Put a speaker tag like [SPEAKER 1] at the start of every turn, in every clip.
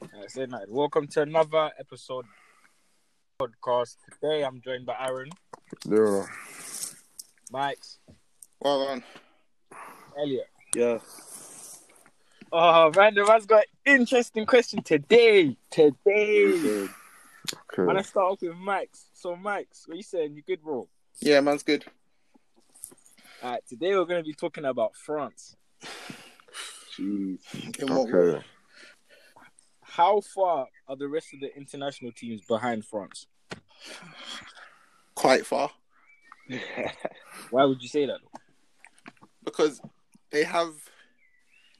[SPEAKER 1] Manchester United. Welcome to another episode of podcast. Today I'm joined by Aaron,
[SPEAKER 2] Yeah.
[SPEAKER 1] Mike,
[SPEAKER 3] Well done.
[SPEAKER 1] Elliot.
[SPEAKER 2] Yeah.
[SPEAKER 1] Oh man, the man's got an interesting question today. Today.
[SPEAKER 2] Okay.
[SPEAKER 1] I'm gonna start off with Max. So Max, what you saying? You good, bro?
[SPEAKER 3] Yeah, man's good.
[SPEAKER 1] Alright, today we're gonna be talking about France.
[SPEAKER 2] Jeez.
[SPEAKER 3] In what way?
[SPEAKER 2] Okay.
[SPEAKER 1] How far are the rest of the international teams behind France?
[SPEAKER 3] Quite far
[SPEAKER 1] Why would you say that? though?
[SPEAKER 3] because they have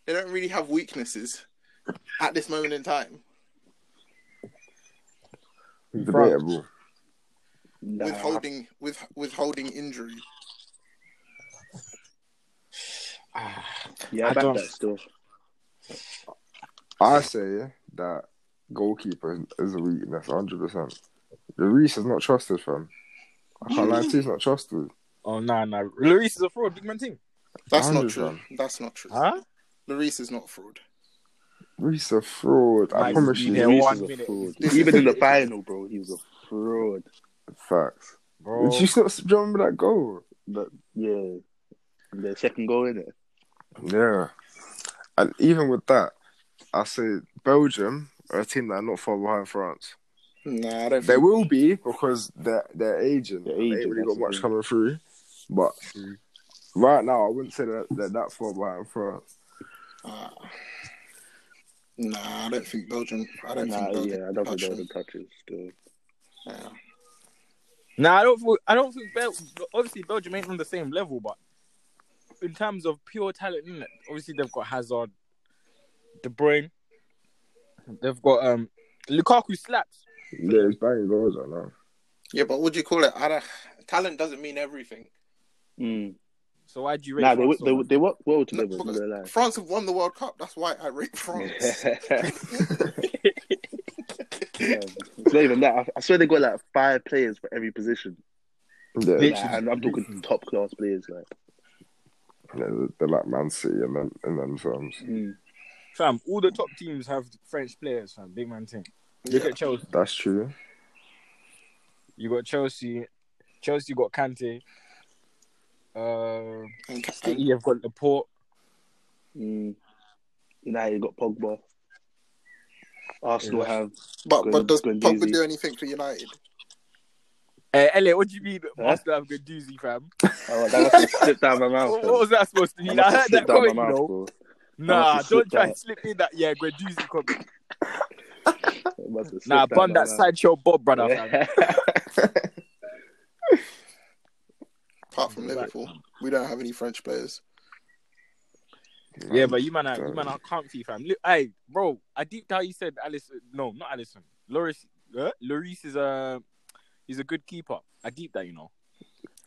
[SPEAKER 3] they don't really have weaknesses at this moment in time.
[SPEAKER 2] It's debatable.
[SPEAKER 3] Withholding with withholding injury.
[SPEAKER 1] Ah,
[SPEAKER 4] Yeah,
[SPEAKER 1] I
[SPEAKER 4] I back
[SPEAKER 1] don't-
[SPEAKER 4] that still.
[SPEAKER 2] I say that goalkeeper is- is a weakness, 100%. Lloris is not trusted, fam. I can't lie to you, he's not trusted.
[SPEAKER 1] Oh no, no. Lloris is a fraud, big man team.
[SPEAKER 3] That's not
[SPEAKER 2] Hundred
[SPEAKER 3] true.
[SPEAKER 2] grand.
[SPEAKER 3] That's not true.
[SPEAKER 1] Huh?
[SPEAKER 3] Lloris is not fraud.
[SPEAKER 2] Lloris a fraud. I
[SPEAKER 1] Mike,
[SPEAKER 2] promise
[SPEAKER 1] you
[SPEAKER 2] you.
[SPEAKER 1] there
[SPEAKER 4] Reece
[SPEAKER 1] one
[SPEAKER 4] is a
[SPEAKER 1] minute.
[SPEAKER 4] fraud. Even in the final, bro, he was a fraud.
[SPEAKER 2] Facts.
[SPEAKER 1] Bro.
[SPEAKER 2] Did you still do you remember that goal? That,
[SPEAKER 4] Yeah. The second goal in it.
[SPEAKER 2] yeah. And even with that, I say Belgium are a team that are not far behind France.
[SPEAKER 3] Nah, I don't
[SPEAKER 2] They
[SPEAKER 3] think
[SPEAKER 2] will be because they're they're aging.
[SPEAKER 4] They're
[SPEAKER 2] they ain't
[SPEAKER 4] aging,
[SPEAKER 2] really
[SPEAKER 4] that's
[SPEAKER 2] got
[SPEAKER 4] the
[SPEAKER 2] much
[SPEAKER 4] thing.
[SPEAKER 2] coming through. But
[SPEAKER 1] Mm.
[SPEAKER 2] right now, I wouldn't say that they're that far behind France.
[SPEAKER 3] uh, Nah, I don't think Belgium I don't
[SPEAKER 4] Nah,
[SPEAKER 3] think Belgium.
[SPEAKER 4] yeah, I don't think
[SPEAKER 3] touched
[SPEAKER 4] they would
[SPEAKER 3] them.
[SPEAKER 4] have touched it still.
[SPEAKER 3] Yeah.
[SPEAKER 1] No, I don't. thi- I don't think Bel- obviously Belgium ain't on the same level, but in terms of pure talent, innit, obviously they've got Hazard, De Bruyne, they've got um Lukaku slaps.
[SPEAKER 2] Yeah, it's banging goals right now.
[SPEAKER 3] yeah, but what do you call it? I don't, talent doesn't mean everything.
[SPEAKER 4] Mm.
[SPEAKER 1] So why do you rate?
[SPEAKER 4] Nah, they,
[SPEAKER 1] France
[SPEAKER 4] were- they,
[SPEAKER 1] so
[SPEAKER 4] were-
[SPEAKER 1] much?
[SPEAKER 4] they worked well
[SPEAKER 3] No,
[SPEAKER 4] together, not gonna lie.
[SPEAKER 3] France have won the World Cup. That's why I rate France.
[SPEAKER 4] Yeah. It's not even that. I, I swear they got like five players for every position.
[SPEAKER 2] Yeah,
[SPEAKER 1] They-
[SPEAKER 4] Like, and I'm talking top class players. Like,
[SPEAKER 2] yeah, they're like Man City and them in themselves.
[SPEAKER 4] mm,
[SPEAKER 1] fam, all the top teams have French players, fam. Big man team. Look
[SPEAKER 3] Yeah.
[SPEAKER 1] at Chelsea.
[SPEAKER 2] That's true.
[SPEAKER 1] You got Chelsea. Chelsea got Kante. Uh,
[SPEAKER 3] And,
[SPEAKER 1] City have got Laporte.
[SPEAKER 4] mm. United got Pogba. Arsenal
[SPEAKER 1] Yeah.
[SPEAKER 4] have.
[SPEAKER 3] But but does
[SPEAKER 4] Gwen-
[SPEAKER 3] Pogba
[SPEAKER 4] Guendouzi.
[SPEAKER 3] do anything for United?
[SPEAKER 1] Uh, Elliot, what do you mean? Must have good doozy, fam.
[SPEAKER 4] Oh, that must have slipped down my mouth.
[SPEAKER 1] What,
[SPEAKER 4] though.
[SPEAKER 1] what was that supposed to
[SPEAKER 4] That
[SPEAKER 1] mean? I
[SPEAKER 4] must
[SPEAKER 1] heard
[SPEAKER 4] have
[SPEAKER 1] that
[SPEAKER 4] slipped Oh. down
[SPEAKER 1] comment,
[SPEAKER 4] my
[SPEAKER 1] you
[SPEAKER 4] mouth,
[SPEAKER 1] know.
[SPEAKER 4] bro.
[SPEAKER 1] Nah,
[SPEAKER 4] Unless you
[SPEAKER 1] don't
[SPEAKER 4] slip
[SPEAKER 1] try
[SPEAKER 4] that.
[SPEAKER 1] and slip in that. Yeah, Guendouzi coming.
[SPEAKER 4] It must have
[SPEAKER 1] Nah,
[SPEAKER 4] slipped
[SPEAKER 1] bun
[SPEAKER 4] down
[SPEAKER 1] that
[SPEAKER 4] my mouth.
[SPEAKER 1] sideshow Bob, brother. fam.
[SPEAKER 3] Apart from
[SPEAKER 1] Right.
[SPEAKER 3] Liverpool, we don't have any French players.
[SPEAKER 1] Yeah, but you man, are, you
[SPEAKER 2] Sorry.
[SPEAKER 1] man, are comfy, fam. Look, hey, bro, I deep down you said Allison. No, not Allison. Loris, uh, Loris is a he's a good keeper. I deep that you know.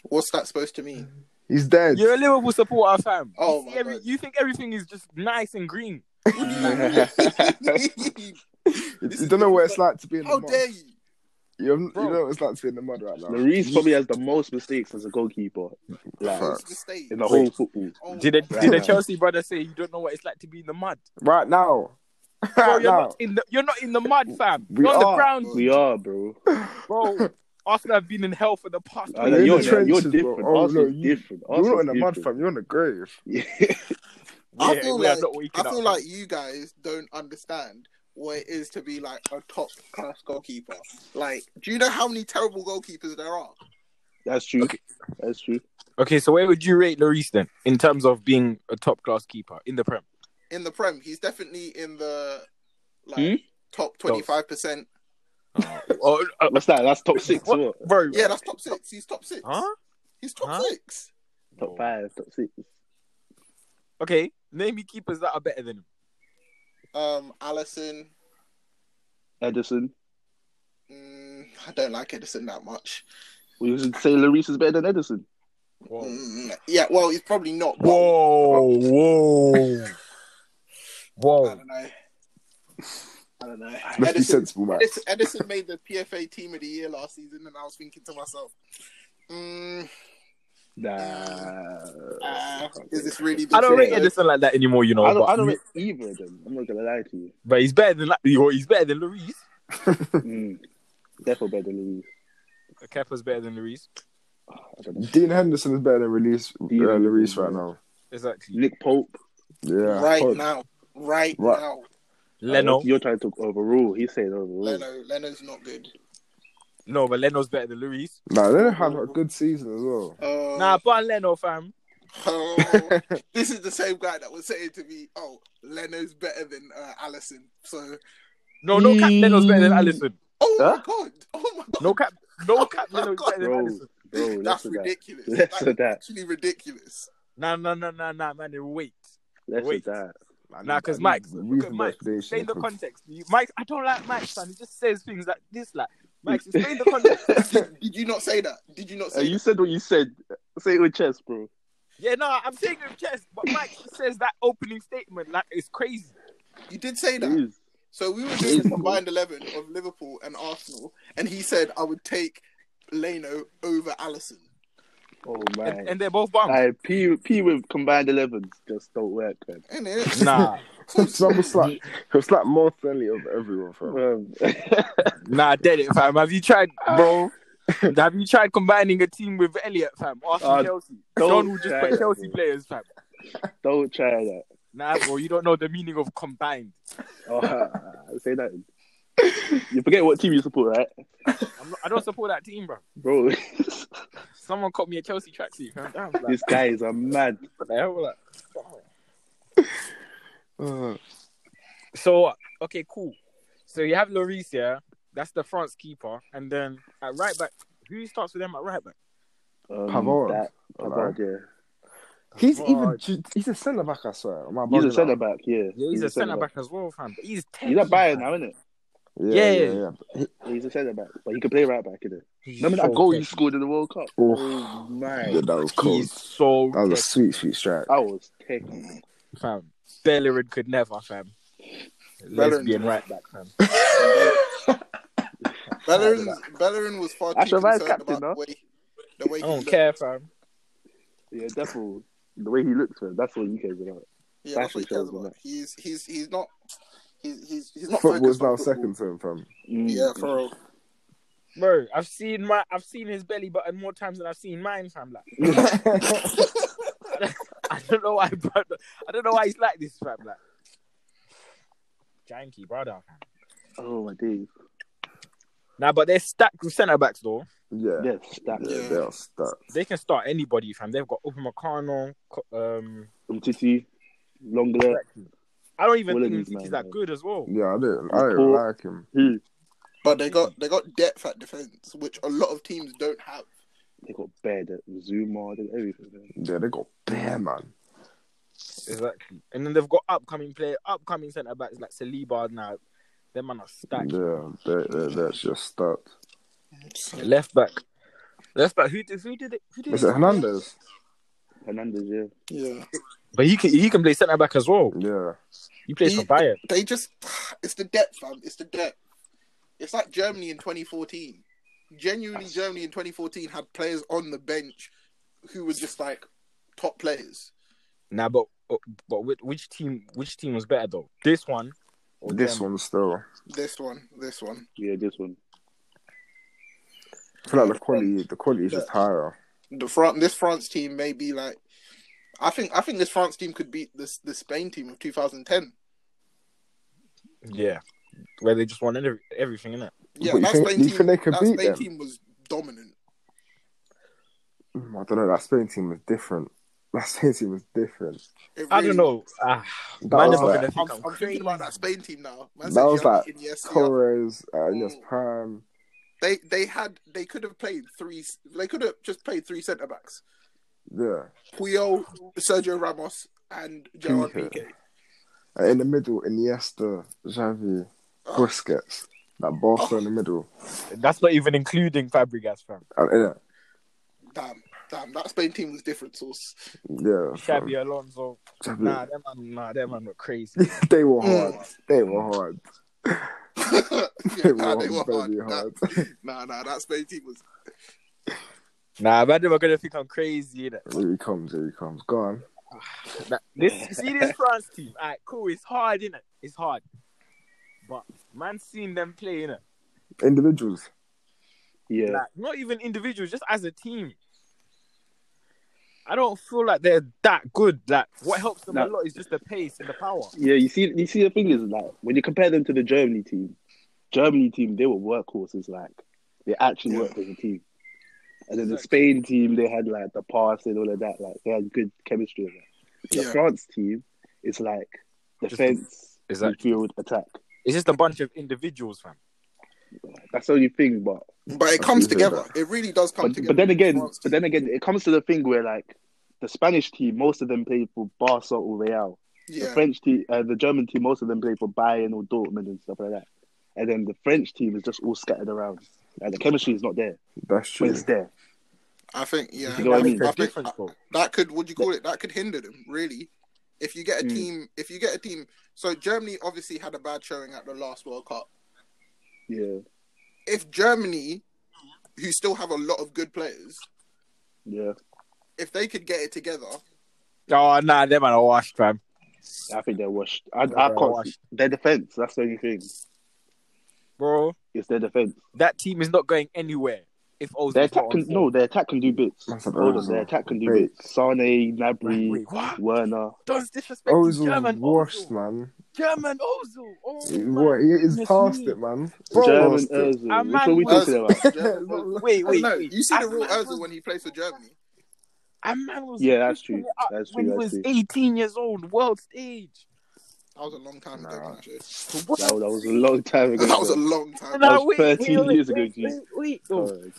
[SPEAKER 3] What's that supposed to mean?
[SPEAKER 2] he's dead.
[SPEAKER 1] You're a Liverpool supporter, fam.
[SPEAKER 3] Oh
[SPEAKER 1] you,
[SPEAKER 3] my
[SPEAKER 1] see every-
[SPEAKER 3] God.
[SPEAKER 1] you think everything is just nice and green?
[SPEAKER 2] you don't know what it's like to be in the
[SPEAKER 3] How
[SPEAKER 2] mud.
[SPEAKER 3] dare you?
[SPEAKER 2] You, haven't- you
[SPEAKER 1] Bro.
[SPEAKER 2] know what it's like to be in the mud right now.
[SPEAKER 4] Lloris probably has the most mistakes as a goalkeeper like,
[SPEAKER 2] Facts.
[SPEAKER 3] It's the state.
[SPEAKER 4] in the whole football.
[SPEAKER 3] Oh,
[SPEAKER 1] Did a,
[SPEAKER 3] my
[SPEAKER 1] did a
[SPEAKER 4] Right.
[SPEAKER 1] Chelsea brother say you don't know what it's like to be in the mud?
[SPEAKER 2] Right now.
[SPEAKER 1] Bro,
[SPEAKER 2] right
[SPEAKER 1] you're
[SPEAKER 2] now.
[SPEAKER 1] not in the you're not in the mud, fam.
[SPEAKER 2] We
[SPEAKER 1] you're on the
[SPEAKER 2] are.
[SPEAKER 1] ground,
[SPEAKER 4] We are, bro.
[SPEAKER 1] bro. Arsenal have been in hell for the past.
[SPEAKER 4] I
[SPEAKER 2] in
[SPEAKER 4] know,
[SPEAKER 2] the
[SPEAKER 4] you're,
[SPEAKER 2] trenches,
[SPEAKER 4] you're
[SPEAKER 2] bro.
[SPEAKER 4] different.
[SPEAKER 2] Oh,
[SPEAKER 4] Arsenal's
[SPEAKER 2] no, you-
[SPEAKER 4] different.
[SPEAKER 2] You're not in the mud,
[SPEAKER 4] Arsenal's
[SPEAKER 2] fam. You're in the grave.
[SPEAKER 4] different.
[SPEAKER 3] I
[SPEAKER 1] Yeah,
[SPEAKER 3] feel
[SPEAKER 1] we are
[SPEAKER 3] like-
[SPEAKER 1] not waking
[SPEAKER 3] God. I
[SPEAKER 1] up,
[SPEAKER 3] feel
[SPEAKER 1] fam.
[SPEAKER 3] like you guys don't understand what it is to be like a top class goalkeeper. Like, do you know how many terrible goalkeepers there are?
[SPEAKER 4] That's true.
[SPEAKER 1] Okay.
[SPEAKER 4] That's true.
[SPEAKER 1] Okay, so where would you rate Lloris then in terms of being a top class keeper in the Prem?
[SPEAKER 3] In the Prem, he's definitely in the like
[SPEAKER 4] Hmm?
[SPEAKER 3] top twenty five percent.
[SPEAKER 1] Oh, uh,
[SPEAKER 4] What's that? That's top six.
[SPEAKER 1] What?
[SPEAKER 4] What?
[SPEAKER 1] bro.
[SPEAKER 3] Yeah, that's top six. He's top six.
[SPEAKER 1] Huh?
[SPEAKER 3] He's top
[SPEAKER 1] Huh?
[SPEAKER 3] six.
[SPEAKER 4] Top five, top six.
[SPEAKER 1] Okay, name me keepers that are better than him.
[SPEAKER 3] Um, Allison.
[SPEAKER 4] Edison.
[SPEAKER 3] Mm, I don't like Edison that much.
[SPEAKER 4] We used to say Lloris is better than Edison.
[SPEAKER 1] Whoa,
[SPEAKER 3] Mm, yeah, well, he's probably not. but
[SPEAKER 1] whoa, whoa, Oh.
[SPEAKER 3] I don't know. I don't know.
[SPEAKER 2] Let's be
[SPEAKER 3] Edison,
[SPEAKER 2] sensible, man.
[SPEAKER 3] Edison, Edison made the PFA team of the year last season, and I was thinking to myself, mm,
[SPEAKER 4] Nah.
[SPEAKER 3] Uh, is this really the
[SPEAKER 1] I don't rate
[SPEAKER 3] same?
[SPEAKER 1] Edison like that anymore,
[SPEAKER 2] Oh,
[SPEAKER 1] you know.
[SPEAKER 4] I don't,
[SPEAKER 1] but,
[SPEAKER 4] I don't rate either of them. I'm not gonna lie to you.
[SPEAKER 1] but he's better than like, he's better than Lloris.
[SPEAKER 4] Mm. Definitely better than Louise.
[SPEAKER 1] Kepa's better than Lloris.
[SPEAKER 4] I don't know.
[SPEAKER 2] Dean Henderson is better than release uh,
[SPEAKER 4] Dean
[SPEAKER 2] Lloris
[SPEAKER 4] Henderson.
[SPEAKER 2] right now.
[SPEAKER 1] Exactly.
[SPEAKER 4] Nick Pope.
[SPEAKER 2] Yeah,
[SPEAKER 3] right
[SPEAKER 2] Pod-
[SPEAKER 3] now? Right,
[SPEAKER 2] Right.
[SPEAKER 3] now,
[SPEAKER 1] Leno.
[SPEAKER 4] You're trying to overrule. He's saying overrule.
[SPEAKER 3] Leno, Leno's not good.
[SPEAKER 1] No, but Leno's better than Lloris.
[SPEAKER 2] Nah, they don't have a good season as well.
[SPEAKER 3] Oh,
[SPEAKER 1] Nah, but Leno, fam.
[SPEAKER 3] oh, this is the same guy that was saying to me, "Oh, Leno's better than uh, Allison." So,
[SPEAKER 1] No, no cap. Leno's better than Allison.
[SPEAKER 3] oh
[SPEAKER 4] Huh?
[SPEAKER 3] my god, oh my god,
[SPEAKER 1] No cap. No cap. Leno's
[SPEAKER 3] God.
[SPEAKER 1] better than
[SPEAKER 4] Bro,
[SPEAKER 1] Allison.
[SPEAKER 4] bro, less
[SPEAKER 3] that's
[SPEAKER 4] of that.
[SPEAKER 3] ridiculous.
[SPEAKER 4] Less
[SPEAKER 3] That's
[SPEAKER 4] of that.
[SPEAKER 3] actually ridiculous.
[SPEAKER 1] Nah, nah, nah, nah, nah, man. Wait.
[SPEAKER 4] Less
[SPEAKER 1] Wait.
[SPEAKER 4] of that.
[SPEAKER 1] Nah, 'cause Mike- look at Mike, Explain
[SPEAKER 2] Explain
[SPEAKER 1] the context. You- Mike, I don't like Mike, son. He just says things like this, like. Mike, explain the context.
[SPEAKER 3] Did, did you not say that? Did you not
[SPEAKER 4] Uh,
[SPEAKER 3] say?
[SPEAKER 4] you said what you said. Say it with chest, bro.
[SPEAKER 1] Yeah, no, I'm saying it with chest, but Mike says that opening statement like it's crazy.
[SPEAKER 3] that? You did say that.
[SPEAKER 4] Please.
[SPEAKER 3] So we were doing the combined eleven of Liverpool and Arsenal, and he said I would take Leno over Allison.
[SPEAKER 4] Oh
[SPEAKER 1] And,
[SPEAKER 4] my.
[SPEAKER 1] and they're both bums.
[SPEAKER 4] I P P with combined elevens just don't work, man.
[SPEAKER 3] Ain't it?
[SPEAKER 1] Nah,
[SPEAKER 2] Some slap, he'll slap more friendly over everyone, fam.
[SPEAKER 4] Um,
[SPEAKER 1] nah, dead it, fam. Have you tried, bro? Have you tried combining a team with Elliot, fam? Arsenal,
[SPEAKER 4] Uh,
[SPEAKER 1] Chelsea.
[SPEAKER 4] don't
[SPEAKER 1] John will just
[SPEAKER 4] try
[SPEAKER 1] put
[SPEAKER 4] that,
[SPEAKER 1] Chelsea
[SPEAKER 4] bro.
[SPEAKER 1] players, fam.
[SPEAKER 4] don't try that.
[SPEAKER 1] Nah, bro, you don't know the meaning of combined.
[SPEAKER 4] Oh, say that. You forget what team you support, right,
[SPEAKER 1] I'm not, I don't support that team, bro.
[SPEAKER 4] bro?
[SPEAKER 1] Someone caught me a Chelsea tracksuit, fam. Damn, like,
[SPEAKER 4] These guys are mad.
[SPEAKER 1] what the hell, like.
[SPEAKER 2] Uh,
[SPEAKER 1] So okay, cool. So you have Lloris, yeah. That's the France keeper, and then at right back, who starts with them at right back?
[SPEAKER 4] Um,
[SPEAKER 2] Pavard.
[SPEAKER 4] that- Pavard, yeah.
[SPEAKER 2] he's
[SPEAKER 1] Right.
[SPEAKER 2] even he's a centre back, I swear. Am I
[SPEAKER 4] He's a
[SPEAKER 2] bugging
[SPEAKER 4] centre
[SPEAKER 2] out?
[SPEAKER 4] back, yeah.
[SPEAKER 1] Yeah, he's, a centre back as well, fam. But he's
[SPEAKER 4] He's at
[SPEAKER 1] techie,
[SPEAKER 4] Bayern
[SPEAKER 1] fam.
[SPEAKER 4] now, isn't it?
[SPEAKER 2] Yeah,
[SPEAKER 1] Yeah.
[SPEAKER 2] yeah, yeah.
[SPEAKER 4] He's a centre back, but he can play right back, isn't it?
[SPEAKER 1] He's
[SPEAKER 4] Remember
[SPEAKER 1] so
[SPEAKER 4] that goal he
[SPEAKER 1] techie.
[SPEAKER 4] scored in the World Cup?
[SPEAKER 2] Oh,
[SPEAKER 4] Oh
[SPEAKER 2] yeah,
[SPEAKER 4] my,
[SPEAKER 2] that was cold.
[SPEAKER 1] He's so
[SPEAKER 2] That was a
[SPEAKER 1] techie,
[SPEAKER 2] sweet, sweet strike.
[SPEAKER 4] I was taking.
[SPEAKER 1] fam. Bellerin could never, fam. Lesbian right back, fam.
[SPEAKER 3] Bellerin, Bellerin was far
[SPEAKER 4] That's
[SPEAKER 3] too
[SPEAKER 4] your vice
[SPEAKER 3] concerned
[SPEAKER 4] captain,
[SPEAKER 3] about the way, the way
[SPEAKER 1] I
[SPEAKER 3] he
[SPEAKER 1] don't
[SPEAKER 3] looked.
[SPEAKER 1] care, fam.
[SPEAKER 4] Yeah, definitely. The way he looks, man, that's what he cares about.
[SPEAKER 3] Yeah, that's what he
[SPEAKER 4] Fashion
[SPEAKER 3] cares
[SPEAKER 4] shows,
[SPEAKER 3] about.
[SPEAKER 4] innit?
[SPEAKER 3] He's he's he's not he's he's he's not
[SPEAKER 2] Football's
[SPEAKER 3] focused on
[SPEAKER 2] now
[SPEAKER 3] football.
[SPEAKER 2] second to him, fam.
[SPEAKER 4] Mm.
[SPEAKER 3] Yeah, for real.
[SPEAKER 1] Bro, I've seen my, I've seen his belly button more times than I've seen mine, fam. Like, I don't know why, bro. I don't know why he's like this, fam. Like, janky, brother. Fam.
[SPEAKER 4] Oh my days.
[SPEAKER 1] Nah, but they're stacked with centre backs though.
[SPEAKER 2] Yeah, yeah,
[SPEAKER 4] Yes, that
[SPEAKER 3] Yeah.
[SPEAKER 2] they are stacked.
[SPEAKER 1] They can start anybody, fam. They've got Open Meccano, co- um.
[SPEAKER 4] Umtiti, Longler,
[SPEAKER 1] I don't even
[SPEAKER 4] All of
[SPEAKER 1] think
[SPEAKER 4] these,
[SPEAKER 1] he's
[SPEAKER 4] man,
[SPEAKER 1] that good as well.
[SPEAKER 2] Yeah, I don't, I don't
[SPEAKER 4] Cool.
[SPEAKER 2] like him.
[SPEAKER 4] who?
[SPEAKER 3] But they got they got depth at defense, which a lot of teams don't have.
[SPEAKER 4] They got Bed, Zuma, they got everything. Man.
[SPEAKER 2] Yeah, they got bear man.
[SPEAKER 1] Exactly. And then they've got upcoming player, upcoming centre backs like Saliba now. Them man are stacked.
[SPEAKER 2] Yeah, they, they, that's just stacked.
[SPEAKER 1] Left back. Left back. Who did who did it? Who did
[SPEAKER 2] Is Mm. it Hernandez?
[SPEAKER 4] Hernandez, yeah.
[SPEAKER 3] Yeah,
[SPEAKER 1] But he can he can play centre back as well.
[SPEAKER 2] Yeah,
[SPEAKER 1] He plays for
[SPEAKER 3] He-
[SPEAKER 1] Bayern.
[SPEAKER 3] they just it's the depth, fam. It's the depth. It's like Germany in 2014. Genuinely, Germany in 2014 had players on the bench who were just like top players.
[SPEAKER 1] Nah, but but which, which team which team was better though? This one. Or
[SPEAKER 2] Oh, this
[SPEAKER 1] them?
[SPEAKER 2] one still.
[SPEAKER 3] This one, this one.
[SPEAKER 4] Yeah, this one.
[SPEAKER 2] I feel like the quality, the quality is just higher.
[SPEAKER 3] The front, this France team may be like, I think, I think this France team could beat this the Spain team of 2010.
[SPEAKER 1] Yeah. Where they just won every, everything in it.
[SPEAKER 3] Yeah,
[SPEAKER 2] What, you
[SPEAKER 3] that
[SPEAKER 2] think-
[SPEAKER 3] Spain
[SPEAKER 2] you
[SPEAKER 3] team,
[SPEAKER 2] think they could
[SPEAKER 3] that
[SPEAKER 2] beat
[SPEAKER 3] Spain
[SPEAKER 2] them?
[SPEAKER 3] team was dominant.
[SPEAKER 2] Mm, I don't know. That Spain team was different. That Spain team was different.
[SPEAKER 3] It
[SPEAKER 1] I
[SPEAKER 3] really-
[SPEAKER 1] don't know. Ah,
[SPEAKER 2] That
[SPEAKER 1] man,
[SPEAKER 2] was
[SPEAKER 1] never
[SPEAKER 2] like-
[SPEAKER 1] gonna
[SPEAKER 3] I'm,
[SPEAKER 1] think I'm,
[SPEAKER 3] I'm
[SPEAKER 1] crazy.
[SPEAKER 3] thinking about that Spain team now. Man
[SPEAKER 2] That
[SPEAKER 3] said
[SPEAKER 2] was
[SPEAKER 3] Xhaka
[SPEAKER 2] like
[SPEAKER 3] and Iniesta.
[SPEAKER 2] Torres, uh, yes, Prime.
[SPEAKER 3] They they had they could have played three. They could have just played three centre backs:
[SPEAKER 2] Yeah,
[SPEAKER 3] Puyol, Sergio Ramos, and Gerard
[SPEAKER 2] Piqué.
[SPEAKER 3] Piqué.
[SPEAKER 2] And Uh, in the middle, Iniesta, Xavi, Busquets. That Barca in the middle.
[SPEAKER 1] That's not even including Fabregas, fam.
[SPEAKER 2] And, yeah,
[SPEAKER 3] Damn, damn, that Spain team was different source.
[SPEAKER 2] yeah. fam.
[SPEAKER 1] Xabi Alonso.
[SPEAKER 2] Xavi.
[SPEAKER 1] Nah, them man, nah, them man were crazy.
[SPEAKER 2] they were hard.
[SPEAKER 3] Mm.
[SPEAKER 2] They were hard.
[SPEAKER 3] yeah,
[SPEAKER 2] They were,
[SPEAKER 3] nah, they were
[SPEAKER 2] very
[SPEAKER 3] hard.
[SPEAKER 2] hard.
[SPEAKER 3] Nah, nah, that Spain team was.
[SPEAKER 1] Nah, man, they're gonna think I'm crazy. innit?
[SPEAKER 2] Here he comes, here he comes. Go on.
[SPEAKER 1] This you see this France team. Alright, cool. It's hard, innit? It's hard. But man, seeing them play, innit?
[SPEAKER 2] Individuals.
[SPEAKER 4] Yeah.
[SPEAKER 1] Like, not even individuals, just as a team. I don't feel like they're that good. Like what helps them
[SPEAKER 4] Nah.
[SPEAKER 1] a lot is just the pace and the power.
[SPEAKER 4] Yeah, you see, you see, the thing is like when you compare them to the Germany team, Germany team they were workhorses. Like they actually worked as a team. And then the Spain team they had like the pass and all of that. Like they had good chemistry. and that. The
[SPEAKER 3] Yeah.
[SPEAKER 4] France team, it's like defense,
[SPEAKER 1] Exactly.
[SPEAKER 4] midfield, attack.
[SPEAKER 1] It's just a bunch of individuals, fam.
[SPEAKER 4] That's the only thing. But
[SPEAKER 3] But it comes
[SPEAKER 2] Appreciate
[SPEAKER 3] together. It really does come
[SPEAKER 4] but,
[SPEAKER 3] together.
[SPEAKER 4] but then again,
[SPEAKER 3] France
[SPEAKER 4] but then again, it comes to the thing where like the Spanish team, most of them played for Barca or Real.
[SPEAKER 3] yeah,
[SPEAKER 4] The French team, uh, the German team, most of them play for Bayern or Dortmund and stuff like that. And then the French team is just all scattered around. Like the chemistry is not there,
[SPEAKER 2] That's
[SPEAKER 4] but
[SPEAKER 2] true.
[SPEAKER 4] it's there.
[SPEAKER 3] I think yeah,
[SPEAKER 4] You know what I
[SPEAKER 3] I
[SPEAKER 4] mean?
[SPEAKER 3] think- I
[SPEAKER 1] It's
[SPEAKER 3] think
[SPEAKER 1] different, bro.
[SPEAKER 3] that could what do you call it? That could hinder them really. If you get a
[SPEAKER 4] Mm.
[SPEAKER 3] team, if you get a team, so Germany obviously had a bad showing at the last World Cup.
[SPEAKER 4] Yeah,
[SPEAKER 3] If Germany, who still have a lot of good players,
[SPEAKER 4] yeah.
[SPEAKER 3] if they could get it together,
[SPEAKER 1] Oh nah, them man are washed, fam.
[SPEAKER 4] I think they're washed. I,
[SPEAKER 1] They're
[SPEAKER 4] I can't.
[SPEAKER 1] washed.
[SPEAKER 4] Their defense. That's the only thing.
[SPEAKER 1] Bro,
[SPEAKER 4] It's their defense.
[SPEAKER 1] that team is not going anywhere. If O's
[SPEAKER 4] Their
[SPEAKER 1] is not
[SPEAKER 4] attack can
[SPEAKER 1] on
[SPEAKER 4] no. Their attack can do bits.
[SPEAKER 2] That's a
[SPEAKER 4] Hold
[SPEAKER 2] bad
[SPEAKER 4] on. Their
[SPEAKER 2] one.
[SPEAKER 4] attack can do
[SPEAKER 2] Wait.
[SPEAKER 4] bits. Sane,
[SPEAKER 1] form. Wait,
[SPEAKER 4] Nabri,
[SPEAKER 1] wait, what?
[SPEAKER 4] Werner.
[SPEAKER 1] Don't disrespect
[SPEAKER 2] Oh, he's
[SPEAKER 1] German
[SPEAKER 2] washed,
[SPEAKER 1] Ozil.
[SPEAKER 2] man.
[SPEAKER 1] German Ozil. Oh,
[SPEAKER 2] He-
[SPEAKER 1] my
[SPEAKER 2] What? He is
[SPEAKER 1] goodness
[SPEAKER 2] past
[SPEAKER 1] me.
[SPEAKER 2] it, man.
[SPEAKER 4] German
[SPEAKER 2] Past it.
[SPEAKER 4] Ozil.
[SPEAKER 1] I'm
[SPEAKER 4] Which one we
[SPEAKER 1] mad-
[SPEAKER 4] talking about?
[SPEAKER 3] German-
[SPEAKER 1] Wait,
[SPEAKER 3] I don't
[SPEAKER 1] wait,
[SPEAKER 3] know.
[SPEAKER 1] wait.
[SPEAKER 3] You see the
[SPEAKER 1] That
[SPEAKER 3] real
[SPEAKER 1] man
[SPEAKER 3] Ozil
[SPEAKER 1] was-
[SPEAKER 3] when he plays for Germany.
[SPEAKER 1] That man was
[SPEAKER 4] Yeah, that's true.
[SPEAKER 1] picking it up
[SPEAKER 4] That's
[SPEAKER 1] when
[SPEAKER 4] true,
[SPEAKER 1] he
[SPEAKER 4] that's
[SPEAKER 1] was
[SPEAKER 4] true.
[SPEAKER 1] 18 years old, world stage.
[SPEAKER 3] That was a long time ago.
[SPEAKER 2] Nah.
[SPEAKER 3] actually.
[SPEAKER 1] What?
[SPEAKER 4] That, that was a long time ago.
[SPEAKER 3] That was a long time.
[SPEAKER 1] Nah,
[SPEAKER 3] ago.
[SPEAKER 4] that was 13 years ago,
[SPEAKER 1] wait,
[SPEAKER 4] G.
[SPEAKER 1] wait, wait.
[SPEAKER 4] Oh,
[SPEAKER 1] Oh,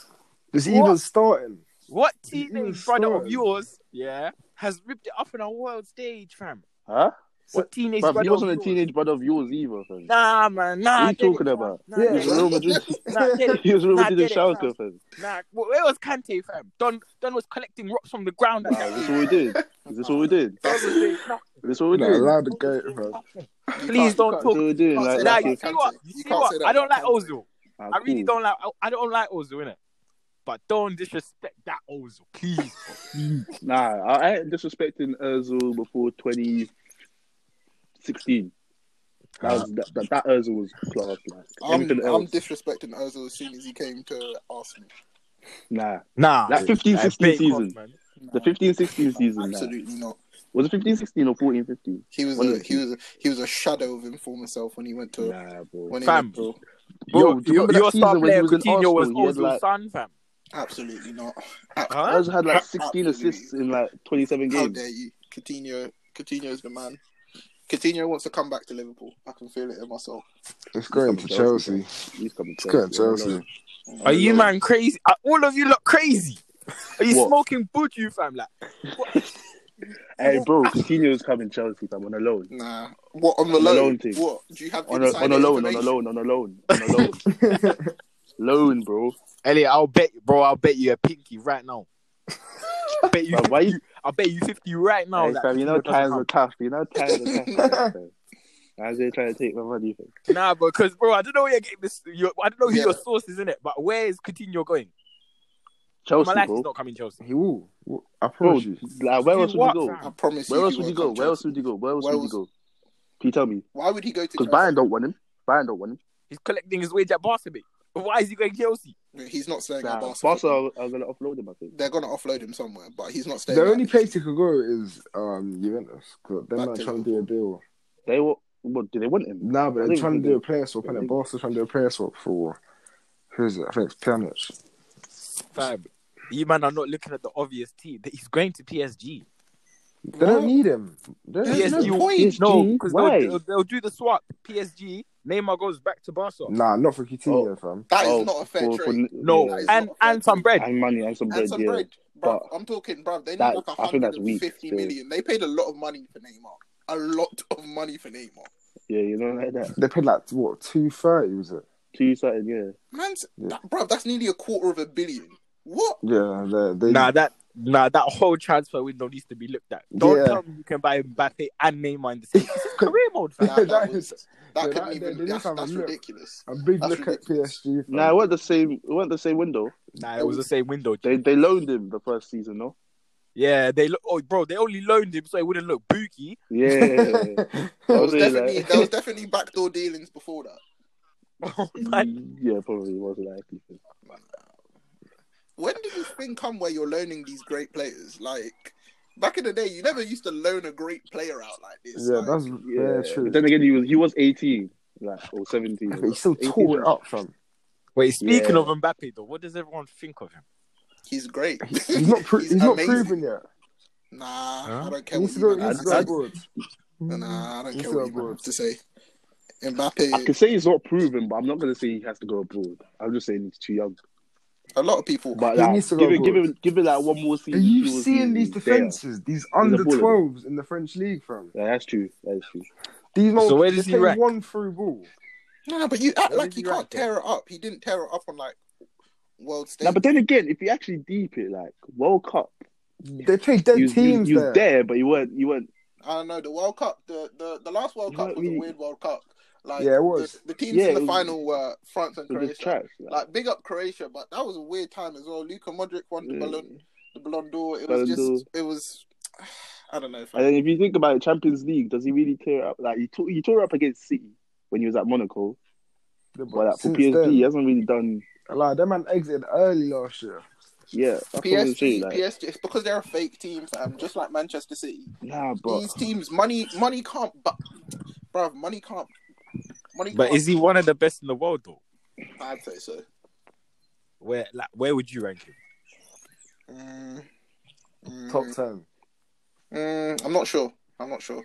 [SPEAKER 2] Is he
[SPEAKER 1] What?
[SPEAKER 2] even starting?
[SPEAKER 1] What
[SPEAKER 2] He- he
[SPEAKER 1] teenage
[SPEAKER 2] was
[SPEAKER 1] brother
[SPEAKER 2] slow.
[SPEAKER 1] of yours, yeah, has ripped it up on a world stage, fam?
[SPEAKER 4] Huh?
[SPEAKER 1] What teenage
[SPEAKER 4] Bruv,
[SPEAKER 1] brother
[SPEAKER 4] he wasn't
[SPEAKER 1] of
[SPEAKER 4] a
[SPEAKER 1] yours?
[SPEAKER 4] teenage brother of yours either. Fam.
[SPEAKER 1] Nah, man, nah.
[SPEAKER 4] What are you
[SPEAKER 1] get it,
[SPEAKER 4] talking
[SPEAKER 1] fam.
[SPEAKER 4] about?
[SPEAKER 1] Nah,
[SPEAKER 2] Yeah.
[SPEAKER 4] He
[SPEAKER 1] get
[SPEAKER 4] was
[SPEAKER 1] it.
[SPEAKER 4] Real Madrid.
[SPEAKER 1] Nah, get it.
[SPEAKER 4] He was Real
[SPEAKER 1] Nah,
[SPEAKER 4] Madrid in
[SPEAKER 1] get it,
[SPEAKER 4] Schalke,
[SPEAKER 1] fam.
[SPEAKER 4] fam.
[SPEAKER 1] Nah, wh- where was Kante, fam? Don, Don was collecting rocks from the ground.
[SPEAKER 4] Wow, is this what we did? Is this what we did?
[SPEAKER 1] Don was doing nothing.
[SPEAKER 4] Is this what we
[SPEAKER 2] Nah,
[SPEAKER 4] did?
[SPEAKER 2] allow the
[SPEAKER 1] Don was
[SPEAKER 2] go,
[SPEAKER 1] doing
[SPEAKER 2] bro.
[SPEAKER 1] nothing.
[SPEAKER 3] You can't-
[SPEAKER 1] Please
[SPEAKER 3] you
[SPEAKER 1] don't
[SPEAKER 3] can't
[SPEAKER 4] That's
[SPEAKER 1] talk.
[SPEAKER 4] what we doing?
[SPEAKER 3] Can't
[SPEAKER 4] Like,
[SPEAKER 3] say
[SPEAKER 1] Nah,
[SPEAKER 4] like
[SPEAKER 3] that.
[SPEAKER 1] you
[SPEAKER 4] if-
[SPEAKER 1] see what?
[SPEAKER 3] Kante.
[SPEAKER 1] You
[SPEAKER 3] You
[SPEAKER 1] see
[SPEAKER 3] can't
[SPEAKER 1] what?
[SPEAKER 3] say that
[SPEAKER 1] I don't like
[SPEAKER 3] about Kante.
[SPEAKER 1] Ozil.
[SPEAKER 4] ah,
[SPEAKER 1] I really
[SPEAKER 4] cool.
[SPEAKER 1] don't like. I, I don't like Ozil, innit? But don't disrespect that Ozil, please. bro.
[SPEAKER 4] Nah, I I ain't disrespecting Özil before 2016. That, was, that, that, that Özil was class. Like.
[SPEAKER 3] I'm,
[SPEAKER 4] Everything
[SPEAKER 3] I'm
[SPEAKER 4] else,
[SPEAKER 3] disrespecting Ozil as soon as he came to Arsenal.
[SPEAKER 4] nah.
[SPEAKER 1] nah,
[SPEAKER 4] That 15,
[SPEAKER 1] Nah,
[SPEAKER 4] 16
[SPEAKER 1] big cock,
[SPEAKER 4] season.
[SPEAKER 1] man.
[SPEAKER 4] The 15, 16 season. Nah.
[SPEAKER 3] Absolutely not.
[SPEAKER 4] Was it 15, 16 or 14, 15?
[SPEAKER 3] He was
[SPEAKER 4] One
[SPEAKER 3] a
[SPEAKER 4] of the
[SPEAKER 3] he was a, he was a shadow of him former self when he went to
[SPEAKER 4] Nah, bro.
[SPEAKER 3] when he
[SPEAKER 1] Fam.
[SPEAKER 3] went to
[SPEAKER 1] Bro,
[SPEAKER 4] do you
[SPEAKER 1] your,
[SPEAKER 4] remember that
[SPEAKER 1] your
[SPEAKER 4] season
[SPEAKER 1] star
[SPEAKER 4] when he
[SPEAKER 1] player
[SPEAKER 4] was in
[SPEAKER 1] Coutinho was
[SPEAKER 4] Arsenal, he had,
[SPEAKER 1] Ozil's
[SPEAKER 4] like-
[SPEAKER 1] son, fam.
[SPEAKER 3] absolutely not.
[SPEAKER 1] Huh?
[SPEAKER 4] Özil had like 16
[SPEAKER 3] Absolutely.
[SPEAKER 4] assists in like 27
[SPEAKER 3] How
[SPEAKER 4] games.
[SPEAKER 3] dare you? Coutinho Coutinho's the man. Coutinho wants to come back to Liverpool. I can feel it in my soul.
[SPEAKER 2] Let's go into Chelsea.
[SPEAKER 4] He's coming
[SPEAKER 2] Let's go into Chelsea.
[SPEAKER 1] Are you man crazy? Are all of you look crazy? Are you
[SPEAKER 4] What?
[SPEAKER 1] smoking buju, fam? Like,
[SPEAKER 4] Hey, bro, Coutinho's coming Chelsea, fam, on a loan.
[SPEAKER 3] Nah. What on the
[SPEAKER 4] On a
[SPEAKER 3] loan?
[SPEAKER 4] loan team.
[SPEAKER 3] What? Do you have
[SPEAKER 4] On a,
[SPEAKER 3] inside
[SPEAKER 4] on a loan, on a
[SPEAKER 3] information?
[SPEAKER 4] loan, on a loan, on a loan. loan, bro.
[SPEAKER 1] Elliot, I'll bet, bro. I'll bet you a pinky right now. I bet you.
[SPEAKER 4] Bro, why you-
[SPEAKER 1] 50 I bet you fifty right now.
[SPEAKER 4] hey,
[SPEAKER 1] Oh, that
[SPEAKER 4] fam, you know
[SPEAKER 1] Coutinho doesn't
[SPEAKER 4] times
[SPEAKER 1] come.
[SPEAKER 4] are tough. You know times are tough. fam. As they trying to take my money, fam.
[SPEAKER 1] Nah, because bro, I don't know where you're getting this. Your, I don't know who
[SPEAKER 3] Yeah.
[SPEAKER 1] your source is in it, but where is Coutinho going?
[SPEAKER 4] Chelsea,
[SPEAKER 1] My life is
[SPEAKER 4] bro.
[SPEAKER 1] not coming Chelsea.
[SPEAKER 2] He will. I
[SPEAKER 4] Bro,
[SPEAKER 2] promise you.
[SPEAKER 4] like, where
[SPEAKER 1] You
[SPEAKER 4] else would
[SPEAKER 1] what,
[SPEAKER 4] he go?
[SPEAKER 1] fam?
[SPEAKER 3] I promise
[SPEAKER 4] Where
[SPEAKER 3] you.
[SPEAKER 4] else
[SPEAKER 3] he
[SPEAKER 4] would he
[SPEAKER 3] won't
[SPEAKER 4] go?
[SPEAKER 3] come
[SPEAKER 4] Where else
[SPEAKER 3] Chelsea.
[SPEAKER 4] would he go? Where else
[SPEAKER 3] Where
[SPEAKER 4] would he
[SPEAKER 3] else-
[SPEAKER 4] go? Can you tell me?
[SPEAKER 3] Why would he go to
[SPEAKER 4] Because
[SPEAKER 3] Chelsea?
[SPEAKER 4] Bayern don't want him. Bayern don't want him.
[SPEAKER 1] He's collecting his wage at Barcelona. Why is he going Chelsea?
[SPEAKER 3] He's not staying
[SPEAKER 4] Nah,
[SPEAKER 3] at Barca.
[SPEAKER 4] Barca are, are going to offload him, I think.
[SPEAKER 3] They're gonna offload him somewhere, but he's not staying.
[SPEAKER 2] The
[SPEAKER 3] at-
[SPEAKER 2] only place he could go is um, Juventus. Because they're
[SPEAKER 3] Back
[SPEAKER 2] not
[SPEAKER 3] to
[SPEAKER 2] trying to do a deal.
[SPEAKER 4] They will, what, do they want him?
[SPEAKER 2] Nah, but
[SPEAKER 4] I
[SPEAKER 2] they're
[SPEAKER 4] think
[SPEAKER 2] trying to
[SPEAKER 4] they
[SPEAKER 2] do
[SPEAKER 4] do.
[SPEAKER 2] a player swap. And
[SPEAKER 4] I
[SPEAKER 2] then
[SPEAKER 4] think-
[SPEAKER 2] Barca's trying to do a player swap for. Who is it? I think it's Pjanic.
[SPEAKER 1] Fam, you man are not looking at the obvious team. That He's going to PSG.
[SPEAKER 2] They
[SPEAKER 3] What?
[SPEAKER 2] don't need him. They don't
[SPEAKER 3] There's
[SPEAKER 1] PSG
[SPEAKER 2] need him.
[SPEAKER 3] no point.
[SPEAKER 1] No,
[SPEAKER 4] PSG?
[SPEAKER 1] because
[SPEAKER 4] Why?
[SPEAKER 1] they'll, they'll, they'll do the swap. PSG. Neymar goes back to Barca.
[SPEAKER 2] Nah, not for Coutinho, fam.
[SPEAKER 3] That is
[SPEAKER 4] Oh,
[SPEAKER 3] not a fair
[SPEAKER 4] for- for-
[SPEAKER 3] trade.
[SPEAKER 1] No,
[SPEAKER 4] yeah.
[SPEAKER 3] That is
[SPEAKER 1] and
[SPEAKER 3] not fair.
[SPEAKER 1] and some bread.
[SPEAKER 4] and money and some bread.
[SPEAKER 3] and some
[SPEAKER 4] yeah.
[SPEAKER 3] bread, bro.
[SPEAKER 4] But-
[SPEAKER 3] I'm talking, bro. They need
[SPEAKER 4] That-
[SPEAKER 3] like
[SPEAKER 4] I think that's
[SPEAKER 3] 150
[SPEAKER 4] weak,
[SPEAKER 3] million.
[SPEAKER 4] so-
[SPEAKER 3] They paid a lot of money for Neymar. A lot of money for Neymar.
[SPEAKER 4] Yeah, you know like that.
[SPEAKER 2] They paid like, what, 230 was it?
[SPEAKER 4] Two something, yeah.
[SPEAKER 3] Man's,
[SPEAKER 2] Yeah.
[SPEAKER 3] that, bro. That's nearly a quarter of a billion. What?
[SPEAKER 2] Yeah, they. they
[SPEAKER 1] Nah, that nah that whole transfer window needs to be looked at. Don't
[SPEAKER 2] Yeah.
[SPEAKER 1] tell me you can buy Mbappe and Neymar in the same. This is career mode, fam.
[SPEAKER 3] Nah, that
[SPEAKER 2] That
[SPEAKER 3] was- That
[SPEAKER 2] Yeah,
[SPEAKER 3] couldn't
[SPEAKER 2] that- they-
[SPEAKER 3] even.
[SPEAKER 2] they
[SPEAKER 3] that's
[SPEAKER 2] just have a
[SPEAKER 3] that's
[SPEAKER 2] look.
[SPEAKER 3] ridiculous.
[SPEAKER 2] A big
[SPEAKER 3] That's
[SPEAKER 2] look at
[SPEAKER 3] ridiculous.
[SPEAKER 2] PSG. fam.
[SPEAKER 4] Nah, it weren't the same. It weren't the same window.
[SPEAKER 1] Nah, it was the same window.
[SPEAKER 4] They they loaned him the first season, no?
[SPEAKER 1] Yeah, they look. Oh, bro, they only loaned him so it wouldn't look booky.
[SPEAKER 4] Yeah.
[SPEAKER 3] There was
[SPEAKER 4] Probably,
[SPEAKER 3] definitely
[SPEAKER 4] like-
[SPEAKER 3] there was definitely backdoor dealings before that.
[SPEAKER 1] Oh, man.
[SPEAKER 4] yeah, probably was likely.
[SPEAKER 3] When did this thing come where you're loaning these great players? Like back in the day, you never used to loan a great player out like this.
[SPEAKER 2] yeah,
[SPEAKER 3] like,
[SPEAKER 2] that's
[SPEAKER 4] Yeah.
[SPEAKER 2] yeah, true.
[SPEAKER 4] But then again, he was he was eighteen, like or seventeen.
[SPEAKER 2] He still
[SPEAKER 4] 18,
[SPEAKER 2] tore it
[SPEAKER 4] right?
[SPEAKER 2] up, fam.
[SPEAKER 1] Wait, speaking
[SPEAKER 4] Yeah.
[SPEAKER 1] of Mbappe though, what does everyone think of him?
[SPEAKER 3] he's great.
[SPEAKER 2] He's not. Pro- he's not
[SPEAKER 3] amazing.
[SPEAKER 2] proven yet.
[SPEAKER 3] Nah,
[SPEAKER 1] Huh?
[SPEAKER 3] I don't care
[SPEAKER 2] He
[SPEAKER 3] what
[SPEAKER 2] needs to
[SPEAKER 3] you
[SPEAKER 2] go.
[SPEAKER 3] man
[SPEAKER 2] He
[SPEAKER 3] have
[SPEAKER 2] needs to
[SPEAKER 3] to say.
[SPEAKER 2] go abroad.
[SPEAKER 3] Nah, I don't
[SPEAKER 2] He's
[SPEAKER 3] care what
[SPEAKER 2] so
[SPEAKER 3] you
[SPEAKER 2] good.
[SPEAKER 3] have to say.
[SPEAKER 4] I can
[SPEAKER 3] Mbappe,
[SPEAKER 4] say he's not proven, but I'm not gonna say he has to go abroad. I'm just saying he's too young.
[SPEAKER 3] a lot of people.
[SPEAKER 4] But
[SPEAKER 2] He
[SPEAKER 4] like,
[SPEAKER 2] needs to
[SPEAKER 4] give
[SPEAKER 2] go
[SPEAKER 4] it, give
[SPEAKER 2] abroad.
[SPEAKER 4] him, give it like one more season.
[SPEAKER 2] Are
[SPEAKER 4] two
[SPEAKER 2] you
[SPEAKER 4] more
[SPEAKER 2] seeing these
[SPEAKER 4] seasons, he's there.
[SPEAKER 2] defenses? These under
[SPEAKER 4] baller.
[SPEAKER 2] 12s in the French league, fam.
[SPEAKER 4] Yeah, that's true. That's true.
[SPEAKER 2] These
[SPEAKER 1] So
[SPEAKER 2] so
[SPEAKER 1] where
[SPEAKER 2] where
[SPEAKER 1] does he rank?
[SPEAKER 2] one through ball.
[SPEAKER 3] Nah, but you act
[SPEAKER 2] Where
[SPEAKER 3] like
[SPEAKER 2] did he
[SPEAKER 3] you can't
[SPEAKER 2] rank then?
[SPEAKER 3] tear it up. He didn't tear it up on like world stage.
[SPEAKER 4] Now, but then again, if you actually deep it, like World Cup,
[SPEAKER 2] They play dead
[SPEAKER 4] you, you,
[SPEAKER 2] teams
[SPEAKER 4] you
[SPEAKER 2] there.
[SPEAKER 4] was there, but you weren't. You weren't.
[SPEAKER 3] I don't know. The World Cup, the the, the last World
[SPEAKER 4] You
[SPEAKER 3] Cup
[SPEAKER 4] know,
[SPEAKER 3] was a
[SPEAKER 4] we-
[SPEAKER 3] weird World Cup. Like
[SPEAKER 2] Yeah, it was.
[SPEAKER 3] The, the teams
[SPEAKER 4] Yeah,
[SPEAKER 3] in the
[SPEAKER 4] it was-
[SPEAKER 3] final were France and
[SPEAKER 4] It was just
[SPEAKER 3] Croatia.
[SPEAKER 4] trash. Like,
[SPEAKER 3] Like big up Croatia, but that was a weird time as well. Luka Modric won the
[SPEAKER 4] yeah.
[SPEAKER 3] Ballon the Ballon d'Or. It
[SPEAKER 4] Mm. Ballon
[SPEAKER 3] was just
[SPEAKER 4] d'Or.
[SPEAKER 3] it was I don't know.
[SPEAKER 4] And
[SPEAKER 3] Fam.
[SPEAKER 4] then if you think about it, Champions League, does he really tear up? Like he tore, he tore up against City when he was at Monaco,
[SPEAKER 2] But
[SPEAKER 4] but like, for
[SPEAKER 2] since
[SPEAKER 4] PSG, he
[SPEAKER 2] then,
[SPEAKER 4] hasn't really done.
[SPEAKER 2] like, that man exited early last year.
[SPEAKER 4] Yeah, that's what I'm
[SPEAKER 3] PSG,
[SPEAKER 4] saying. Like,
[SPEAKER 3] PSG, it's because they're a fake team, fam. Just like Manchester City,
[SPEAKER 4] nah, but
[SPEAKER 3] these teams, money, money can't, but, bruv, money can't, money.
[SPEAKER 1] But
[SPEAKER 3] can't,
[SPEAKER 1] is he one of the best in the world though?
[SPEAKER 3] I'd say so.
[SPEAKER 1] Where like where would you rank him?
[SPEAKER 3] Mm, mm,
[SPEAKER 2] Top 10.
[SPEAKER 3] Mm, I'm not sure. I'm not sure.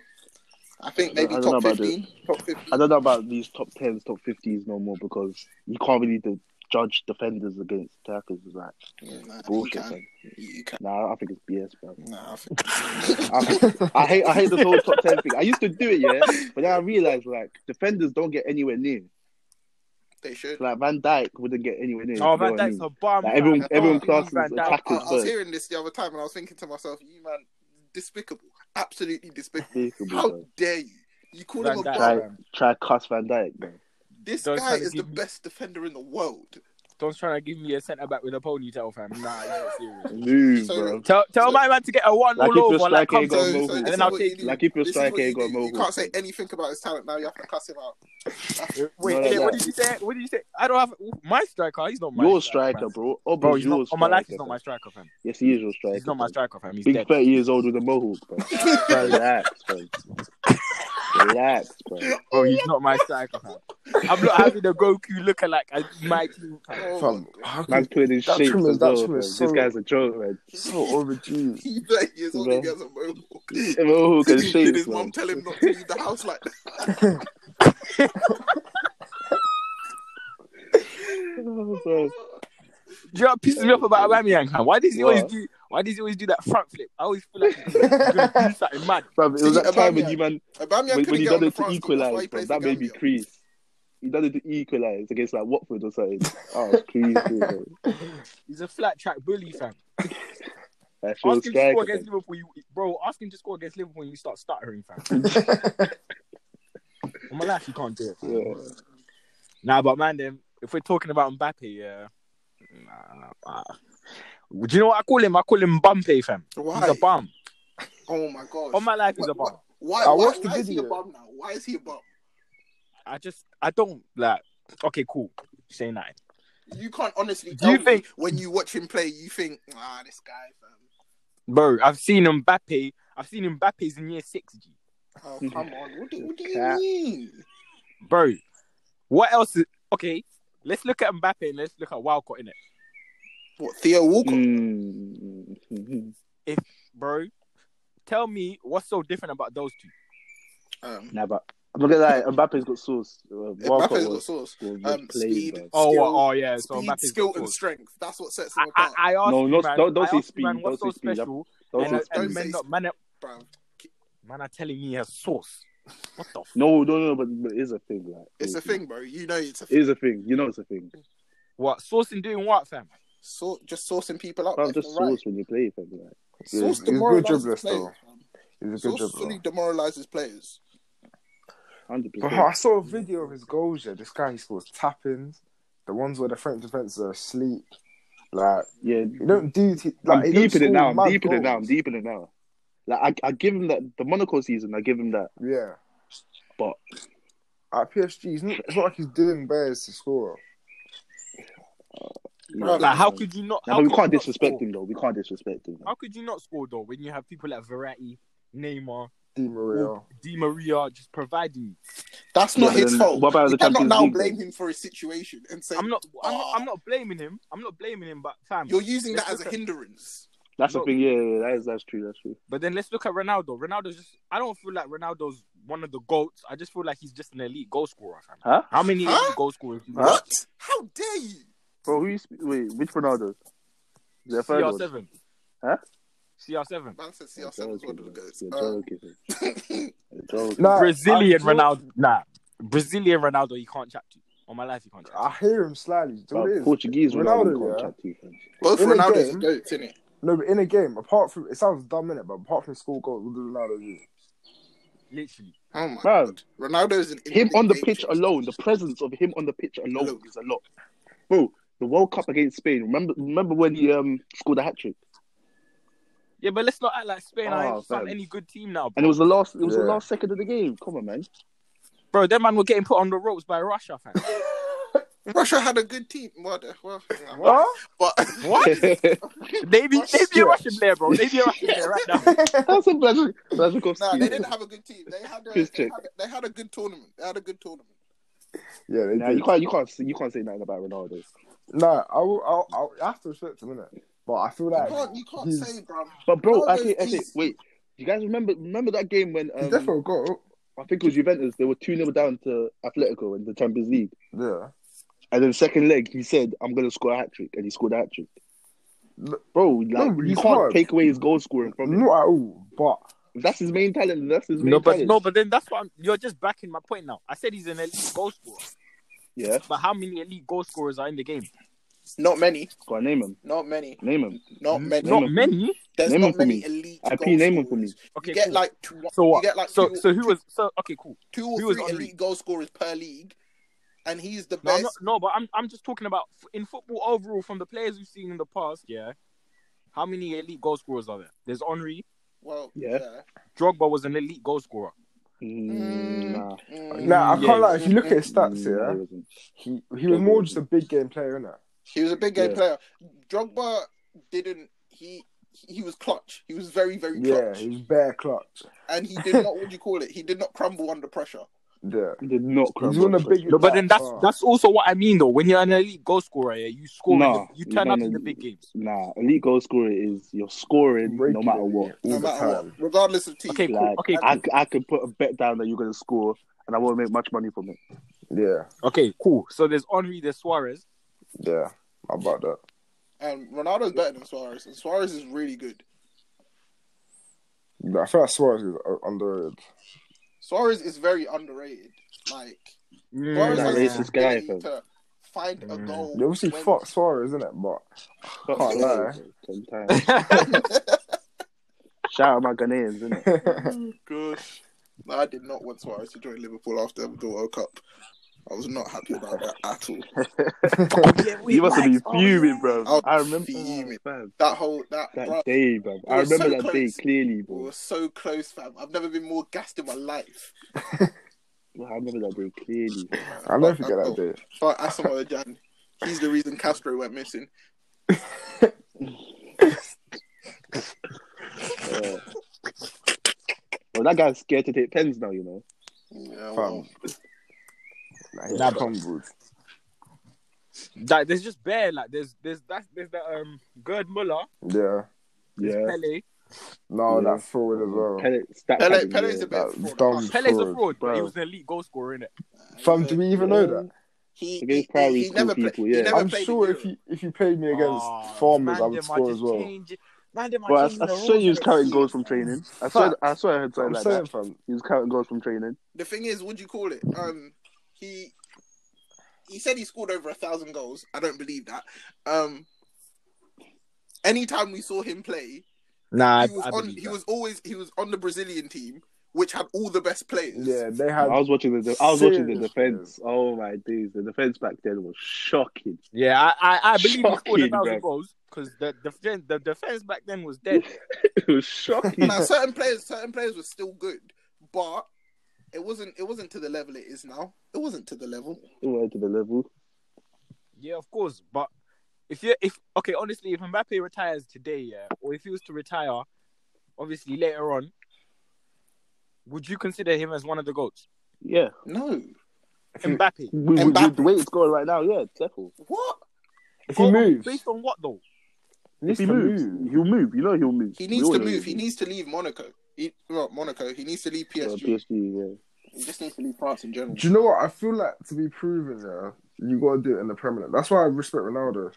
[SPEAKER 3] I think
[SPEAKER 4] I don't-
[SPEAKER 3] maybe
[SPEAKER 4] I don't
[SPEAKER 3] top
[SPEAKER 4] know about
[SPEAKER 3] 15. Top 15.
[SPEAKER 4] I don't know about these top tens, top fifties no more because you can't really de- judge defenders against attackers. It's like
[SPEAKER 3] Yeah, nah,
[SPEAKER 4] bullshit.
[SPEAKER 3] You can.
[SPEAKER 4] man.
[SPEAKER 3] You can.
[SPEAKER 4] Nah, I think it's BS, bro.
[SPEAKER 3] Nah, I think...
[SPEAKER 4] I, I hate I hate this whole top ten thing. I used to do it, yeah, but then I realized like defenders don't get anywhere near.
[SPEAKER 3] they should.
[SPEAKER 4] Like Van Dyke wouldn't get anywhere near.
[SPEAKER 1] Oh
[SPEAKER 4] you know
[SPEAKER 1] man,
[SPEAKER 4] what I
[SPEAKER 1] that's
[SPEAKER 4] mean?
[SPEAKER 1] a bomb.
[SPEAKER 4] Like, everyone-
[SPEAKER 1] man.
[SPEAKER 4] everyone
[SPEAKER 1] Oh,
[SPEAKER 4] classes
[SPEAKER 1] Van Dijk.
[SPEAKER 4] attack-
[SPEAKER 3] I, I was
[SPEAKER 4] First.
[SPEAKER 3] hearing this the other time and I was thinking to myself, you man, despicable. Absolutely despicable.
[SPEAKER 4] Despicable,
[SPEAKER 3] How
[SPEAKER 4] bro.
[SPEAKER 3] dare you? You call
[SPEAKER 1] Van
[SPEAKER 3] him a
[SPEAKER 1] Dijk.
[SPEAKER 3] bomb.
[SPEAKER 4] Try try cuss Van Dyke, bro.
[SPEAKER 3] This
[SPEAKER 1] Don't
[SPEAKER 3] guy
[SPEAKER 1] try to
[SPEAKER 3] is the
[SPEAKER 1] give me-
[SPEAKER 3] best defender in the world.
[SPEAKER 1] Don't try to give me a centre back with a ponytail, fam. Nah, you're not serious.
[SPEAKER 4] Move,
[SPEAKER 3] So-
[SPEAKER 4] bro.
[SPEAKER 1] Tell tell
[SPEAKER 3] So-
[SPEAKER 1] my man to get a one
[SPEAKER 4] Like
[SPEAKER 1] all
[SPEAKER 4] if
[SPEAKER 1] over
[SPEAKER 4] your
[SPEAKER 1] like
[SPEAKER 4] striker
[SPEAKER 1] come
[SPEAKER 4] ain't
[SPEAKER 1] to
[SPEAKER 4] got
[SPEAKER 3] So- so
[SPEAKER 4] a mobile,
[SPEAKER 3] this
[SPEAKER 1] and then
[SPEAKER 3] is
[SPEAKER 1] I'll
[SPEAKER 3] what
[SPEAKER 1] take
[SPEAKER 3] you do.
[SPEAKER 4] like if your
[SPEAKER 3] This is what
[SPEAKER 4] striker
[SPEAKER 3] you
[SPEAKER 4] ain't got a
[SPEAKER 3] do.
[SPEAKER 4] mobile,
[SPEAKER 3] You can't say anything about his talent now. You have to cuss him out.
[SPEAKER 1] Wait,
[SPEAKER 4] No,
[SPEAKER 1] eh,
[SPEAKER 4] no,
[SPEAKER 1] what
[SPEAKER 4] no.
[SPEAKER 1] did you say? What did you say? I don't have my striker. He's not my
[SPEAKER 4] your striker,
[SPEAKER 1] man.
[SPEAKER 4] bro. Oh,
[SPEAKER 1] bro. He's
[SPEAKER 4] your
[SPEAKER 1] not.
[SPEAKER 4] striker,
[SPEAKER 1] On my life, he's not
[SPEAKER 4] bro.
[SPEAKER 1] my striker, fam.
[SPEAKER 4] Yes, he is your striker.
[SPEAKER 1] He's not my
[SPEAKER 4] bro.
[SPEAKER 1] striker, fam. He's
[SPEAKER 4] Big
[SPEAKER 1] dead.
[SPEAKER 4] 30 years old with a mohawk, bro.
[SPEAKER 3] Oh
[SPEAKER 4] Relax, bro. Relax, bro.
[SPEAKER 1] Bro, he's not my striker, fam. I'm not having a Goku looking like my team. Fam.
[SPEAKER 3] Oh,
[SPEAKER 2] Fam,
[SPEAKER 3] my God.
[SPEAKER 2] how
[SPEAKER 4] Man's
[SPEAKER 2] could
[SPEAKER 4] putting in
[SPEAKER 2] That
[SPEAKER 4] shapes
[SPEAKER 2] trim is-
[SPEAKER 4] as
[SPEAKER 2] that
[SPEAKER 4] well,
[SPEAKER 2] trim
[SPEAKER 4] bro.
[SPEAKER 2] is
[SPEAKER 4] This
[SPEAKER 2] so-
[SPEAKER 4] guy's a joke, man.
[SPEAKER 2] so overdue?
[SPEAKER 3] He's like years old. He
[SPEAKER 4] Bro.
[SPEAKER 3] has a mobile.
[SPEAKER 4] A mohawk and
[SPEAKER 3] Did, did
[SPEAKER 4] shapes,
[SPEAKER 3] his
[SPEAKER 4] man.
[SPEAKER 3] mom tell him not to leave the house like that?
[SPEAKER 4] Oh, bro.
[SPEAKER 1] Do you know what pisses me off about Aubameyang? fam? Why does he always
[SPEAKER 4] What?
[SPEAKER 1] do? Why does he always do that front flip? I always feel like he's gonna do something mad.
[SPEAKER 4] Bro, It was
[SPEAKER 3] See,
[SPEAKER 4] that time when
[SPEAKER 3] Aubameyang-
[SPEAKER 4] you, man,
[SPEAKER 3] Aubameyang
[SPEAKER 4] when,
[SPEAKER 3] couldn't
[SPEAKER 4] when he
[SPEAKER 3] get on
[SPEAKER 4] done
[SPEAKER 3] the
[SPEAKER 4] it to
[SPEAKER 3] France team. That's why
[SPEAKER 4] equalize,
[SPEAKER 3] he
[SPEAKER 4] bro.
[SPEAKER 3] plays for
[SPEAKER 4] That made me
[SPEAKER 3] Gambia.
[SPEAKER 4] crease. He done it to equalize against, like, Watford or something. Oh, it's crease, bro.
[SPEAKER 1] He's a flat track bully, fam.
[SPEAKER 4] That's
[SPEAKER 1] Ask
[SPEAKER 4] your
[SPEAKER 1] him to
[SPEAKER 4] striker,
[SPEAKER 1] score
[SPEAKER 4] bro.
[SPEAKER 1] against Liverpool, you, bro. Ask him to score against Liverpool, and you start stuttering, fam. On my life, you can't do it. Fam.
[SPEAKER 4] Yeah.
[SPEAKER 1] Nah, but man, then if we're talking about Mbappe, yeah. Nah, nah. Do you know what I call him? I call him Bumpe, fam. He's
[SPEAKER 3] Why?
[SPEAKER 1] a bum.
[SPEAKER 3] Oh my gosh.
[SPEAKER 1] On my life, he's
[SPEAKER 3] What-
[SPEAKER 1] a bum.
[SPEAKER 3] what- Why,
[SPEAKER 2] I
[SPEAKER 3] why,
[SPEAKER 2] watched the
[SPEAKER 3] why is he a
[SPEAKER 2] video.
[SPEAKER 3] bum now? Why is he a bum?
[SPEAKER 1] I just, I don't like. Okay, cool. Say nine.
[SPEAKER 3] You can't honestly
[SPEAKER 1] Do
[SPEAKER 3] tell
[SPEAKER 1] you
[SPEAKER 3] me
[SPEAKER 1] think-
[SPEAKER 3] when you watch him play, you think, ah, this guy, fam.
[SPEAKER 1] Bro, I've seen Mbappe. I've seen Mbappe's in year six, G.
[SPEAKER 3] Oh,
[SPEAKER 1] Mm.
[SPEAKER 3] come on. What do, what do you
[SPEAKER 4] Cat.
[SPEAKER 3] mean?
[SPEAKER 1] Bro, what else? Is... Okay, let's look at Mbappe and let's look at Walcott in it,
[SPEAKER 3] What, Theo Walcott?
[SPEAKER 4] Mm.
[SPEAKER 1] bro. Tell me what's so different about those two.
[SPEAKER 3] Um,
[SPEAKER 4] Nah, but I'm not gonna lie, Mbappe's got sauce. Uh, Walcott
[SPEAKER 3] Mbappe's got
[SPEAKER 4] was-
[SPEAKER 3] sauce.
[SPEAKER 4] was
[SPEAKER 3] Um,
[SPEAKER 4] playing,
[SPEAKER 3] speed,
[SPEAKER 4] bro.
[SPEAKER 1] Oh,
[SPEAKER 3] Skill-
[SPEAKER 1] oh yeah. So
[SPEAKER 3] Speed,
[SPEAKER 1] Mbappe's
[SPEAKER 3] skill,
[SPEAKER 1] got
[SPEAKER 3] and
[SPEAKER 1] sauce.
[SPEAKER 3] strength. That's what sets him
[SPEAKER 1] I, I,
[SPEAKER 3] apart,
[SPEAKER 1] I asked
[SPEAKER 4] No,
[SPEAKER 1] you,
[SPEAKER 4] not-
[SPEAKER 1] man,
[SPEAKER 4] don't- don't
[SPEAKER 1] I
[SPEAKER 4] say
[SPEAKER 1] asked you, man,
[SPEAKER 4] speed,
[SPEAKER 1] What's
[SPEAKER 4] don't
[SPEAKER 1] so
[SPEAKER 4] say speed.
[SPEAKER 1] special?
[SPEAKER 4] That was
[SPEAKER 1] and uh,
[SPEAKER 3] Don't-
[SPEAKER 4] his
[SPEAKER 1] and
[SPEAKER 3] don't
[SPEAKER 4] speed.
[SPEAKER 1] men,
[SPEAKER 3] say
[SPEAKER 1] not- man,
[SPEAKER 3] bruv.
[SPEAKER 1] Man are telling me he has sauce. What the f-
[SPEAKER 4] No, no, no, but, but it is a thing, like
[SPEAKER 3] It's
[SPEAKER 1] Mm.
[SPEAKER 3] a
[SPEAKER 4] obviously.
[SPEAKER 3] thing, bro. You know it's a
[SPEAKER 4] It
[SPEAKER 3] thing.
[SPEAKER 4] is a thing. You know, it's a thing.
[SPEAKER 1] what sauce in doing what, fam?
[SPEAKER 3] Sort, just sourcing people up.
[SPEAKER 4] Bro,
[SPEAKER 3] left
[SPEAKER 4] just
[SPEAKER 3] and
[SPEAKER 4] sauce
[SPEAKER 3] right.
[SPEAKER 4] when you play it, fam, like.
[SPEAKER 2] He's-
[SPEAKER 3] Sauce
[SPEAKER 2] he's a good
[SPEAKER 3] demoralises
[SPEAKER 2] dribbler
[SPEAKER 3] players,
[SPEAKER 2] still.
[SPEAKER 3] fam.
[SPEAKER 2] He's a good
[SPEAKER 3] Sauce fully
[SPEAKER 2] dribbler.
[SPEAKER 3] demoralizes players.
[SPEAKER 4] hundred
[SPEAKER 2] But
[SPEAKER 4] percent.
[SPEAKER 2] I saw a video of his goals. Yeah, this guy he scores tappings, the ones where the French defense are asleep. Like
[SPEAKER 4] Yeah,
[SPEAKER 2] you don't do t- like
[SPEAKER 4] I'm
[SPEAKER 2] he don't
[SPEAKER 4] deep in it
[SPEAKER 2] score
[SPEAKER 4] now. I'm
[SPEAKER 2] mad
[SPEAKER 4] deep in it now. I'm
[SPEAKER 2] goals.
[SPEAKER 4] deep in it now. Like I, I give him that the Monaco season. I give him that.
[SPEAKER 2] Yeah,
[SPEAKER 4] But-
[SPEAKER 2] at PSG, it's not, it's not like he's doing bears to score.
[SPEAKER 1] Like, how could you not?
[SPEAKER 4] No,
[SPEAKER 1] how
[SPEAKER 4] but we
[SPEAKER 1] could
[SPEAKER 4] can't
[SPEAKER 1] you not
[SPEAKER 4] disrespect
[SPEAKER 1] score?
[SPEAKER 4] him though. We can't disrespect him.
[SPEAKER 1] How could you not score though when you have people like Verratti, Neymar,
[SPEAKER 2] Di Maria.
[SPEAKER 1] Di Maria just providing?
[SPEAKER 3] That's not
[SPEAKER 4] Yeah, but
[SPEAKER 3] his
[SPEAKER 4] then
[SPEAKER 3] fault.
[SPEAKER 4] What about
[SPEAKER 3] You
[SPEAKER 4] the
[SPEAKER 3] cannot
[SPEAKER 4] Champions
[SPEAKER 3] now
[SPEAKER 4] League?
[SPEAKER 3] blame
[SPEAKER 4] though?
[SPEAKER 3] him for his situation and say
[SPEAKER 1] I'm not. I'm not. I'm not blaming him. I'm not blaming him, but fam.
[SPEAKER 3] Ah. you're using that as a
[SPEAKER 1] Listen.
[SPEAKER 3] hindrance.
[SPEAKER 4] That's the
[SPEAKER 1] Look.
[SPEAKER 4] thing. Yeah, yeah, that is that's true. That's true.
[SPEAKER 1] But then let's look at Ronaldo. Ronaldo's just. I don't feel like Ronaldo's one of the goats. I just feel like he's just an elite goal scorer. Fam.
[SPEAKER 4] Huh?
[SPEAKER 1] How many
[SPEAKER 3] Huh?
[SPEAKER 1] elite goal scorers? do you
[SPEAKER 4] Huh?
[SPEAKER 1] know?
[SPEAKER 3] What? How dare you?
[SPEAKER 4] Bro, who you sp- wait? Which Ronaldo? Is there a third one?
[SPEAKER 1] CR7.
[SPEAKER 4] Huh?
[SPEAKER 1] CR7.
[SPEAKER 3] Man said
[SPEAKER 4] You're
[SPEAKER 3] CR7 was one of
[SPEAKER 4] joking,
[SPEAKER 3] the
[SPEAKER 4] bro.
[SPEAKER 3] goats.
[SPEAKER 4] You're
[SPEAKER 3] Uh,
[SPEAKER 4] joking, bro. You're joking.
[SPEAKER 2] No,
[SPEAKER 1] Brazilian
[SPEAKER 2] I feel-
[SPEAKER 1] Ronaldo. Nah, Brazilian Ronaldo. You can't chat to. On my life, you can't chat. To.
[SPEAKER 2] I hear him slightly. Do you know what it
[SPEAKER 4] Bro,
[SPEAKER 2] is?
[SPEAKER 4] Portuguese Ronaldo,
[SPEAKER 2] Ronaldo,
[SPEAKER 4] can't
[SPEAKER 2] yeah.
[SPEAKER 4] chat to you. fam.
[SPEAKER 3] both
[SPEAKER 2] In a
[SPEAKER 3] Ronaldo's
[SPEAKER 2] game-
[SPEAKER 3] goats, innit?
[SPEAKER 2] No, but in a game, apart from it sounds dumb in it, but apart from school goals, what does Ronaldo do?
[SPEAKER 1] Literally.
[SPEAKER 3] Oh my
[SPEAKER 4] Bro.
[SPEAKER 3] god. Ronaldo's an
[SPEAKER 4] Him on the
[SPEAKER 3] infinite
[SPEAKER 4] pitch
[SPEAKER 3] danger.
[SPEAKER 4] alone, the presence of him on the pitch alone
[SPEAKER 3] Look.
[SPEAKER 4] is a lot. Bro, the World Cup against Spain. Remember, remember when he um scored a hat trick,
[SPEAKER 1] Yeah, but let's not act like Spain. I
[SPEAKER 4] Oh,
[SPEAKER 1] ain't found
[SPEAKER 4] fam.
[SPEAKER 1] any good team now,
[SPEAKER 4] and it was the last. It was the
[SPEAKER 2] Yeah.
[SPEAKER 4] last second of the game. Come on, man.
[SPEAKER 1] bro. That man were getting put on the ropes by Russia, fam.
[SPEAKER 3] Russia had a good team. Well, the- well, yeah,
[SPEAKER 2] Huh?
[SPEAKER 3] but
[SPEAKER 1] what? They be, they be
[SPEAKER 2] Yeah.
[SPEAKER 1] a Russian player, bro. They be a Russian player right now.
[SPEAKER 4] That's a Blaz- Blazikowski.
[SPEAKER 3] no, they didn't have a good team. They had a,
[SPEAKER 4] Piss
[SPEAKER 3] they
[SPEAKER 4] check.
[SPEAKER 3] had a, they had a good tournament. They had a good tournament.
[SPEAKER 2] Yeah, they
[SPEAKER 4] Nah,
[SPEAKER 2] do.
[SPEAKER 4] you can't, you can't, say- you can't say nothing about Ronaldo.
[SPEAKER 2] No, I will. I'll, I'll, I have to respect him in it, but I feel
[SPEAKER 3] You
[SPEAKER 2] like
[SPEAKER 3] can't, you can't
[SPEAKER 2] he's,
[SPEAKER 3] say, bro.
[SPEAKER 4] But bro,
[SPEAKER 3] Ronaldo
[SPEAKER 4] okay, okay,
[SPEAKER 3] is-
[SPEAKER 4] wait. You guys remember remember that game when
[SPEAKER 2] he's
[SPEAKER 4] um,
[SPEAKER 2] definitely got.
[SPEAKER 4] I think it was Juventus. They were two 0 down to Atletico in the Champions League,
[SPEAKER 2] Yeah,
[SPEAKER 4] and then second leg he said, "I'm gonna score a hat trick," and he scored a hat trick. Bro, like
[SPEAKER 2] No,
[SPEAKER 4] you
[SPEAKER 2] he's
[SPEAKER 4] can't
[SPEAKER 2] smart.
[SPEAKER 4] take away his goal scoring from him.
[SPEAKER 2] not at all. But
[SPEAKER 4] If that's his main talent. then That's his main
[SPEAKER 1] No, but
[SPEAKER 4] talent.
[SPEAKER 1] no, but then that's what I'm, you're just backing my point now. I said he's an elite goal scorer,
[SPEAKER 4] yeah,
[SPEAKER 1] but how many elite goal scorers are in the game?
[SPEAKER 3] Not many.
[SPEAKER 4] go on, name him.
[SPEAKER 3] Not many.
[SPEAKER 4] Name him.
[SPEAKER 3] Not many.
[SPEAKER 1] Not
[SPEAKER 4] him.
[SPEAKER 1] many.
[SPEAKER 3] There's
[SPEAKER 4] name him
[SPEAKER 3] not
[SPEAKER 4] for
[SPEAKER 3] many
[SPEAKER 4] me.
[SPEAKER 3] elite.
[SPEAKER 4] IP,
[SPEAKER 3] goal
[SPEAKER 4] name him for me.
[SPEAKER 3] scorers.
[SPEAKER 1] Okay,
[SPEAKER 3] You get
[SPEAKER 1] cool.
[SPEAKER 3] like two,
[SPEAKER 1] so
[SPEAKER 3] you
[SPEAKER 1] what?
[SPEAKER 3] get like
[SPEAKER 1] so
[SPEAKER 3] two,
[SPEAKER 1] so who was so okay, cool.
[SPEAKER 3] two
[SPEAKER 1] he
[SPEAKER 3] or
[SPEAKER 1] was
[SPEAKER 3] three
[SPEAKER 1] on the-
[SPEAKER 3] elite goal scorers per league, and he's the
[SPEAKER 1] No, I'm
[SPEAKER 3] best.
[SPEAKER 1] not, no, but I'm I'm just talking about f- in football overall from the players we've seen in the past. Yeah, how many elite goal scorers are there? There's Henri.
[SPEAKER 3] Well,
[SPEAKER 4] Yeah.
[SPEAKER 3] yeah.
[SPEAKER 1] Drogba was an elite goal scorer.
[SPEAKER 4] Mm, nah.
[SPEAKER 3] Mm.
[SPEAKER 2] no, I can't
[SPEAKER 1] Yeah.
[SPEAKER 2] lie. If you look at his stats,
[SPEAKER 4] Mm, no, he
[SPEAKER 2] yeah,
[SPEAKER 4] wasn't.
[SPEAKER 2] he he was more just a big game player, innit?
[SPEAKER 3] He was a big game
[SPEAKER 4] Yeah.
[SPEAKER 3] player. Drogba didn't. He he was clutch. He was very very
[SPEAKER 2] Yeah,
[SPEAKER 3] clutch,
[SPEAKER 2] he was bare clutch.
[SPEAKER 3] and he did not. What do you call it? He did not crumble under pressure.
[SPEAKER 2] Yeah,
[SPEAKER 4] He did not.
[SPEAKER 2] he's
[SPEAKER 4] crumble.
[SPEAKER 2] one of the biggest.
[SPEAKER 1] No, but then that's
[SPEAKER 2] backs, uh,
[SPEAKER 1] that's also what I mean though. When you're an elite goal scorer, yeah, you score, in
[SPEAKER 4] Nah,
[SPEAKER 1] the- you
[SPEAKER 4] you
[SPEAKER 1] turn up
[SPEAKER 4] don't
[SPEAKER 1] in the
[SPEAKER 4] know-
[SPEAKER 1] big games.
[SPEAKER 4] Nah, elite goal scorer is you're scoring no
[SPEAKER 2] regularly,
[SPEAKER 4] matter what.
[SPEAKER 2] all
[SPEAKER 3] No
[SPEAKER 2] the
[SPEAKER 3] matter
[SPEAKER 2] time.
[SPEAKER 3] what, regardless of team.
[SPEAKER 1] Okay, cool.
[SPEAKER 4] Like,
[SPEAKER 1] okay,
[SPEAKER 4] I, I could put a bet down that you're going to score and I won't make much money from it.
[SPEAKER 2] Yeah,
[SPEAKER 1] Okay, cool. So there's Henri, there's Suarez.
[SPEAKER 2] yeah. How about that?
[SPEAKER 3] And Ronaldo's better than Suarez, and Suarez is really good.
[SPEAKER 2] But I feel like Suarez is uh, underrated.
[SPEAKER 3] Suarez is very underrated. Like
[SPEAKER 1] Mm,
[SPEAKER 3] Suarez
[SPEAKER 4] that
[SPEAKER 3] has
[SPEAKER 1] nah.
[SPEAKER 3] the
[SPEAKER 4] racist guy,
[SPEAKER 3] ability
[SPEAKER 4] fam.
[SPEAKER 3] to find a
[SPEAKER 1] Mm.
[SPEAKER 3] goal.
[SPEAKER 2] They obviously
[SPEAKER 3] when-
[SPEAKER 2] fucked Suarez, isn't it? But Can't lie.
[SPEAKER 4] Sometimes. Shout out my Ghanaians, innit?
[SPEAKER 3] Gosh. No, I did not want Suarez to join Liverpool after the World Cup. I was not happy about that at all.
[SPEAKER 4] You must have been fuming, bro.
[SPEAKER 3] I was
[SPEAKER 4] I remember
[SPEAKER 3] Oh, fuming.
[SPEAKER 4] fam,
[SPEAKER 3] That whole that,
[SPEAKER 4] that
[SPEAKER 3] bruh,
[SPEAKER 4] day, bro. I
[SPEAKER 3] It was
[SPEAKER 4] remember
[SPEAKER 3] so
[SPEAKER 4] that day
[SPEAKER 3] close.
[SPEAKER 4] clearly,
[SPEAKER 3] we
[SPEAKER 4] bro.
[SPEAKER 3] were so close, fam. I've never been more gassed in my life.
[SPEAKER 4] I remember that day clearly.
[SPEAKER 2] I'll never forget
[SPEAKER 3] Oh,
[SPEAKER 2] that day.
[SPEAKER 3] uh, But Asamoah Gyan, he's the reason Castro went missing.
[SPEAKER 4] Uh, well, that guy's scared to take pens now, you know.
[SPEAKER 3] Yeah, well,
[SPEAKER 2] Fam. Like, he's
[SPEAKER 1] Nah, but-
[SPEAKER 2] crumbled.
[SPEAKER 1] Like, there's just bare like there's there's that there's that um Gerd Muller,
[SPEAKER 2] Yeah.
[SPEAKER 1] there's
[SPEAKER 4] Yeah.
[SPEAKER 1] Pele.
[SPEAKER 2] No,
[SPEAKER 4] Yeah.
[SPEAKER 2] that forward as well.
[SPEAKER 4] Pele, stat
[SPEAKER 3] Pele,
[SPEAKER 4] padding,
[SPEAKER 3] Pele's
[SPEAKER 4] yeah.
[SPEAKER 3] a bit
[SPEAKER 2] That
[SPEAKER 3] fraud.
[SPEAKER 2] dumb
[SPEAKER 1] Pele's a
[SPEAKER 2] fraud,
[SPEAKER 1] fraud, but he
[SPEAKER 4] bro.
[SPEAKER 1] was an elite goal scorer in it.
[SPEAKER 2] Fam, do we even know that?
[SPEAKER 3] He, he,
[SPEAKER 4] Against
[SPEAKER 3] he,
[SPEAKER 4] primary school
[SPEAKER 3] never played.
[SPEAKER 4] people,
[SPEAKER 3] He
[SPEAKER 4] yeah.
[SPEAKER 3] never
[SPEAKER 2] I'm
[SPEAKER 3] played
[SPEAKER 2] sure
[SPEAKER 3] in
[SPEAKER 2] if you if you played me against
[SPEAKER 1] Ah,
[SPEAKER 2] farmers, I would score as well.
[SPEAKER 1] Man, them are
[SPEAKER 4] Bro, I,
[SPEAKER 1] changing
[SPEAKER 4] I
[SPEAKER 1] the
[SPEAKER 4] saw
[SPEAKER 1] rules
[SPEAKER 4] you was
[SPEAKER 1] of the
[SPEAKER 4] counting
[SPEAKER 1] league.
[SPEAKER 4] goals from training. I saw, I saw I heard
[SPEAKER 2] So
[SPEAKER 4] something
[SPEAKER 2] I'm
[SPEAKER 4] like
[SPEAKER 2] saying,
[SPEAKER 4] that.
[SPEAKER 2] fam.
[SPEAKER 4] He was counting goals from training.
[SPEAKER 3] the thing is, what do you call it? Um, he he said he scored over a thousand goals. I don't believe that. Um, anytime we saw him play,
[SPEAKER 1] Nah, I,
[SPEAKER 3] he was
[SPEAKER 1] I
[SPEAKER 3] on.
[SPEAKER 1] believe
[SPEAKER 3] He
[SPEAKER 1] that.
[SPEAKER 3] was always he was on the Brazilian team which had all the best players.
[SPEAKER 2] Yeah, they
[SPEAKER 4] I
[SPEAKER 2] had.
[SPEAKER 4] was watching the I was watching the
[SPEAKER 2] Serious
[SPEAKER 4] defense. Oh my days, the defense back then was shocking.
[SPEAKER 1] Yeah, I I, I believe he scored a
[SPEAKER 4] Shocking,
[SPEAKER 1] thousand
[SPEAKER 4] bro.
[SPEAKER 1] goals because the defense the defense back then was dead.
[SPEAKER 4] It was shocking.
[SPEAKER 3] Now certain players, certain players were still good, but it wasn't it wasn't to the level it is now. It wasn't to the level.
[SPEAKER 4] it went to the level.
[SPEAKER 1] yeah, of course. But if you if okay, honestly, if Mbappe retires today, yeah, or if he was to retire, obviously later on, would you consider him as one of the goats?
[SPEAKER 4] Yeah,
[SPEAKER 3] No,
[SPEAKER 1] Mbappe.
[SPEAKER 4] we, we,
[SPEAKER 3] Mbappe.
[SPEAKER 4] with the way it's going right now, yeah, definitely.
[SPEAKER 3] what?
[SPEAKER 2] if he moves,
[SPEAKER 1] based on what though?
[SPEAKER 2] he needs
[SPEAKER 4] If he
[SPEAKER 2] to
[SPEAKER 4] moves,
[SPEAKER 2] move.
[SPEAKER 4] he'll move. You know he'll move. Uh,
[SPEAKER 3] He
[SPEAKER 4] We
[SPEAKER 3] needs
[SPEAKER 4] all
[SPEAKER 3] to
[SPEAKER 4] know
[SPEAKER 3] move. He
[SPEAKER 4] he'll
[SPEAKER 3] needs to leave Monaco. He, well, Monaco. He needs to leave
[SPEAKER 4] Yeah,
[SPEAKER 3] PSG.
[SPEAKER 4] PSG, yeah.
[SPEAKER 3] He just needs to leave France in general.
[SPEAKER 2] Do you know what? I feel like to be proven, yeah, you gotta do it in the Premier League. That's why I respect Ronaldo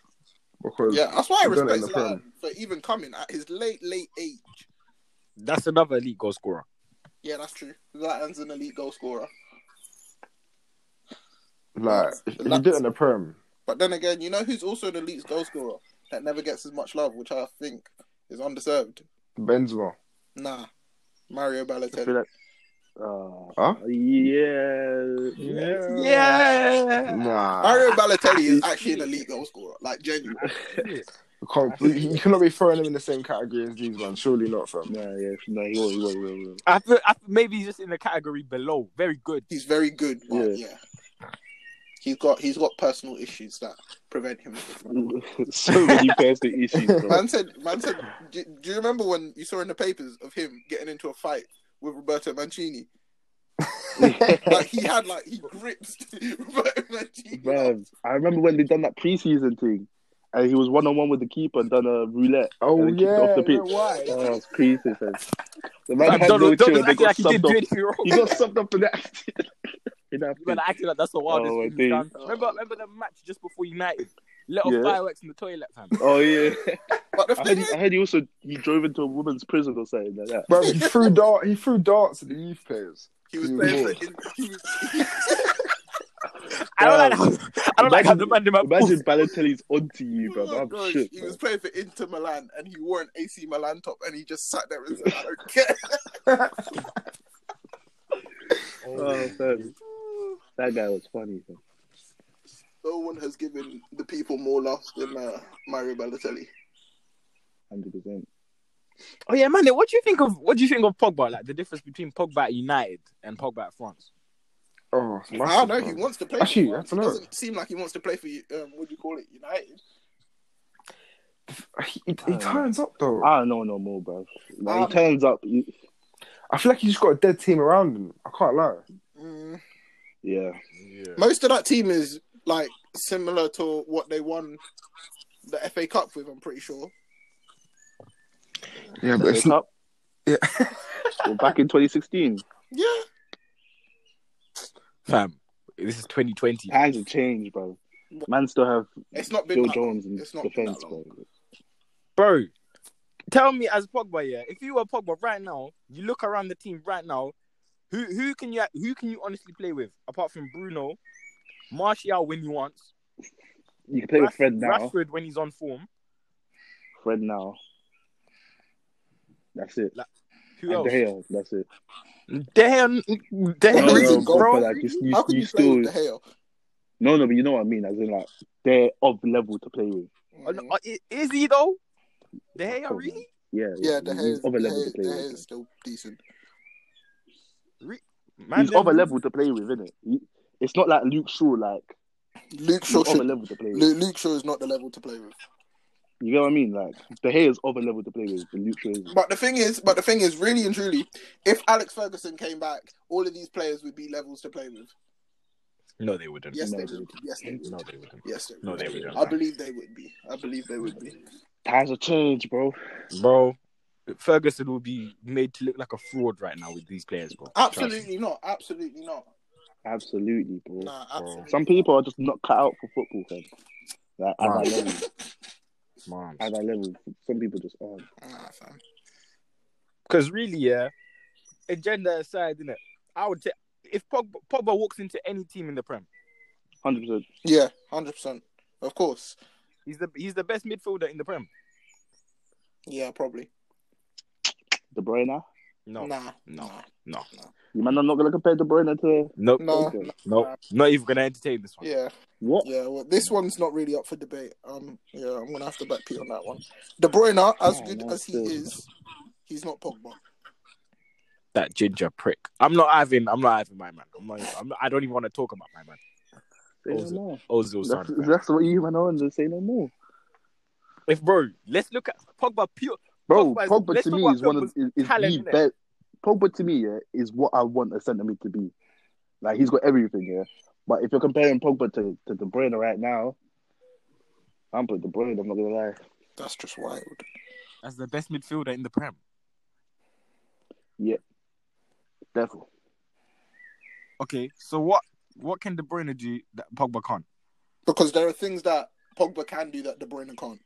[SPEAKER 2] because
[SPEAKER 3] Yeah, that's why I
[SPEAKER 2] He's done it in
[SPEAKER 3] respect
[SPEAKER 2] the
[SPEAKER 3] Zlatan for even coming at his late, late age.
[SPEAKER 1] That's another elite goal scorer.
[SPEAKER 3] Yeah, that's true. Zlatan's an elite goal scorer.
[SPEAKER 2] like if you do it in the Prem.
[SPEAKER 3] But then again, you know who's also an elite goal scorer that never gets as much love, which I think is undeserved.
[SPEAKER 2] Benzema.
[SPEAKER 3] Nah, Mario
[SPEAKER 4] I feel
[SPEAKER 3] Balotelli.
[SPEAKER 4] like, uh,
[SPEAKER 2] Huh?
[SPEAKER 4] yeah,
[SPEAKER 1] Yeah.
[SPEAKER 2] Nah.
[SPEAKER 3] Mario Balotelli is actually an elite goal scorer, like genuine.
[SPEAKER 2] You can't- you cannot be throwing him in the same category as these man. Surely not, fam.
[SPEAKER 4] Nah, yeah, no, he won't, he won't, he won't, he won't.
[SPEAKER 1] I feel, I feel maybe he's just in the category below. Very good.
[SPEAKER 3] He's very good, but yeah. he's got he's got personal issues that prevent him.
[SPEAKER 4] so many personal issues, bro.
[SPEAKER 3] Man said, man said, do, do you remember when you saw in the papers of him getting into a fight with Roberto Mancini? Like he had like he gripped Roberto Mancini.
[SPEAKER 4] Bruv, I remember when they done that preseason thing, and he was one on one with the keeper and done a roulette.
[SPEAKER 2] Oh
[SPEAKER 4] and he kicked off
[SPEAKER 2] yeah.
[SPEAKER 4] the
[SPEAKER 2] you know
[SPEAKER 4] pitch.
[SPEAKER 2] why?
[SPEAKER 4] Oh, it's crazy, fam. The man
[SPEAKER 1] Like,
[SPEAKER 4] had no
[SPEAKER 1] Donald,
[SPEAKER 4] chill.
[SPEAKER 1] Donald's
[SPEAKER 4] They
[SPEAKER 1] acting like
[SPEAKER 4] got
[SPEAKER 1] he didn't
[SPEAKER 4] subbed
[SPEAKER 1] do
[SPEAKER 4] off.
[SPEAKER 1] anything wrong.
[SPEAKER 4] He got subbed off for that. In that
[SPEAKER 1] You gotta act like that's the wildest
[SPEAKER 4] Oh,
[SPEAKER 1] thing
[SPEAKER 4] dude.
[SPEAKER 1] you've done. Remember, remember the match just before United? Let off
[SPEAKER 4] Yeah.
[SPEAKER 1] fireworks in the toilet, fam.
[SPEAKER 4] Oh yeah,
[SPEAKER 3] But the
[SPEAKER 4] I
[SPEAKER 3] thing
[SPEAKER 4] heard,
[SPEAKER 3] is,
[SPEAKER 4] I heard he also he drove into a woman's prison or something like that.
[SPEAKER 2] Bro, he threw dart. He threw darts at the youth players.
[SPEAKER 3] he was
[SPEAKER 2] he
[SPEAKER 3] playing.
[SPEAKER 2] was.
[SPEAKER 3] For, he was,
[SPEAKER 1] I don't like how, I don't like how the man in my
[SPEAKER 4] Imagine Balotelli's onto you, bro.
[SPEAKER 3] oh my
[SPEAKER 4] I'm
[SPEAKER 3] gosh,
[SPEAKER 4] shook.
[SPEAKER 3] he
[SPEAKER 4] bro.
[SPEAKER 3] was playing for Inter Milan and he wore an AC Milan top and he just sat there and said, "I don't care."
[SPEAKER 4] Oh, fam. That guy was funny. Fam.
[SPEAKER 3] No one has given the people more love than uh, Mario Balotelli.
[SPEAKER 4] Hundred percent.
[SPEAKER 1] Oh yeah, man. What do you think of what do you think of Pogba? Like the difference between Pogba at United and Pogba at France?
[SPEAKER 2] Oh, it's massive,
[SPEAKER 3] I don't know.
[SPEAKER 2] bro.
[SPEAKER 3] He wants to play.
[SPEAKER 2] Actually,
[SPEAKER 3] for
[SPEAKER 2] I
[SPEAKER 3] France.
[SPEAKER 2] don't know.
[SPEAKER 3] doesn't seem like he wants to play for you. Um, what do you call it? United.
[SPEAKER 2] He, he, he turns up though.
[SPEAKER 4] I don't know no more, bro. Like,
[SPEAKER 3] Um,
[SPEAKER 4] he turns up. he-
[SPEAKER 2] I feel like he just got a dead team around him. I can't lie.
[SPEAKER 3] Mm.
[SPEAKER 4] yeah,
[SPEAKER 1] Yeah.
[SPEAKER 3] Most of that team is like similar to what they won the FA Cup with. I'm pretty sure.
[SPEAKER 2] Yeah,
[SPEAKER 4] FA Cup.
[SPEAKER 2] Yeah.
[SPEAKER 4] well, back in 2016,
[SPEAKER 3] Yeah,
[SPEAKER 1] Fam, this is 2020.
[SPEAKER 4] times have changed, bro. Man still have
[SPEAKER 3] it's not been.
[SPEAKER 4] Bill
[SPEAKER 3] That long.
[SPEAKER 4] Jones in
[SPEAKER 3] It's not been
[SPEAKER 4] defense,
[SPEAKER 3] that
[SPEAKER 4] bro.
[SPEAKER 3] long.
[SPEAKER 1] Bro, tell me as Pogba, yeah, if you were Pogba right now, you look around the team right now, who who can you who can you honestly play with apart from Bruno, Martial when he wants,
[SPEAKER 4] You can play with
[SPEAKER 1] Rash-
[SPEAKER 4] Fred now.
[SPEAKER 1] Rashford when he's on form.
[SPEAKER 4] Fred now. That's it.
[SPEAKER 1] Who
[SPEAKER 4] And
[SPEAKER 1] else?
[SPEAKER 4] De Gea, that's it.
[SPEAKER 1] De Gea, De Gea
[SPEAKER 3] No, no,
[SPEAKER 1] is- bro.
[SPEAKER 4] but like it's, you,
[SPEAKER 3] How can
[SPEAKER 4] you
[SPEAKER 3] you, play
[SPEAKER 4] still
[SPEAKER 3] with De Gea?
[SPEAKER 4] no, no, but you know what I mean. As in, like they're of level to play with.
[SPEAKER 1] Uh, no, uh, i- Is he though? De Gea,
[SPEAKER 4] Come on.
[SPEAKER 1] really?
[SPEAKER 4] Yeah,
[SPEAKER 3] Mm. Yeah, De
[SPEAKER 4] he's
[SPEAKER 3] Gea.
[SPEAKER 4] of a
[SPEAKER 3] De
[SPEAKER 4] level to
[SPEAKER 3] Gea, De
[SPEAKER 4] play
[SPEAKER 3] Gea
[SPEAKER 4] with.
[SPEAKER 3] is still decent.
[SPEAKER 1] Man,
[SPEAKER 4] he's
[SPEAKER 1] them-
[SPEAKER 4] of a level to play with, isn't it? It's not like Luke Shaw, like
[SPEAKER 3] Luke
[SPEAKER 4] he's
[SPEAKER 3] Shaw.
[SPEAKER 4] of a
[SPEAKER 3] Should,
[SPEAKER 4] level to play with.
[SPEAKER 3] Luke, Luke Shaw is not the level to play with.
[SPEAKER 4] You know what I mean? Like De Gea is of a level to play with, but Luke Shaw is.
[SPEAKER 3] But the thing is, but the thing is, really and truly, if Alex Ferguson came back, all of these players would be levels to play with.
[SPEAKER 1] No, they wouldn't.
[SPEAKER 3] Yes, they
[SPEAKER 4] No,
[SPEAKER 3] would. Yes, they would.
[SPEAKER 1] No, they wouldn't.
[SPEAKER 3] Yes, they would.
[SPEAKER 1] No, they wouldn't.
[SPEAKER 3] I believe they would be. I believe they would be.
[SPEAKER 4] Times have changed, bro.
[SPEAKER 1] Bro, Ferguson will be made to look like a fraud right now with these players, bro.
[SPEAKER 3] Absolutely not. Absolutely not.
[SPEAKER 4] Absolutely, bro.
[SPEAKER 3] Nah, absolutely.
[SPEAKER 4] Some people are just not cut out for football, fam. Like at
[SPEAKER 1] Right.
[SPEAKER 4] that level,
[SPEAKER 1] Trust me.
[SPEAKER 4] at that level, some people just aren't.
[SPEAKER 3] Nah, fam.
[SPEAKER 1] Because really, yeah, agenda aside, innit, I would say if Pogba, Pogba walks into any team in the Prem,
[SPEAKER 4] Hundred percent.
[SPEAKER 3] Yeah, hundred percent. Of course.
[SPEAKER 1] he's the he's the best midfielder in the Prem.
[SPEAKER 3] Yeah, probably.
[SPEAKER 4] De Bruyne.
[SPEAKER 1] No,
[SPEAKER 3] Nah,
[SPEAKER 1] No.
[SPEAKER 3] nah,
[SPEAKER 1] no,
[SPEAKER 4] You man, I'm not gonna compare De Bruyne to
[SPEAKER 1] nope,
[SPEAKER 3] no,
[SPEAKER 4] Okay.
[SPEAKER 1] nope. Not even gonna entertain this one.
[SPEAKER 3] yeah,
[SPEAKER 4] what?
[SPEAKER 3] yeah. Well, this one's not really up for debate. Um, yeah, I'm gonna have to back Pete on that one. De Bruyne, as
[SPEAKER 4] Oh,
[SPEAKER 3] good
[SPEAKER 4] no,
[SPEAKER 3] as he
[SPEAKER 4] still.
[SPEAKER 3] is, he's not Pogba.
[SPEAKER 1] That ginger prick. I'm not having. I'm not having my man. I'm not. I'm not I don't even want to talk about my man.
[SPEAKER 4] Say no
[SPEAKER 1] Ozil.
[SPEAKER 4] more.
[SPEAKER 1] Ozil
[SPEAKER 4] That's,
[SPEAKER 1] sounded bad.
[SPEAKER 4] that's what you man on to say no more.
[SPEAKER 1] If bro, let's look at Pogba pure.
[SPEAKER 4] Bro,
[SPEAKER 1] Pogba is-
[SPEAKER 4] Pogba
[SPEAKER 1] let's
[SPEAKER 4] to
[SPEAKER 1] talk
[SPEAKER 4] me
[SPEAKER 1] about
[SPEAKER 4] is one of
[SPEAKER 1] Pogba's
[SPEAKER 4] is, is
[SPEAKER 1] talent,
[SPEAKER 4] the
[SPEAKER 1] innit?
[SPEAKER 4] best. Pogba to me yeah, is what I want a centre mid to be. Like he's got everything yeah. But if you're comparing Pogba to, to De Bruyne right now, I'm putting De Bruyne. I'm not gonna lie.
[SPEAKER 3] That's just wild.
[SPEAKER 1] As the best midfielder in the Prem.
[SPEAKER 4] Devil.
[SPEAKER 1] Okay, so what? What can De Bruyne do that Pogba can't?
[SPEAKER 3] Because there are things that Pogba can do that De Bruyne can't.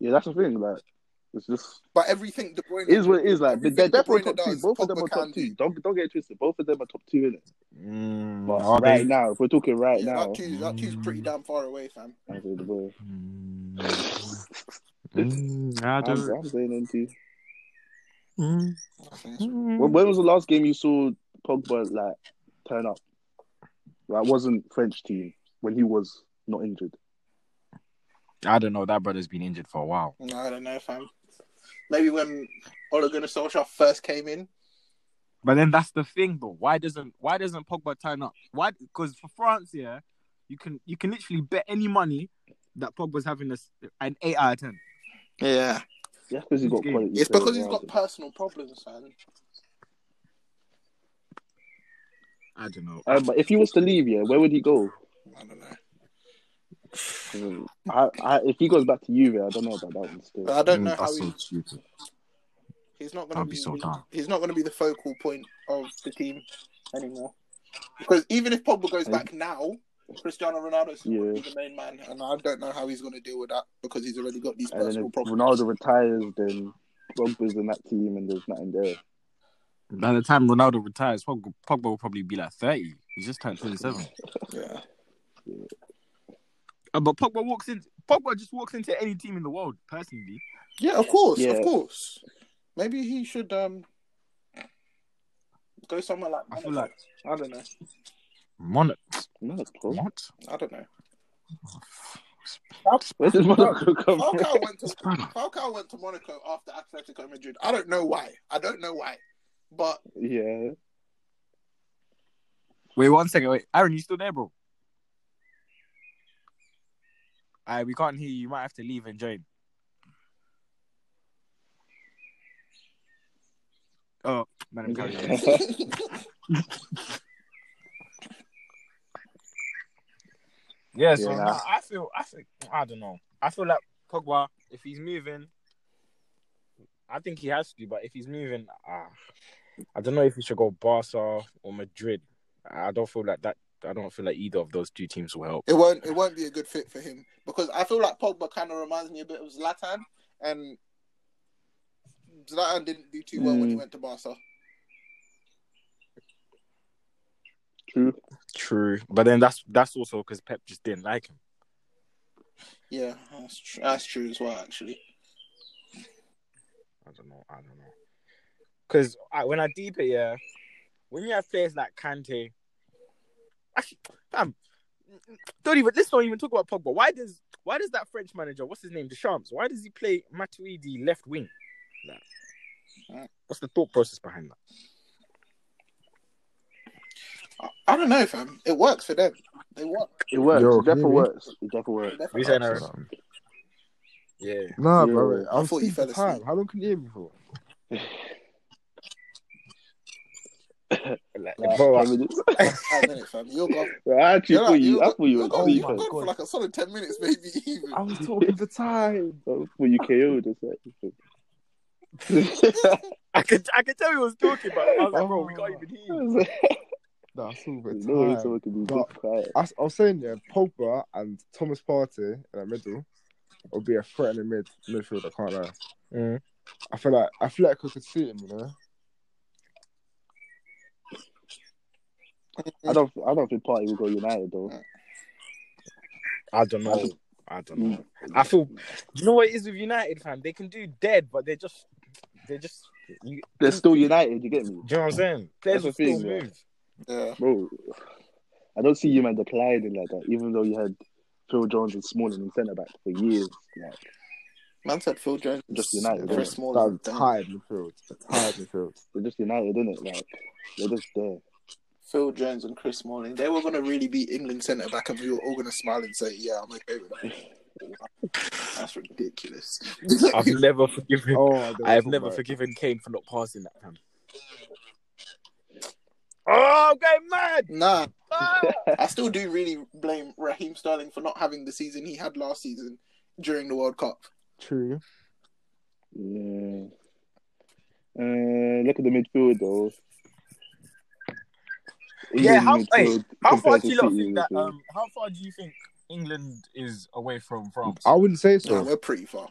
[SPEAKER 4] Yeah, that's the thing. Like it's just
[SPEAKER 3] But everything De Bruyne
[SPEAKER 4] it is what it is. Like they're,
[SPEAKER 3] Everything
[SPEAKER 4] they're
[SPEAKER 3] De
[SPEAKER 4] definitely
[SPEAKER 3] Bruyne
[SPEAKER 4] top two.
[SPEAKER 3] does,
[SPEAKER 4] Both of them
[SPEAKER 3] Pogba
[SPEAKER 4] are top
[SPEAKER 3] can
[SPEAKER 4] two.
[SPEAKER 3] do.
[SPEAKER 4] Don't don't get it twisted. Both of them are top two in it.
[SPEAKER 1] Mm,
[SPEAKER 4] But
[SPEAKER 1] are
[SPEAKER 4] right
[SPEAKER 1] they?
[SPEAKER 4] now, if we're talking right
[SPEAKER 3] Yeah,
[SPEAKER 4] now,
[SPEAKER 3] that two's that two's pretty damn far away, fam.
[SPEAKER 4] I'm saying De Bruyne.
[SPEAKER 1] Mm, mm, I
[SPEAKER 4] I'm,
[SPEAKER 1] do.
[SPEAKER 4] I'm saying them two.
[SPEAKER 1] Mm,
[SPEAKER 4] When,
[SPEAKER 1] mm.
[SPEAKER 4] when was the last game you saw Pogba like turn up? That wasn't French team when he was not injured.
[SPEAKER 1] I don't know. That brother's been injured for a while.
[SPEAKER 3] No, I don't know, fam. Maybe when Ole Gunnar Solskjaer first came in.
[SPEAKER 1] But then that's the thing, though. Why doesn't Why doesn't Pogba turn up? Why? Because for France, yeah, you can you can literally bet any money that Pogba's having a, s- an eight out of ten.
[SPEAKER 3] Yeah.
[SPEAKER 4] Yeah, because he's got
[SPEAKER 1] It's
[SPEAKER 4] quality.
[SPEAKER 3] It's
[SPEAKER 4] players
[SPEAKER 3] because he's got
[SPEAKER 4] around him.
[SPEAKER 3] personal problems, man.
[SPEAKER 1] I don't know.
[SPEAKER 4] Um, but if he was to leave, yeah, where would he go?
[SPEAKER 3] I don't know.
[SPEAKER 4] 'Cause I, I, if he goes back to Juve, I don't know about that one still.
[SPEAKER 3] I don't know
[SPEAKER 1] Mm,
[SPEAKER 3] how
[SPEAKER 1] that's
[SPEAKER 3] he,
[SPEAKER 1] so stupid.
[SPEAKER 3] he's not gonna
[SPEAKER 1] I'll
[SPEAKER 3] be,
[SPEAKER 1] be so down.
[SPEAKER 3] he's not gonna be the focal point of the team anymore. Because even if Pogba goes
[SPEAKER 4] Hey.
[SPEAKER 3] back now, Cristiano Ronaldo's still gonna be
[SPEAKER 4] Yeah.
[SPEAKER 3] the main man, and I don't know how he's gonna deal with that because he's already got these
[SPEAKER 4] And then
[SPEAKER 3] personal
[SPEAKER 4] if
[SPEAKER 3] problems.
[SPEAKER 4] Ronaldo retires, then Pogba's in that team, and there's nothing there.
[SPEAKER 1] By the time Ronaldo retires, Pogba, Pogba will probably be like thirty. He's just turned twenty-seven.
[SPEAKER 3] Yeah.
[SPEAKER 1] Uh, but Pogba walks in. Pogba just walks into any team in the world. Personally,
[SPEAKER 3] Yeah, of course,
[SPEAKER 4] Yeah.
[SPEAKER 3] of course. Maybe he should um go somewhere like
[SPEAKER 1] I
[SPEAKER 3] Monaco.
[SPEAKER 1] feel like
[SPEAKER 3] I don't know.
[SPEAKER 1] Mon-
[SPEAKER 4] Monaco.
[SPEAKER 1] what?
[SPEAKER 3] I don't know.
[SPEAKER 4] Where did Monaco come from?
[SPEAKER 3] Falcao went to
[SPEAKER 1] Brother.
[SPEAKER 3] Falcao went to Monaco after Atletico Madrid. I don't know why. I don't know why. But
[SPEAKER 4] Yeah.
[SPEAKER 1] Wait one second. Wait, Aaron, you still there, bro? I we can't hear you. You might have to leave and join. Oh, madam, carry on. Yeah, so
[SPEAKER 4] Yeah.
[SPEAKER 1] nah, I feel, I think, I don't know. I feel like Pogba, if he's moving, I think he has to. But if he's moving, ah, I don't know if he should go Barca or Madrid. I don't feel like that. I don't feel like either of those two teams will help.
[SPEAKER 3] it won't it won't be a good fit for him because I feel like Pogba kind of reminds me a bit of Zlatan and Zlatan didn't do too well when he
[SPEAKER 4] Mm.
[SPEAKER 3] went to Barca.
[SPEAKER 4] True.
[SPEAKER 1] True, but then that's that's also because Pep just didn't like him.
[SPEAKER 3] Yeah, that's true. That's true as well, actually.
[SPEAKER 1] I don't know. I don't know. Because I, when I deep it, yeah, when you have players like Kante, actually, fam, don't even let's not even talk about Pogba. Why does why does that French manager, what's his name, Deschamps, why does he play Matuidi left wing? Like, what's the thought process behind that?
[SPEAKER 3] I, I don't know, fam. It works for them. They work.
[SPEAKER 4] It works.
[SPEAKER 2] Yo,
[SPEAKER 4] it definitely
[SPEAKER 2] can you-
[SPEAKER 4] works. It definitely
[SPEAKER 3] They
[SPEAKER 4] works.
[SPEAKER 3] definitely
[SPEAKER 1] We saying,
[SPEAKER 3] work.
[SPEAKER 1] uh,
[SPEAKER 2] Absolutely.
[SPEAKER 1] yeah,
[SPEAKER 2] Nah,
[SPEAKER 4] Yeah.
[SPEAKER 2] bro.
[SPEAKER 3] I
[SPEAKER 2] I'm
[SPEAKER 3] thought you
[SPEAKER 2] for
[SPEAKER 3] fell asleep.
[SPEAKER 2] time. How long can you hear me for?
[SPEAKER 1] like,
[SPEAKER 4] Like,
[SPEAKER 1] bro, I-
[SPEAKER 4] 10 minutes.
[SPEAKER 3] Five minutes, fam. You're gone.
[SPEAKER 4] I actually
[SPEAKER 3] You're
[SPEAKER 4] thought
[SPEAKER 3] like,
[SPEAKER 4] you.
[SPEAKER 3] you're
[SPEAKER 4] I thought you
[SPEAKER 3] you're
[SPEAKER 4] were
[SPEAKER 3] gone,
[SPEAKER 2] Oh
[SPEAKER 4] asleep.
[SPEAKER 2] my
[SPEAKER 3] you're gone for
[SPEAKER 2] God.
[SPEAKER 3] like a solid ten minutes, maybe even.
[SPEAKER 2] I was talking for time.
[SPEAKER 4] I thought you KO'd or
[SPEAKER 1] I could I could tell he was talking, but I was like, bro, we
[SPEAKER 2] Oh.
[SPEAKER 1] can't even hear you.
[SPEAKER 4] something.
[SPEAKER 2] Nah, I saw for
[SPEAKER 4] no way
[SPEAKER 2] time.
[SPEAKER 4] someone can be
[SPEAKER 2] But-
[SPEAKER 4] this quiet.
[SPEAKER 2] I, I was saying, yeah, Pogba and Thomas Partey in the middle will be a threatening mid midfield. I can't lie.
[SPEAKER 1] Mm.
[SPEAKER 2] I feel like I feel like I could see him, you know.
[SPEAKER 4] I don't. I don't think Party will go United though.
[SPEAKER 1] I don't know. I don't
[SPEAKER 4] Mm.
[SPEAKER 1] know. I feel. Do you know what it is with United, fam? They can do dead, but they're just they're just You,
[SPEAKER 4] They're still United. You get me,
[SPEAKER 1] do you know what I'm saying? Players
[SPEAKER 4] the
[SPEAKER 1] will still
[SPEAKER 4] thing, yeah.
[SPEAKER 1] move.
[SPEAKER 3] Yeah.
[SPEAKER 4] bro? I don't see you man declining like that. Even though you had Phil Jones and Smalling in centre back for years, like
[SPEAKER 3] Man said Phil Jones.
[SPEAKER 4] Just United,
[SPEAKER 3] Chris
[SPEAKER 4] yeah.
[SPEAKER 3] Smalling.
[SPEAKER 2] That's
[SPEAKER 3] Damn.
[SPEAKER 2] tired midfield. Tired midfield.
[SPEAKER 4] they're just United, innit? Like they're just there.
[SPEAKER 3] Phil Jones and Chris Smalling. They were gonna really be England centre back, and we were all gonna smile and say, "Yeah, I'm okay with that." That's ridiculous.
[SPEAKER 1] I've never forgiven.
[SPEAKER 2] Oh, I don't
[SPEAKER 1] I've
[SPEAKER 2] talk
[SPEAKER 1] never
[SPEAKER 2] about it.
[SPEAKER 1] forgiven Kane for not passing that time. Oh, I'm going mad!
[SPEAKER 3] nah,
[SPEAKER 1] Ah!
[SPEAKER 3] I still do really blame Raheem Sterling for not having the season he had last season during the World Cup.
[SPEAKER 2] True.
[SPEAKER 4] Yeah. Uh, look at the midfield though.
[SPEAKER 1] Yeah, how-
[SPEAKER 4] England's
[SPEAKER 1] hey,
[SPEAKER 4] midfield
[SPEAKER 1] how far
[SPEAKER 4] compared
[SPEAKER 1] do
[SPEAKER 4] to
[SPEAKER 1] you lot
[SPEAKER 4] City
[SPEAKER 1] think that?
[SPEAKER 4] is, uh,
[SPEAKER 1] Um, how far do you think England is away from France?
[SPEAKER 4] Oh,
[SPEAKER 2] I wouldn't say so.
[SPEAKER 3] Nah, we're pretty far.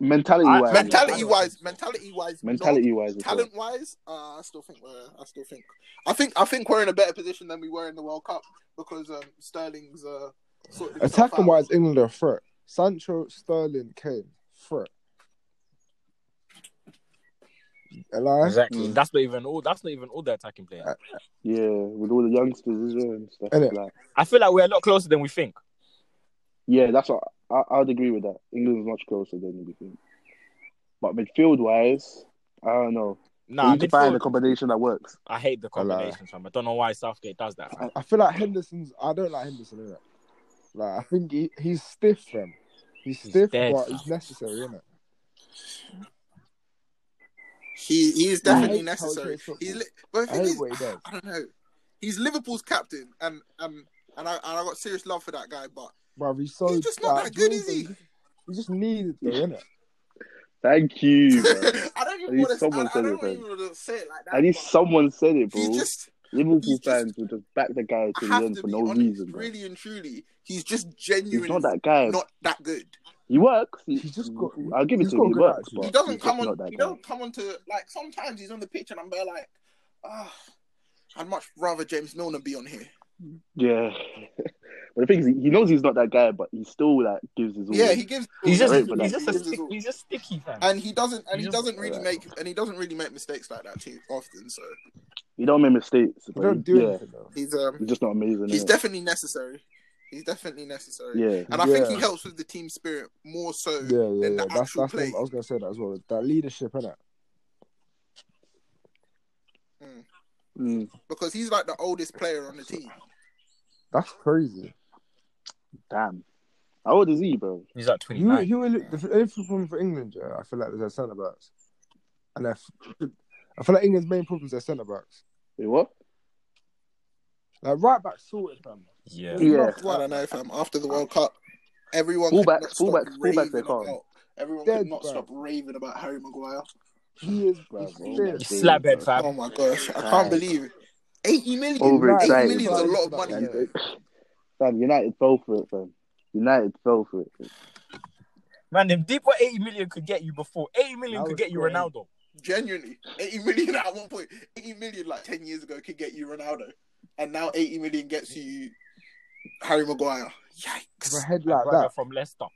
[SPEAKER 4] mentality
[SPEAKER 1] I-
[SPEAKER 4] wise,
[SPEAKER 3] mentality
[SPEAKER 1] yeah.
[SPEAKER 3] wise, mentality wise,
[SPEAKER 4] mentality wise,
[SPEAKER 3] talent wise, uh, I still think we're. I still think. I think. I think we're in a better position than we were in the World Cup because um, Sterling's. Uh, sorted himself
[SPEAKER 2] Attacking
[SPEAKER 3] out.
[SPEAKER 2] wise, England are a threat. Sancho, Sterling, Kane, threat. Alive?
[SPEAKER 1] Exactly.
[SPEAKER 4] Mm. Uh,
[SPEAKER 1] That's not even all. That's not even all the attacking players.
[SPEAKER 4] yeah, with all the youngsters as well and stuff.
[SPEAKER 2] Innit?
[SPEAKER 4] Like,
[SPEAKER 1] I feel like we're a lot closer than we think.
[SPEAKER 4] yeah, that's what I, I'd agree with that. England's much closer than we think, but midfield wise, I don't know.
[SPEAKER 1] Nah,
[SPEAKER 4] we need to find a
[SPEAKER 1] midfield-
[SPEAKER 4] combination that works.
[SPEAKER 1] I hate the
[SPEAKER 2] I lie.
[SPEAKER 1] combination, fam. I don't know why Southgate does that. Fam.
[SPEAKER 2] I, I feel like Henderson's. I don't like Henderson, innit? Like, I think he, he's stiff, fam. He's
[SPEAKER 1] He's
[SPEAKER 2] stiff,
[SPEAKER 1] dead,
[SPEAKER 2] but
[SPEAKER 1] fam.
[SPEAKER 2] he's necessary, innit?
[SPEAKER 3] He he is
[SPEAKER 2] I hate
[SPEAKER 3] definitely
[SPEAKER 2] how
[SPEAKER 3] necessary.
[SPEAKER 2] he plays football.
[SPEAKER 3] He's li- but the
[SPEAKER 2] I
[SPEAKER 3] thing
[SPEAKER 2] hate
[SPEAKER 3] is,
[SPEAKER 2] what he does.
[SPEAKER 3] I don't know. He's Liverpool's captain, and um, and I and I got serious love for that guy. But
[SPEAKER 2] Bruv, he's so.
[SPEAKER 3] He's just not
[SPEAKER 2] like,
[SPEAKER 3] that good, is
[SPEAKER 2] Jordan, He's just needed, though, innit?
[SPEAKER 4] Thank you. bro.
[SPEAKER 3] I don't
[SPEAKER 4] At
[SPEAKER 3] even
[SPEAKER 4] least
[SPEAKER 3] want to.
[SPEAKER 4] someone
[SPEAKER 3] I, I
[SPEAKER 4] said it,
[SPEAKER 3] don't
[SPEAKER 4] man.
[SPEAKER 3] even want to say it like that.
[SPEAKER 4] At least
[SPEAKER 3] but
[SPEAKER 4] someone said it, bro.
[SPEAKER 3] He's just.
[SPEAKER 4] Liverpool
[SPEAKER 3] he's just-
[SPEAKER 4] fans will just back the guy
[SPEAKER 3] I
[SPEAKER 4] to the
[SPEAKER 3] have
[SPEAKER 4] end
[SPEAKER 3] to
[SPEAKER 4] for
[SPEAKER 3] be
[SPEAKER 4] no
[SPEAKER 3] honest,
[SPEAKER 4] reason, bro.
[SPEAKER 3] really and truly, he's just
[SPEAKER 4] He's
[SPEAKER 3] genuinely
[SPEAKER 4] not
[SPEAKER 3] not that,
[SPEAKER 4] that guy.
[SPEAKER 3] good.
[SPEAKER 4] He works. He,
[SPEAKER 2] He's just got-
[SPEAKER 4] I'll give it
[SPEAKER 2] he's
[SPEAKER 4] to
[SPEAKER 2] got
[SPEAKER 4] him. He
[SPEAKER 2] good
[SPEAKER 4] works,
[SPEAKER 2] attitude.
[SPEAKER 4] but
[SPEAKER 3] He doesn't
[SPEAKER 4] he's
[SPEAKER 3] come
[SPEAKER 4] just
[SPEAKER 3] on.
[SPEAKER 4] Not that
[SPEAKER 3] He
[SPEAKER 4] guy.
[SPEAKER 3] don't come on to like. Sometimes he's on the pitch, and I'm there like, ah, I'd much rather James Milner be on here.
[SPEAKER 4] Yeah. but the thing is, he he knows he's not that guy, but he still like gives his all.
[SPEAKER 3] Yeah, he gives.
[SPEAKER 1] He's just,
[SPEAKER 4] Alright, but
[SPEAKER 1] he's
[SPEAKER 4] that-
[SPEAKER 1] just, a,
[SPEAKER 3] gives his
[SPEAKER 1] stick,
[SPEAKER 3] all.
[SPEAKER 1] he's just sticky, fam.
[SPEAKER 3] and he doesn't and he
[SPEAKER 1] Yeah.
[SPEAKER 3] doesn't really
[SPEAKER 4] Yeah.
[SPEAKER 3] make and he doesn't really make mistakes like that too often. So
[SPEAKER 4] He don't make mistakes.
[SPEAKER 2] He
[SPEAKER 4] But
[SPEAKER 2] don't
[SPEAKER 4] he-
[SPEAKER 2] do
[SPEAKER 4] yeah,
[SPEAKER 2] anything, though.
[SPEAKER 3] he's um
[SPEAKER 4] he's just not amazing.
[SPEAKER 3] he's
[SPEAKER 4] innit?
[SPEAKER 3] definitely necessary. He's definitely necessary.
[SPEAKER 4] yeah.
[SPEAKER 3] And I think he
[SPEAKER 2] Yeah.
[SPEAKER 3] helps with the team spirit more so
[SPEAKER 2] Yeah, yeah,
[SPEAKER 3] than
[SPEAKER 2] yeah.
[SPEAKER 3] the
[SPEAKER 2] That's,
[SPEAKER 3] actual
[SPEAKER 2] that's
[SPEAKER 3] play.
[SPEAKER 2] what I was going to say that as well. That leadership, innit?
[SPEAKER 3] Mm.
[SPEAKER 4] Mm.
[SPEAKER 3] because he's like the oldest player on the team.
[SPEAKER 2] That's crazy.
[SPEAKER 4] Damn. How old is he, bro?
[SPEAKER 1] He's like
[SPEAKER 2] You,
[SPEAKER 1] 29.
[SPEAKER 2] you will look, the only problem for England, yeah, I feel like there's their centre backs, and I, f- I feel like England's main problem is their centre backs.
[SPEAKER 4] Wait, what?
[SPEAKER 2] Like right back sorted, fam.
[SPEAKER 1] yeah.
[SPEAKER 4] Yeah.
[SPEAKER 3] I don't know, fam. After the World Cup, everyone could
[SPEAKER 4] Fullbacks-
[SPEAKER 3] not stop
[SPEAKER 4] fullbacks- fullbacks,
[SPEAKER 3] raving
[SPEAKER 4] they can't.
[SPEAKER 3] about- Everyone
[SPEAKER 2] Dead,
[SPEAKER 3] could not
[SPEAKER 2] bro.
[SPEAKER 3] stop raving about Harry Maguire.
[SPEAKER 2] He is
[SPEAKER 4] Bro,
[SPEAKER 2] he's
[SPEAKER 4] bro.
[SPEAKER 2] dead.
[SPEAKER 1] You uh, slabhead, fam.
[SPEAKER 3] Oh my gosh, I
[SPEAKER 4] Right.
[SPEAKER 3] can't believe it. 80 million.
[SPEAKER 4] Overexcited,
[SPEAKER 3] 80 million is a
[SPEAKER 2] bro.
[SPEAKER 3] lot of money. you know.
[SPEAKER 4] Fam, United fell for it, fam. United fell for it. fam.
[SPEAKER 1] Man, them deep what 80 million could get you before. 80 million
[SPEAKER 2] That
[SPEAKER 1] could
[SPEAKER 2] was
[SPEAKER 1] get you
[SPEAKER 2] great.
[SPEAKER 1] Ronaldo.
[SPEAKER 3] Genuinely, 80 million at one point, 80 million like 10 years ago could get you Ronaldo, and now 80 million gets you Harry Maguire.
[SPEAKER 2] With a
[SPEAKER 3] Yikes!
[SPEAKER 2] head like
[SPEAKER 1] Brother
[SPEAKER 2] that.
[SPEAKER 1] from Leicester.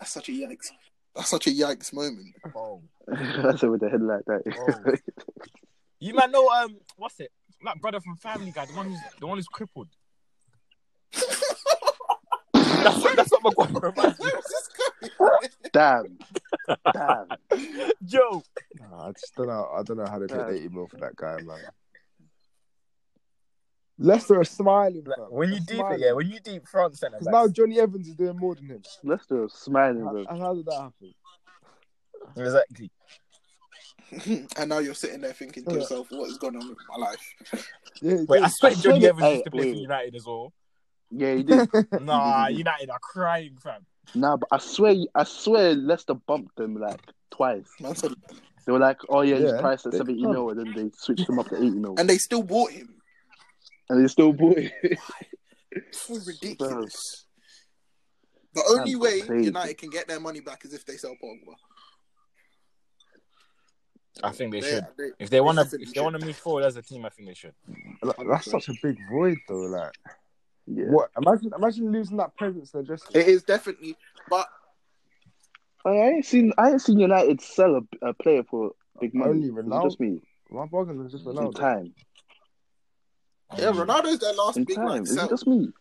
[SPEAKER 3] That's such a yikes. That's such a yikes moment.
[SPEAKER 1] Bro.
[SPEAKER 4] I said with the head like
[SPEAKER 1] Oh.
[SPEAKER 4] that.
[SPEAKER 1] You might know um what's it? That brother from Family Guy, the one who's the one who's crippled. That's that's what Maguire reminds me.
[SPEAKER 3] Where is this going?
[SPEAKER 4] Damn. Damn.
[SPEAKER 1] Joe.
[SPEAKER 2] Nah, I just don't know. I don't know how they paid
[SPEAKER 4] Bro.
[SPEAKER 2] eighty mil for that guy, man. Leicester are smiling,
[SPEAKER 1] Like,
[SPEAKER 2] fam.
[SPEAKER 1] when you
[SPEAKER 2] They're
[SPEAKER 1] deep it,
[SPEAKER 2] smiling.
[SPEAKER 1] yeah, when you deep front centre
[SPEAKER 2] Because now
[SPEAKER 1] backs,
[SPEAKER 2] Johnny Evans is doing more than him.
[SPEAKER 4] Leicester is smiling,
[SPEAKER 2] How,
[SPEAKER 4] bro.
[SPEAKER 2] and how did that happen?
[SPEAKER 1] exactly.
[SPEAKER 3] and now you're sitting there thinking to
[SPEAKER 2] Yeah.
[SPEAKER 3] yourself, what is going on with my life?
[SPEAKER 2] Yeah, he
[SPEAKER 1] Wait, I
[SPEAKER 2] did.
[SPEAKER 1] swear Johnny
[SPEAKER 4] Hey,
[SPEAKER 1] Evans used to play for
[SPEAKER 4] wait.
[SPEAKER 1] United as well.
[SPEAKER 4] Yeah, he did.
[SPEAKER 1] Nah, United are crying, fam.
[SPEAKER 4] nah, but I swear, I swear, Leicester bumped them like twice.
[SPEAKER 3] Man said-
[SPEAKER 4] They were like, "Oh yeah, he's
[SPEAKER 2] Yeah,
[SPEAKER 4] priced at
[SPEAKER 2] they-
[SPEAKER 4] seventy mil," and then they switched him up to eighty mil,
[SPEAKER 3] And they still bought him.
[SPEAKER 4] and they still bought it.
[SPEAKER 3] So ridiculous. The only
[SPEAKER 4] That's
[SPEAKER 3] way
[SPEAKER 4] crazy.
[SPEAKER 3] United can get their money back is if they sell Pogba.
[SPEAKER 1] I think they should.
[SPEAKER 3] they,
[SPEAKER 1] If they want
[SPEAKER 3] wanna-
[SPEAKER 1] to,
[SPEAKER 3] They
[SPEAKER 1] if
[SPEAKER 3] if
[SPEAKER 1] they
[SPEAKER 3] they
[SPEAKER 1] want
[SPEAKER 3] wanna
[SPEAKER 1] to move forward as a team, I think they should.
[SPEAKER 2] Like, That's such a big void, though. Like,
[SPEAKER 4] yeah,
[SPEAKER 2] what? Imagine, imagine losing that presence in the dressing room.
[SPEAKER 3] It is definitely, but
[SPEAKER 4] Like, I ain't seen I ain't seen United sell a, a player for big money.
[SPEAKER 2] Only
[SPEAKER 4] Is
[SPEAKER 1] Mm.
[SPEAKER 4] it
[SPEAKER 2] Ronaldo?
[SPEAKER 4] Just me.
[SPEAKER 2] My bargain was just
[SPEAKER 4] In
[SPEAKER 2] Ronaldo.
[SPEAKER 4] time.
[SPEAKER 3] Yeah,
[SPEAKER 1] Mm.
[SPEAKER 3] Ronaldo's their last
[SPEAKER 4] In
[SPEAKER 3] big
[SPEAKER 4] time.
[SPEAKER 3] one.
[SPEAKER 4] Is it just me?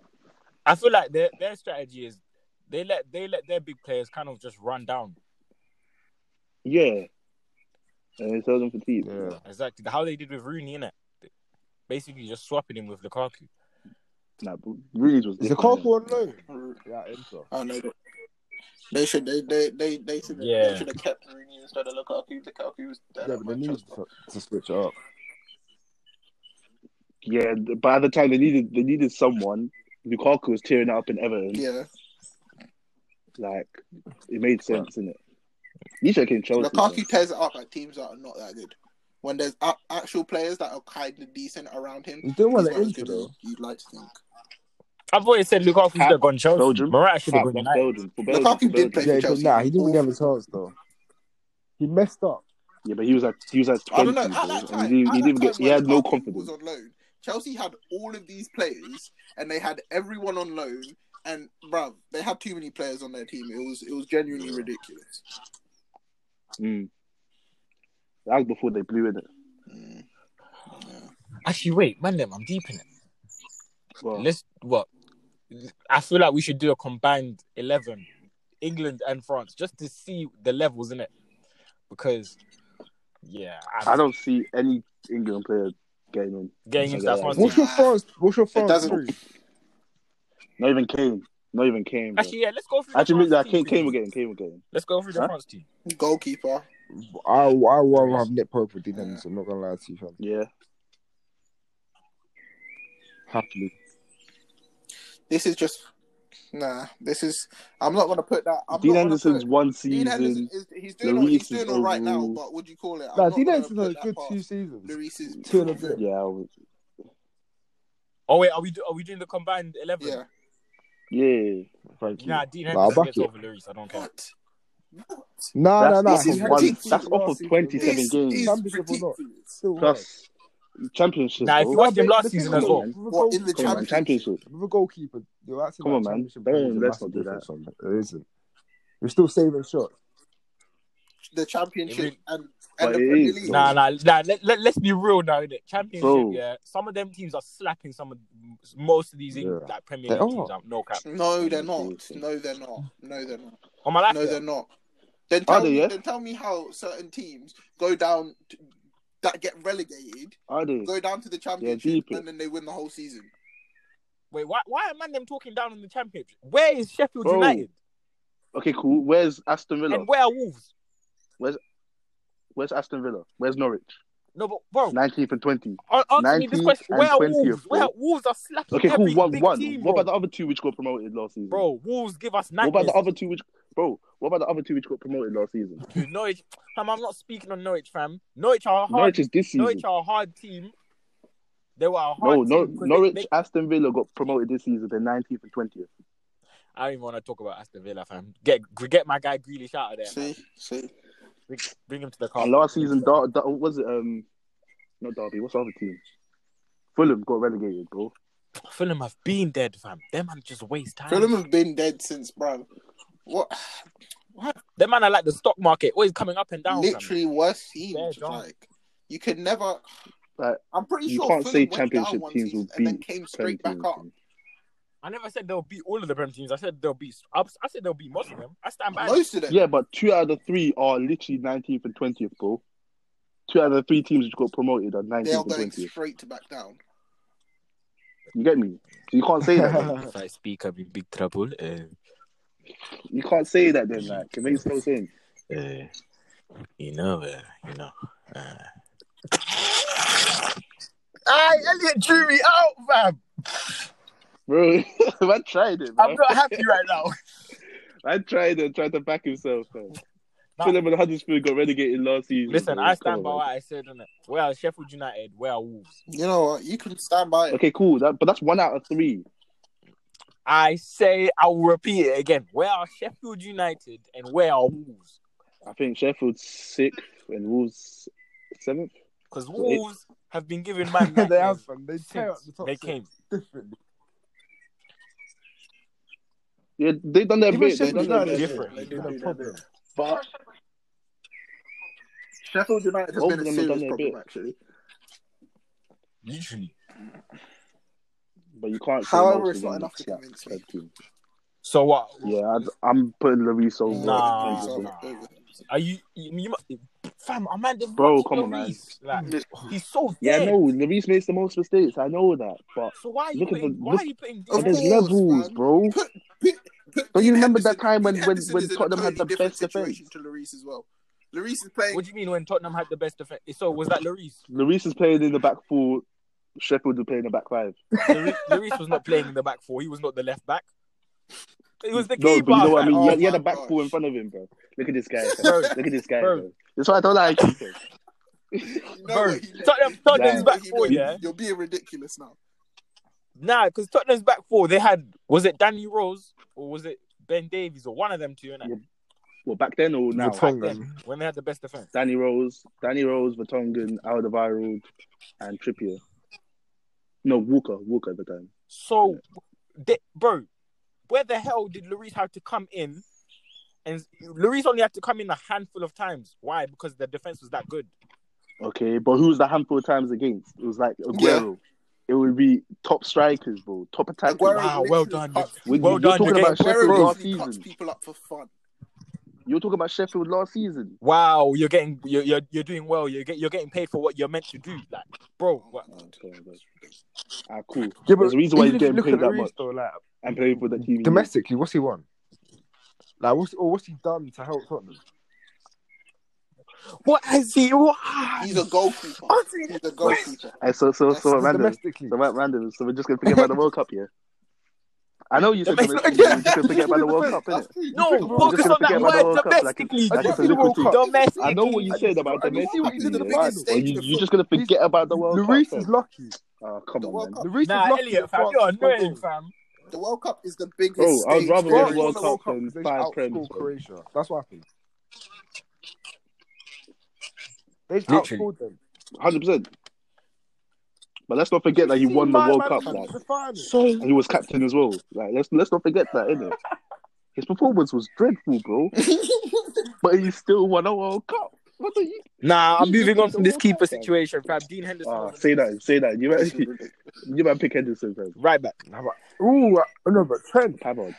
[SPEAKER 1] I feel like their their strategy is they let they let their big players kind of just run down.
[SPEAKER 4] Yeah. And it sells them for cheap.
[SPEAKER 2] Yeah.
[SPEAKER 1] Exactly how they did with Rooney, innit? Basically, just swapping him with Lukaku.
[SPEAKER 4] Nah, but Rooney's was
[SPEAKER 2] Is the
[SPEAKER 4] different,
[SPEAKER 2] Lukaku on loan?
[SPEAKER 3] I
[SPEAKER 2] Yeah, Inter.
[SPEAKER 3] don't know. They should they they they they should
[SPEAKER 1] Yeah.
[SPEAKER 3] they should have kept Rooney instead of Lukaku. Lukaku was dead
[SPEAKER 2] Yeah,
[SPEAKER 3] at
[SPEAKER 2] but they needed
[SPEAKER 3] Manchester.
[SPEAKER 2] to, to switch it up.
[SPEAKER 4] Yeah, th- by the time they needed they needed someone, Lukaku was tearing up in Everton.
[SPEAKER 3] Yeah,
[SPEAKER 4] Like it made sense, innit? Nisha came Chelsea.
[SPEAKER 3] Lukaku tears it up at teams that are not that good. When there's a- actual players that are kind of decent around him,
[SPEAKER 2] He's doing well
[SPEAKER 3] he's
[SPEAKER 2] at
[SPEAKER 3] not as
[SPEAKER 2] Inter
[SPEAKER 3] good
[SPEAKER 2] though.
[SPEAKER 3] as you'd like to think.
[SPEAKER 1] I've always said Lukaku should
[SPEAKER 4] Cap,
[SPEAKER 1] have gone Chelsea.
[SPEAKER 4] Belgium.
[SPEAKER 1] Marat should have
[SPEAKER 4] Cap,
[SPEAKER 1] gone
[SPEAKER 4] that's
[SPEAKER 1] United.
[SPEAKER 4] Belgium. For Belgium,
[SPEAKER 3] Lukaku
[SPEAKER 4] for
[SPEAKER 3] did
[SPEAKER 4] Belgium.
[SPEAKER 3] play-
[SPEAKER 2] Yeah,
[SPEAKER 3] for
[SPEAKER 2] but
[SPEAKER 3] Chelsea,
[SPEAKER 2] nah,
[SPEAKER 3] he's
[SPEAKER 2] he didn't really have
[SPEAKER 3] awful.
[SPEAKER 2] a chance though. He messed up.
[SPEAKER 4] Yeah, but he was at he was at
[SPEAKER 3] I
[SPEAKER 4] twenty,
[SPEAKER 3] don't know. At
[SPEAKER 4] bro,
[SPEAKER 3] that
[SPEAKER 4] and
[SPEAKER 3] time,
[SPEAKER 4] he didn't,
[SPEAKER 3] at
[SPEAKER 4] he
[SPEAKER 3] that
[SPEAKER 4] didn't
[SPEAKER 3] time
[SPEAKER 4] get he
[SPEAKER 3] when
[SPEAKER 4] had
[SPEAKER 3] Lukaku
[SPEAKER 4] no
[SPEAKER 3] was
[SPEAKER 4] confidence.
[SPEAKER 3] on loan, Chelsea had all of these players, and they had everyone on loan. And bruv, they had too many players on their team. It was it was genuinely ridiculous.
[SPEAKER 4] Mm. That was before they blew in it.
[SPEAKER 3] Mm.
[SPEAKER 1] Actually, wait, man, them, I'm deep in it.
[SPEAKER 4] Well,
[SPEAKER 1] Let's what? I feel like we should do a combined eleven, England and France, just to see the levels in it. Because, yeah,
[SPEAKER 4] I
[SPEAKER 1] I'm
[SPEAKER 4] don't see any England player getting on.
[SPEAKER 1] getting into that
[SPEAKER 4] Yeah.
[SPEAKER 1] France team.
[SPEAKER 2] What's your France? What's your France?
[SPEAKER 3] doesn't-
[SPEAKER 2] three?
[SPEAKER 4] Not even Kane. Not even Kane. Bro.
[SPEAKER 1] Actually,
[SPEAKER 4] Actually,
[SPEAKER 1] yeah, let's go through.
[SPEAKER 4] Actually
[SPEAKER 1] the
[SPEAKER 4] that
[SPEAKER 1] France team
[SPEAKER 4] Kane, Kane
[SPEAKER 1] quickly.
[SPEAKER 4] again. Kane again.
[SPEAKER 1] Let's go through the
[SPEAKER 4] Huh?
[SPEAKER 1] France team.
[SPEAKER 3] Goalkeeper.
[SPEAKER 2] I I will have Nick Pope with Dennis. I'm not gonna lie to you, fam.
[SPEAKER 4] Yeah.
[SPEAKER 2] Happily,
[SPEAKER 3] This is just nah. This is I'm not gonna put that. I'm
[SPEAKER 4] Dean
[SPEAKER 3] not gonna
[SPEAKER 4] Anderson's
[SPEAKER 3] put,
[SPEAKER 4] one
[SPEAKER 3] Dean Henderson
[SPEAKER 4] season.
[SPEAKER 3] is he's doing all,
[SPEAKER 4] Lloris
[SPEAKER 3] he's
[SPEAKER 4] is
[SPEAKER 3] doing all right now,
[SPEAKER 4] overall-
[SPEAKER 3] but would you call it? I'm
[SPEAKER 2] nah,
[SPEAKER 3] not
[SPEAKER 2] Dean
[SPEAKER 3] gonna
[SPEAKER 2] Anderson had
[SPEAKER 3] put
[SPEAKER 2] a
[SPEAKER 3] that
[SPEAKER 2] good
[SPEAKER 3] past
[SPEAKER 2] two seasons.
[SPEAKER 3] Lloris is
[SPEAKER 2] Two and a bit.
[SPEAKER 4] Yeah. I would-
[SPEAKER 1] Oh wait, are we do, are we doing the combined eleven?
[SPEAKER 3] Yeah.
[SPEAKER 4] Yeah.
[SPEAKER 2] Thank you.
[SPEAKER 1] Nah, Dean
[SPEAKER 2] Nah, I'll
[SPEAKER 1] Henderson
[SPEAKER 2] back
[SPEAKER 1] gets
[SPEAKER 2] it.
[SPEAKER 1] over Lloris. I don't care.
[SPEAKER 3] What? What?
[SPEAKER 2] Nah, nah,
[SPEAKER 4] That's
[SPEAKER 2] nah.
[SPEAKER 3] off of
[SPEAKER 2] He had
[SPEAKER 3] one-
[SPEAKER 2] two
[SPEAKER 4] that's
[SPEAKER 2] seasons
[SPEAKER 4] off of
[SPEAKER 2] last season,
[SPEAKER 4] 27
[SPEAKER 2] innit?
[SPEAKER 3] This
[SPEAKER 4] games.
[SPEAKER 3] is
[SPEAKER 2] Championship or not,
[SPEAKER 3] ridiculous.
[SPEAKER 2] still was.
[SPEAKER 4] Plus championship.
[SPEAKER 1] Nah, if
[SPEAKER 4] bro.
[SPEAKER 1] you watch them
[SPEAKER 2] Nah, but
[SPEAKER 1] last
[SPEAKER 2] the thing
[SPEAKER 1] season
[SPEAKER 2] is,
[SPEAKER 1] as well.
[SPEAKER 4] man.
[SPEAKER 2] with a
[SPEAKER 3] What in the
[SPEAKER 2] goalkeeper-
[SPEAKER 4] Come on, man.
[SPEAKER 3] championship?
[SPEAKER 4] Championship.
[SPEAKER 2] With a goalkeeper, you're actually
[SPEAKER 4] Come
[SPEAKER 2] like
[SPEAKER 4] on, man.
[SPEAKER 2] championship
[SPEAKER 4] Don't-
[SPEAKER 2] players, a
[SPEAKER 4] let's
[SPEAKER 2] massive
[SPEAKER 4] not do
[SPEAKER 2] difference from it. There isn't. We're still saving shots.
[SPEAKER 3] The championship
[SPEAKER 1] Really-
[SPEAKER 3] and,
[SPEAKER 4] But
[SPEAKER 3] and the
[SPEAKER 4] it
[SPEAKER 3] Premier
[SPEAKER 4] is,
[SPEAKER 3] League.
[SPEAKER 4] though.
[SPEAKER 1] Nah, nah, nah. Let, let, let's be real now, innit? Championship,
[SPEAKER 4] Bro.
[SPEAKER 1] yeah. Some of them teams are slapping some of most of these Eng-
[SPEAKER 2] Yeah.
[SPEAKER 1] like Premier
[SPEAKER 2] They
[SPEAKER 1] League
[SPEAKER 2] are.
[SPEAKER 1] teams out. No cap.
[SPEAKER 3] No, they're not. No, they're not. No, they're not.
[SPEAKER 1] On my life,
[SPEAKER 3] No,
[SPEAKER 1] yeah.
[SPEAKER 3] they're not. Then
[SPEAKER 4] Are
[SPEAKER 3] tell
[SPEAKER 4] they,
[SPEAKER 3] me,
[SPEAKER 4] yeah?
[SPEAKER 3] then tell me how certain teams go down to, that get relegated,
[SPEAKER 4] Are they?
[SPEAKER 3] go down to the championship,
[SPEAKER 4] Hmm. deep in.
[SPEAKER 3] and then they win the whole season.
[SPEAKER 1] Wait, why why are man them talking down in the championship? Where is Sheffield
[SPEAKER 4] Bro,
[SPEAKER 1] United
[SPEAKER 4] Okay, cool. Where's Aston Villa?
[SPEAKER 1] and where are Wolves?
[SPEAKER 4] Where's Aston Villa? Where's Norwich?
[SPEAKER 1] No, but bro,
[SPEAKER 4] 19th and 20.
[SPEAKER 1] a- answer me this
[SPEAKER 4] 19th
[SPEAKER 1] question.
[SPEAKER 4] and
[SPEAKER 1] Where are
[SPEAKER 4] 20th,
[SPEAKER 1] Wolves? Where
[SPEAKER 4] bro.
[SPEAKER 1] are- Wolves are slapping
[SPEAKER 4] Okay,
[SPEAKER 1] every
[SPEAKER 4] cool. One,
[SPEAKER 1] big
[SPEAKER 4] one.
[SPEAKER 1] team,
[SPEAKER 4] what
[SPEAKER 1] bro.
[SPEAKER 4] about the other two which got promoted last season?
[SPEAKER 1] Bro, Wolves give us
[SPEAKER 4] What about
[SPEAKER 1] nightmares.
[SPEAKER 4] the other two which, bro? What about the other two which got promoted last season?
[SPEAKER 1] Dude, Norwich, fam, I'm not speaking on Norwich, fam. Norwich are a hard.
[SPEAKER 4] Norwich is this season.
[SPEAKER 1] Norwich are a hard team. They were a hard
[SPEAKER 4] no, no,
[SPEAKER 1] team. 'cause they-
[SPEAKER 4] Norwich,
[SPEAKER 1] they-
[SPEAKER 4] Aston Villa got promoted this season. They're 19th and 20th.
[SPEAKER 1] I don't even want to talk about Aston Villa, fam. Get get my guy Grealish out of there. man.
[SPEAKER 3] See, see.
[SPEAKER 1] Bring, bring him to the car.
[SPEAKER 4] And last season, Dar- Dar- what was it um, not Derby? What's the other team? Fulham got relegated, bro.
[SPEAKER 1] Fulham have been dead, fam. Them man just waste time.
[SPEAKER 3] Fulham have been dead since, bro. What? What?
[SPEAKER 1] Them man are like the stock market, always coming up and down. fam.
[SPEAKER 3] Literally worst team.
[SPEAKER 1] They're gone.
[SPEAKER 3] Like you could never.
[SPEAKER 4] Like,
[SPEAKER 3] I'm pretty
[SPEAKER 4] you
[SPEAKER 3] sure
[SPEAKER 4] can't
[SPEAKER 3] Fulham
[SPEAKER 4] say
[SPEAKER 3] went down
[SPEAKER 4] championship
[SPEAKER 3] one
[SPEAKER 4] teams will
[SPEAKER 3] season and then
[SPEAKER 4] beat
[SPEAKER 3] came
[SPEAKER 4] Prem
[SPEAKER 3] straight back
[SPEAKER 4] teams,
[SPEAKER 3] up.
[SPEAKER 4] man.
[SPEAKER 1] I never said they'll beat all of the Prem teams. I said they'll beat. I, I said they'll beat most of them. I stand by. that.
[SPEAKER 3] Most of them.
[SPEAKER 4] Yeah, but two out of the three are literally 19th and 20th, bro. Two out of the three teams which got promoted are
[SPEAKER 3] they are
[SPEAKER 4] 19th
[SPEAKER 3] going
[SPEAKER 4] and 20th.
[SPEAKER 3] straight to back down.
[SPEAKER 4] You get me? So you can't say that. man.
[SPEAKER 1] If I speak, I'm in big trouble. Uh,
[SPEAKER 4] You can't say that then, like it makes no sense.
[SPEAKER 1] uh, you know, uh, you know. Uh... I Elliot drew me out, fam.
[SPEAKER 4] Bro, I tried it,
[SPEAKER 1] I'm
[SPEAKER 4] bro.
[SPEAKER 1] not happy right now.
[SPEAKER 4] I tried it, tried to back himself. Man.
[SPEAKER 1] Nah.
[SPEAKER 4] Fulham and Huddersfield got relegated last season.
[SPEAKER 1] Listen,
[SPEAKER 4] bro.
[SPEAKER 1] I
[SPEAKER 4] Come
[SPEAKER 1] stand by
[SPEAKER 4] on,
[SPEAKER 1] what I said on it. Where are Sheffield United? Where are Wolves?
[SPEAKER 3] You know what? You can stand by
[SPEAKER 4] man.
[SPEAKER 3] it.
[SPEAKER 4] Okay, cool. That, but that's one out of three.
[SPEAKER 1] I say I will repeat it again. Where are Sheffield United and where are Wolves?
[SPEAKER 4] I think Sheffield's sixth and Wolves seventh.
[SPEAKER 1] Because
[SPEAKER 4] So it-
[SPEAKER 1] Wolves have been giving man
[SPEAKER 2] they have,
[SPEAKER 1] nightmares
[SPEAKER 2] fam. They tear up
[SPEAKER 1] since
[SPEAKER 2] the top
[SPEAKER 1] they
[SPEAKER 2] six
[SPEAKER 1] came.
[SPEAKER 2] differently.
[SPEAKER 4] Yeah, they done their
[SPEAKER 2] Even
[SPEAKER 4] bit. They
[SPEAKER 2] Sheffield
[SPEAKER 4] done their
[SPEAKER 2] United
[SPEAKER 4] bit.
[SPEAKER 1] different.
[SPEAKER 2] different. It's been a problem.
[SPEAKER 4] But
[SPEAKER 3] Sheffield United has
[SPEAKER 4] Both
[SPEAKER 3] been
[SPEAKER 4] of
[SPEAKER 3] a
[SPEAKER 4] them have done
[SPEAKER 3] serious
[SPEAKER 4] their
[SPEAKER 3] problem,
[SPEAKER 4] bit.
[SPEAKER 3] actually.
[SPEAKER 1] Literally.
[SPEAKER 4] but you can't. say
[SPEAKER 3] However,
[SPEAKER 4] most
[SPEAKER 3] it's
[SPEAKER 4] of them
[SPEAKER 3] not enough
[SPEAKER 4] look
[SPEAKER 3] to
[SPEAKER 4] like
[SPEAKER 3] convince me.
[SPEAKER 4] top team.
[SPEAKER 1] So what?
[SPEAKER 4] Yeah, I, am putting Lloris over.
[SPEAKER 1] Nah.
[SPEAKER 3] He's
[SPEAKER 1] nah.
[SPEAKER 3] over- over.
[SPEAKER 1] Are you? You, you might- fam? I man,
[SPEAKER 4] Bro, come on, man.
[SPEAKER 1] Like, he's so
[SPEAKER 4] Yeah,
[SPEAKER 1] dead.
[SPEAKER 4] no, Lloris makes the most mistakes. I know that, but
[SPEAKER 1] So why are you
[SPEAKER 4] Look at
[SPEAKER 1] putting?
[SPEAKER 4] the-
[SPEAKER 1] why
[SPEAKER 4] look-
[SPEAKER 1] are you putting?
[SPEAKER 3] Of
[SPEAKER 4] but
[SPEAKER 1] Diaz-
[SPEAKER 4] there's
[SPEAKER 3] course,
[SPEAKER 4] levels,
[SPEAKER 3] man.
[SPEAKER 4] bro.
[SPEAKER 3] But
[SPEAKER 4] Don't you
[SPEAKER 3] Dean
[SPEAKER 4] remember that
[SPEAKER 3] Henderson-
[SPEAKER 4] time when-
[SPEAKER 3] Dean
[SPEAKER 4] when-
[SPEAKER 3] Henderson
[SPEAKER 4] when
[SPEAKER 3] is in a
[SPEAKER 4] Tottenham had
[SPEAKER 3] totally
[SPEAKER 4] the
[SPEAKER 3] different
[SPEAKER 4] best defense?
[SPEAKER 3] situation to Lloris as well. Lloris is playing.
[SPEAKER 1] What do you mean when Tottenham had the best defense? So was that Lloris?
[SPEAKER 4] Lloris is playing in the back four. Sheffield is playing in the back five.
[SPEAKER 1] Lloris Lloris was not playing in the back four. He was not the left back. It was the
[SPEAKER 4] No,
[SPEAKER 1] keeper.
[SPEAKER 4] but you know what I
[SPEAKER 1] fam.
[SPEAKER 4] mean.
[SPEAKER 3] Oh
[SPEAKER 4] he, had, he had
[SPEAKER 3] my
[SPEAKER 4] a back
[SPEAKER 3] gosh.
[SPEAKER 4] four in front of him, bro. Look at this guy.
[SPEAKER 1] Bro.
[SPEAKER 4] Look at this guy.
[SPEAKER 1] Bro.
[SPEAKER 4] Bro. That's why I don't like him. bro.
[SPEAKER 3] You know
[SPEAKER 1] Bro,
[SPEAKER 3] what he did?
[SPEAKER 1] Tottenham,
[SPEAKER 3] You
[SPEAKER 1] Tottenham's
[SPEAKER 3] know
[SPEAKER 4] Nah.
[SPEAKER 1] back
[SPEAKER 3] what he
[SPEAKER 1] four,
[SPEAKER 3] did?
[SPEAKER 1] yeah.
[SPEAKER 3] You're being ridiculous now.
[SPEAKER 1] Nah, because Tottenham's back four, they had was it Danny Rose or was it Ben Davies or one of them two? innit?
[SPEAKER 4] Yeah, Well, back then or now,
[SPEAKER 1] Back then, when they had the best defense.
[SPEAKER 4] Danny Rose, Danny Rose, Vertonghen, Alderweireld, and Trippier. No, Walker, Walker at the time.
[SPEAKER 1] So, they, bro, where the hell did Lloris have to come in? And Lloris only had to come in a handful of times. Why? Because the defense was that good.
[SPEAKER 4] Okay, but who was the handful of times against? It was like Aguero. It would be top strikers, bro. Top attackers.
[SPEAKER 3] Aguero
[SPEAKER 1] Wow,
[SPEAKER 3] literally
[SPEAKER 1] well done,
[SPEAKER 3] cuts
[SPEAKER 1] you-
[SPEAKER 4] We-
[SPEAKER 1] well
[SPEAKER 4] you're
[SPEAKER 1] done,
[SPEAKER 4] talking
[SPEAKER 1] you
[SPEAKER 4] about
[SPEAKER 1] getting-
[SPEAKER 4] Sheffield
[SPEAKER 3] Aguero
[SPEAKER 4] last
[SPEAKER 3] literally cuts
[SPEAKER 4] season.
[SPEAKER 3] people up for fun.
[SPEAKER 4] You're talking about Sheffield last season.
[SPEAKER 1] Wow, you're getting you're you're, you're doing well. You're get, you're getting paid for what you're meant to do, like, bro. What,
[SPEAKER 4] Oh, God, bro. Ah, coul.
[SPEAKER 2] Yeah,
[SPEAKER 4] There's a reason why
[SPEAKER 2] even
[SPEAKER 4] he's
[SPEAKER 2] if you
[SPEAKER 4] getting
[SPEAKER 2] look at
[SPEAKER 4] paid that
[SPEAKER 2] Lloris,
[SPEAKER 4] much
[SPEAKER 2] though, like,
[SPEAKER 4] and playing for the team. he is.
[SPEAKER 2] Mm. domestically, what's he won? Like, what's or what's he done to help Tottenham?
[SPEAKER 1] what has he? What?
[SPEAKER 3] He's a goalkeeper. He's a goalkeeper.
[SPEAKER 4] Hey, so so so
[SPEAKER 3] That's
[SPEAKER 4] random.
[SPEAKER 2] Domestically,
[SPEAKER 4] So right, random. So we're just gonna forget about the World Cup, yeah. I know you said
[SPEAKER 1] Yeah,
[SPEAKER 4] domestic, but we're just gonna forget about the World Cup,
[SPEAKER 2] That's
[SPEAKER 4] innit?
[SPEAKER 2] true.
[SPEAKER 1] No,
[SPEAKER 2] Think about it.
[SPEAKER 4] We're
[SPEAKER 1] focus
[SPEAKER 4] just
[SPEAKER 1] on
[SPEAKER 4] gonna
[SPEAKER 1] that
[SPEAKER 4] forget about
[SPEAKER 1] word
[SPEAKER 4] the World Cup. Like,
[SPEAKER 1] domestically.
[SPEAKER 4] like it's a
[SPEAKER 2] Just the
[SPEAKER 4] liquid
[SPEAKER 2] World Cup.
[SPEAKER 4] thing.
[SPEAKER 1] Domestically.
[SPEAKER 4] I know what you said about
[SPEAKER 2] And you see what he
[SPEAKER 4] domestically,
[SPEAKER 2] did at the
[SPEAKER 4] yeah, right?
[SPEAKER 3] biggest
[SPEAKER 4] But
[SPEAKER 3] stage
[SPEAKER 4] you,
[SPEAKER 3] of
[SPEAKER 4] you're just gonna forget about the World
[SPEAKER 2] Lloris
[SPEAKER 4] Cup.
[SPEAKER 2] is
[SPEAKER 4] fam.
[SPEAKER 2] lucky.
[SPEAKER 4] Oh, come
[SPEAKER 3] The
[SPEAKER 4] on,
[SPEAKER 3] World
[SPEAKER 4] man.
[SPEAKER 3] Cup.
[SPEAKER 2] Lloris
[SPEAKER 1] Nah,
[SPEAKER 2] is lucky.
[SPEAKER 1] Elliot, fam,
[SPEAKER 2] in France.
[SPEAKER 1] you're annoying, fam.
[SPEAKER 3] The World Cup is the biggest
[SPEAKER 4] Bro, Oh, I would
[SPEAKER 3] stage.
[SPEAKER 4] rather
[SPEAKER 3] there
[SPEAKER 4] win
[SPEAKER 2] France
[SPEAKER 3] is.
[SPEAKER 4] the World
[SPEAKER 2] won the
[SPEAKER 4] Cup
[SPEAKER 2] World Cup
[SPEAKER 4] than
[SPEAKER 2] because they
[SPEAKER 4] five
[SPEAKER 2] outscored
[SPEAKER 4] Prem.
[SPEAKER 2] Croatia. That's what happened. They outscored them.
[SPEAKER 4] Hundred percent. But let's not forget that he won the World Cup, like,
[SPEAKER 1] So
[SPEAKER 4] and he was captain as well. Like, let's let's not forget that, innit? His performance was dreadful, bro. But he still won a World Cup. What are you?
[SPEAKER 1] nah, I'm
[SPEAKER 4] You
[SPEAKER 1] moving on
[SPEAKER 4] think
[SPEAKER 1] from
[SPEAKER 4] the
[SPEAKER 1] this
[SPEAKER 4] World
[SPEAKER 1] keeper
[SPEAKER 4] Cup, fam?
[SPEAKER 1] situation, fam. Dean Henderson,
[SPEAKER 4] Ah,
[SPEAKER 1] was
[SPEAKER 4] say that, say that. You
[SPEAKER 3] This is
[SPEAKER 4] might,
[SPEAKER 3] ridiculous.
[SPEAKER 4] you might pick Henderson, bro.
[SPEAKER 1] right back.
[SPEAKER 2] Nah, but- Ooh, I- no, but Trent.
[SPEAKER 4] Pavard.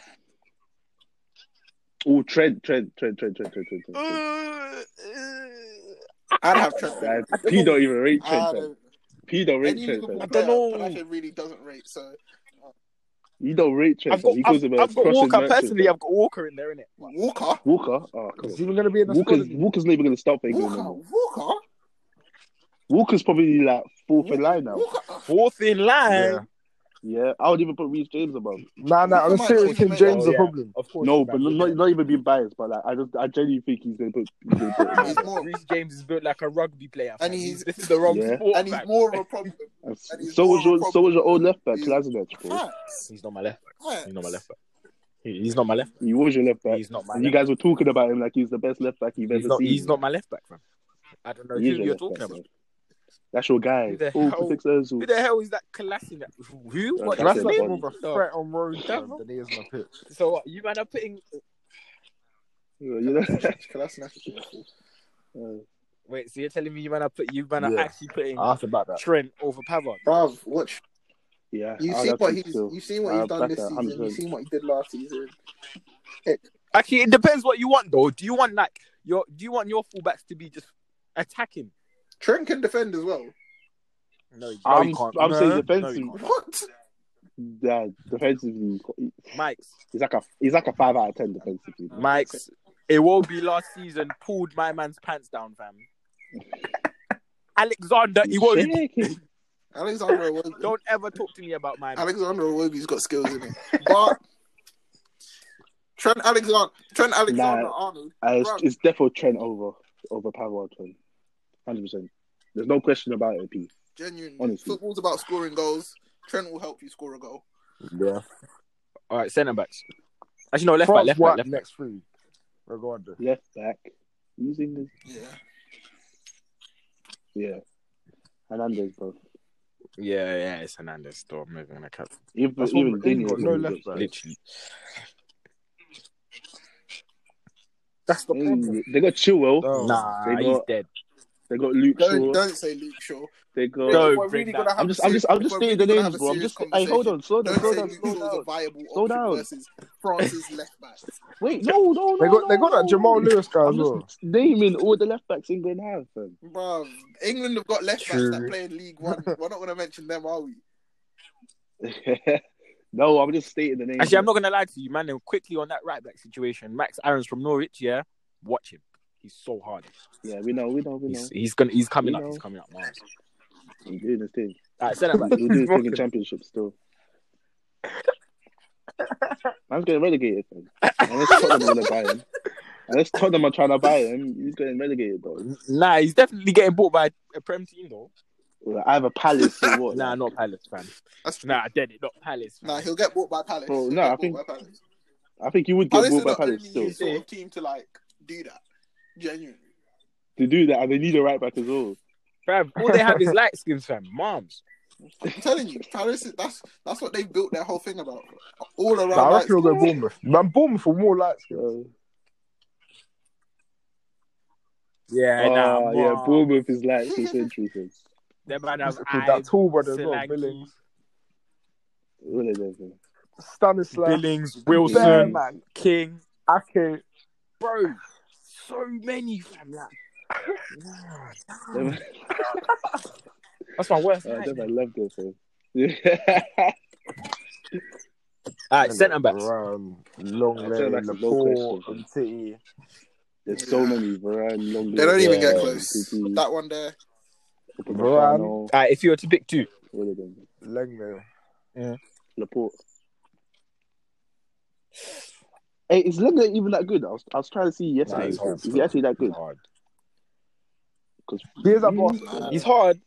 [SPEAKER 4] Oh, Trent, Trent, Trent, Trent, Trent, Trent,
[SPEAKER 1] Uh,
[SPEAKER 4] Trent.
[SPEAKER 1] Mm.
[SPEAKER 4] Trent.
[SPEAKER 3] I'd have Trent.
[SPEAKER 4] Guys, P don't even rate
[SPEAKER 1] Ah,
[SPEAKER 4] Trent.
[SPEAKER 3] I
[SPEAKER 4] fam.
[SPEAKER 3] don't-
[SPEAKER 4] P don't rate
[SPEAKER 3] Any
[SPEAKER 4] Trent.
[SPEAKER 3] Liverpool
[SPEAKER 4] fam.
[SPEAKER 1] don't know.
[SPEAKER 3] player, Panache really doesn't rate. So
[SPEAKER 4] He don't rate Trent.
[SPEAKER 1] I've got,
[SPEAKER 4] fam. He calls
[SPEAKER 1] I've,
[SPEAKER 4] him
[SPEAKER 1] I've
[SPEAKER 4] a
[SPEAKER 1] got
[SPEAKER 4] crossing
[SPEAKER 1] Walker
[SPEAKER 4] merchant,
[SPEAKER 1] personally.
[SPEAKER 4] fam.
[SPEAKER 1] I've got Walker in there, innit?
[SPEAKER 3] Walker,
[SPEAKER 4] Walker. Oh, come
[SPEAKER 2] Is
[SPEAKER 4] on.
[SPEAKER 2] he even going to be in the
[SPEAKER 4] Walker's,
[SPEAKER 2] squad?
[SPEAKER 4] Walker's not even going to start for England no
[SPEAKER 3] Walker,
[SPEAKER 4] more.
[SPEAKER 3] Walker,
[SPEAKER 4] Walker's probably like fourth
[SPEAKER 3] Walker.
[SPEAKER 4] in line now.
[SPEAKER 3] Walker.
[SPEAKER 1] Fourth in line.
[SPEAKER 2] Yeah.
[SPEAKER 4] Yeah, I would even put Reece James above.
[SPEAKER 2] Nah, nah, I'm
[SPEAKER 3] Come on,
[SPEAKER 2] serious.
[SPEAKER 3] James
[SPEAKER 2] Kim
[SPEAKER 3] Mate.
[SPEAKER 2] James
[SPEAKER 1] Oh,
[SPEAKER 2] is a
[SPEAKER 1] yeah.
[SPEAKER 2] problem.
[SPEAKER 1] Of course.
[SPEAKER 4] No,
[SPEAKER 1] he's
[SPEAKER 4] but
[SPEAKER 1] back.
[SPEAKER 4] not, not even being biased, but like I just I genuinely think he's going to put. He's gonna put him
[SPEAKER 3] Oh, He's
[SPEAKER 4] in.
[SPEAKER 3] more,
[SPEAKER 1] Reece James is built like a rugby player, fam.
[SPEAKER 3] And he's-
[SPEAKER 1] this is the wrong
[SPEAKER 4] Yeah.
[SPEAKER 1] sport,
[SPEAKER 3] and he's
[SPEAKER 1] fam.
[SPEAKER 3] more of a problem.
[SPEAKER 4] And
[SPEAKER 3] And he's
[SPEAKER 4] so
[SPEAKER 3] more
[SPEAKER 4] was
[SPEAKER 3] of a
[SPEAKER 4] your so
[SPEAKER 3] problem.
[SPEAKER 4] was your old left back,
[SPEAKER 3] He's-
[SPEAKER 4] Kolasinac, bro.
[SPEAKER 3] Facts.
[SPEAKER 1] He's not my left. back.
[SPEAKER 3] Facts.
[SPEAKER 1] He's not my left. back. He- He's not my left.
[SPEAKER 4] He was your left back.
[SPEAKER 1] He's not my
[SPEAKER 4] And you
[SPEAKER 1] left.
[SPEAKER 4] guys were talking about him like he's the best left back you've
[SPEAKER 1] He's
[SPEAKER 4] ever
[SPEAKER 1] not.
[SPEAKER 4] seen.
[SPEAKER 1] He's not my left back, fam. I don't know
[SPEAKER 4] He is
[SPEAKER 1] who
[SPEAKER 4] your
[SPEAKER 1] you're
[SPEAKER 4] left
[SPEAKER 1] talking
[SPEAKER 4] back,
[SPEAKER 1] about.
[SPEAKER 4] bro. That's your guy.
[SPEAKER 1] Who the
[SPEAKER 4] Oh,
[SPEAKER 1] hell-
[SPEAKER 4] Patrick Ozil.
[SPEAKER 1] Who the hell is that Kolasinac? Who?
[SPEAKER 4] Yeah,
[SPEAKER 1] What?
[SPEAKER 2] And that's
[SPEAKER 1] his
[SPEAKER 4] Kolasinac.
[SPEAKER 1] name?
[SPEAKER 2] more of a
[SPEAKER 1] No.
[SPEAKER 2] threat on road
[SPEAKER 1] Devil.
[SPEAKER 2] than he is on the pitch.
[SPEAKER 1] So what? You man are putting.
[SPEAKER 4] You know?
[SPEAKER 3] Kolasinac is awful.
[SPEAKER 4] Uh,
[SPEAKER 1] Wait, so you're telling me you man are put you man are
[SPEAKER 2] Yeah.
[SPEAKER 1] actually putting
[SPEAKER 4] Ah,
[SPEAKER 2] I have to back that.
[SPEAKER 1] Trent over Pavard?
[SPEAKER 3] Bruv, watch.
[SPEAKER 4] yeah.
[SPEAKER 3] You
[SPEAKER 4] I'll
[SPEAKER 3] see
[SPEAKER 4] have
[SPEAKER 3] what
[SPEAKER 4] to
[SPEAKER 3] he's.
[SPEAKER 4] still.
[SPEAKER 3] You seen what
[SPEAKER 4] I'll
[SPEAKER 3] he's done
[SPEAKER 4] back
[SPEAKER 3] this
[SPEAKER 4] that
[SPEAKER 3] season. You
[SPEAKER 4] 100%.
[SPEAKER 3] seen what he did last season.
[SPEAKER 1] Actually, it depends what you want though. Do you want like your? Do you want your fullbacks to be just attacking?
[SPEAKER 3] Trent can defend as well.
[SPEAKER 1] No, you- no,
[SPEAKER 4] I'm,
[SPEAKER 1] you can't.
[SPEAKER 4] I'm
[SPEAKER 1] No,
[SPEAKER 4] saying
[SPEAKER 1] no, you
[SPEAKER 4] defensively,
[SPEAKER 1] can't.
[SPEAKER 3] What?
[SPEAKER 4] yeah, defensively,
[SPEAKER 1] Mike's,
[SPEAKER 4] he's like a he's like a five out of ten defensively. bro.
[SPEAKER 1] Mike's. It will be last season. Pulled my man's pants down, fam. Alexander, he
[SPEAKER 4] He's
[SPEAKER 1] won't.
[SPEAKER 4] shaking.
[SPEAKER 3] Alexander Iwobi.
[SPEAKER 1] Don't ever talk to me about my man.
[SPEAKER 3] Alexander Iwobi's got skills in him, but Trent Alexander, Trent Alexander Arnold.
[SPEAKER 4] Uh, it's, it's definitely Trent over over Pavard, hundred percent. There's no question about it, P.
[SPEAKER 3] Genuinely,
[SPEAKER 4] Honestly.
[SPEAKER 3] football's about scoring goals. Trent will help you score a goal.
[SPEAKER 2] Yeah.
[SPEAKER 1] All right, centre backs. Actually, no, left back,
[SPEAKER 2] France
[SPEAKER 1] left back,
[SPEAKER 2] won
[SPEAKER 1] left back.
[SPEAKER 2] next three. Regardless.
[SPEAKER 4] Left back, using this,
[SPEAKER 3] Yeah.
[SPEAKER 4] yeah, Hernandez, bro.
[SPEAKER 1] Yeah, yeah, it's Hernandez. Though I'm not gonna cap.
[SPEAKER 4] Even
[SPEAKER 2] That's
[SPEAKER 4] even
[SPEAKER 2] what England
[SPEAKER 4] Dini
[SPEAKER 2] got
[SPEAKER 4] is
[SPEAKER 2] no
[SPEAKER 4] really
[SPEAKER 2] left
[SPEAKER 4] good.
[SPEAKER 2] back.
[SPEAKER 1] Literally. That's the problem.
[SPEAKER 4] They got Chilwell.
[SPEAKER 2] No.
[SPEAKER 1] Nah,
[SPEAKER 4] They
[SPEAKER 1] he's
[SPEAKER 4] got-
[SPEAKER 1] dead.
[SPEAKER 4] They got Luke
[SPEAKER 3] Don't,
[SPEAKER 4] Shaw.
[SPEAKER 3] don't say Luke Shaw.
[SPEAKER 4] They
[SPEAKER 1] Don't
[SPEAKER 4] got.
[SPEAKER 1] No,
[SPEAKER 3] We're
[SPEAKER 1] bring that.
[SPEAKER 3] gonna have
[SPEAKER 4] I'm just,
[SPEAKER 3] a
[SPEAKER 4] I'm just, I'm just
[SPEAKER 3] serious-
[SPEAKER 4] stating the
[SPEAKER 3] we're gonna have
[SPEAKER 4] names,
[SPEAKER 3] a
[SPEAKER 4] bro. I'm
[SPEAKER 3] serious
[SPEAKER 4] just. Hey, hold
[SPEAKER 3] conversation.
[SPEAKER 4] on, slow down,
[SPEAKER 3] Don't
[SPEAKER 4] slow
[SPEAKER 3] say
[SPEAKER 4] down,
[SPEAKER 3] Luke
[SPEAKER 4] slow
[SPEAKER 3] Shaw's a
[SPEAKER 4] down.
[SPEAKER 3] viable
[SPEAKER 4] Slow
[SPEAKER 3] option
[SPEAKER 4] down.
[SPEAKER 3] versus France's left back.
[SPEAKER 4] Wait, no, no, no.
[SPEAKER 2] They got they got
[SPEAKER 4] no,
[SPEAKER 2] that
[SPEAKER 4] no,
[SPEAKER 2] Jamal
[SPEAKER 4] no.
[SPEAKER 2] Lewis guy as
[SPEAKER 4] I'm
[SPEAKER 2] well.
[SPEAKER 4] just naming all the left backs England have. Fam.
[SPEAKER 3] Bruv, England have got left backs that
[SPEAKER 2] True.
[SPEAKER 3] play in League One. We're not gonna mention them, are we?
[SPEAKER 4] no, I'm just stating the names.
[SPEAKER 1] Actually, I'm not gonna lie to you, man. Then quickly on that right back situation, Max Aaron's from Norwich. Yeah, watch him. He's so hard.
[SPEAKER 4] Yeah, we know, we know, we know.
[SPEAKER 1] He's, he's gonna. He's coming
[SPEAKER 4] You
[SPEAKER 1] up.
[SPEAKER 4] know.
[SPEAKER 1] He's coming up. Man.
[SPEAKER 4] He's doing his thing.
[SPEAKER 1] Alright, centre
[SPEAKER 4] He's
[SPEAKER 1] back.
[SPEAKER 4] doing his thing in Championship still. Man's getting relegated. Fam. Unless Tottenham are gonna buy him. Unless Tottenham are trying to buy him, he's getting relegated though.
[SPEAKER 1] Nah, he's definitely getting bought by a prem team though.
[SPEAKER 4] Like, I have a Palace or what?
[SPEAKER 1] Nah,
[SPEAKER 4] like,
[SPEAKER 1] not Palace fan.
[SPEAKER 3] That's
[SPEAKER 1] Nah, dead it. Not Palace.
[SPEAKER 3] Nah,
[SPEAKER 1] Fan.
[SPEAKER 3] he'll get bought by Palace.
[SPEAKER 4] Bro,
[SPEAKER 3] He'll
[SPEAKER 4] no,
[SPEAKER 3] get
[SPEAKER 4] I
[SPEAKER 3] bought
[SPEAKER 4] think-
[SPEAKER 3] by Palace.
[SPEAKER 4] I think you would get
[SPEAKER 3] Palace is
[SPEAKER 4] bought by
[SPEAKER 3] the
[SPEAKER 4] Palace
[SPEAKER 3] only
[SPEAKER 4] still.
[SPEAKER 3] sort of team to like do that. Genuinely.
[SPEAKER 4] To do that, and they need a right back as well.
[SPEAKER 1] Fam, all they have is light skins, fam. Moms.
[SPEAKER 3] I'm telling you, Paris. is- That's that's what they built their whole thing about. All around.
[SPEAKER 2] Nah, I
[SPEAKER 3] like,
[SPEAKER 2] reckon he'll go Bournemouth. Man, Bournemouth for more uh, lights.
[SPEAKER 4] So,
[SPEAKER 1] Yeah, nah.
[SPEAKER 4] oh, yeah,
[SPEAKER 1] mom.
[SPEAKER 4] Bournemouth is like two centuries. fam.
[SPEAKER 1] They might have
[SPEAKER 2] that
[SPEAKER 1] eyes.
[SPEAKER 2] tall brother as well,
[SPEAKER 1] Solanke,
[SPEAKER 2] Billings,
[SPEAKER 4] All of them, fam.
[SPEAKER 2] Stanislas,
[SPEAKER 1] Billings,
[SPEAKER 2] Bear,
[SPEAKER 1] Wilson,
[SPEAKER 2] man,
[SPEAKER 1] King,
[SPEAKER 2] Ake.
[SPEAKER 1] bro. So many, fam. Like, nah,
[SPEAKER 4] Them-
[SPEAKER 1] damn. That's my worst.
[SPEAKER 4] Uh,
[SPEAKER 1] nightmare.
[SPEAKER 4] them I love this. man.
[SPEAKER 1] All right, centre backs.
[SPEAKER 2] Brown, Long
[SPEAKER 4] Uh, centre backs is no
[SPEAKER 2] Laporte,
[SPEAKER 4] question.
[SPEAKER 2] and City.
[SPEAKER 4] There's so many Varane, long.
[SPEAKER 3] They don't even get
[SPEAKER 1] Yeah.
[SPEAKER 3] close. That one there.
[SPEAKER 2] Varane.
[SPEAKER 1] All right, if you were to pick two,
[SPEAKER 4] all of them.
[SPEAKER 2] Langley.
[SPEAKER 4] Laporte. Hey, is Lenglet even that good? I was, I was trying to see yesterday.
[SPEAKER 1] he's
[SPEAKER 4] is he actually that good? Because
[SPEAKER 2] Here's a boss.
[SPEAKER 1] He's hard.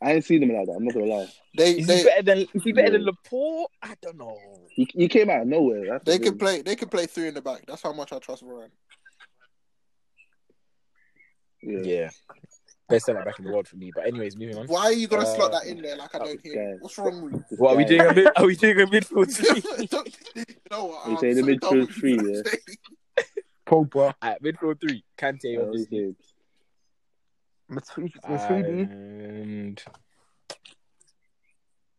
[SPEAKER 4] I ain't seen him like that. I'm not gonna lie.
[SPEAKER 3] They
[SPEAKER 1] Is
[SPEAKER 3] they
[SPEAKER 1] he better than? Is he better
[SPEAKER 4] Yeah.
[SPEAKER 1] than Laporte? I don't know.
[SPEAKER 4] He, he came out of nowhere. That's
[SPEAKER 3] they
[SPEAKER 4] the
[SPEAKER 3] can
[SPEAKER 4] thing.
[SPEAKER 3] play they can play three in the back. That's how much I trust Varane.
[SPEAKER 4] Yeah.
[SPEAKER 1] Yeah, best centre back in the world for me. But anyways, moving on.
[SPEAKER 3] Why are you gonna
[SPEAKER 1] Uh,
[SPEAKER 3] slot that in there like I
[SPEAKER 1] that
[SPEAKER 3] don't hear?
[SPEAKER 4] guy.
[SPEAKER 3] you? What's wrong with you?
[SPEAKER 4] This
[SPEAKER 1] What are we
[SPEAKER 4] guy-
[SPEAKER 1] doing? A mid- are we doing a midfield three?
[SPEAKER 3] Don't- you know what?
[SPEAKER 4] You
[SPEAKER 3] I'm
[SPEAKER 4] say the
[SPEAKER 3] so done
[SPEAKER 4] midfield
[SPEAKER 3] with
[SPEAKER 4] three,
[SPEAKER 3] you.
[SPEAKER 1] All
[SPEAKER 2] Pogba.
[SPEAKER 1] right, midfield three. Kante,
[SPEAKER 4] uh, what's his
[SPEAKER 1] obviously,
[SPEAKER 4] name?
[SPEAKER 2] Matu- Matuidi.
[SPEAKER 1] and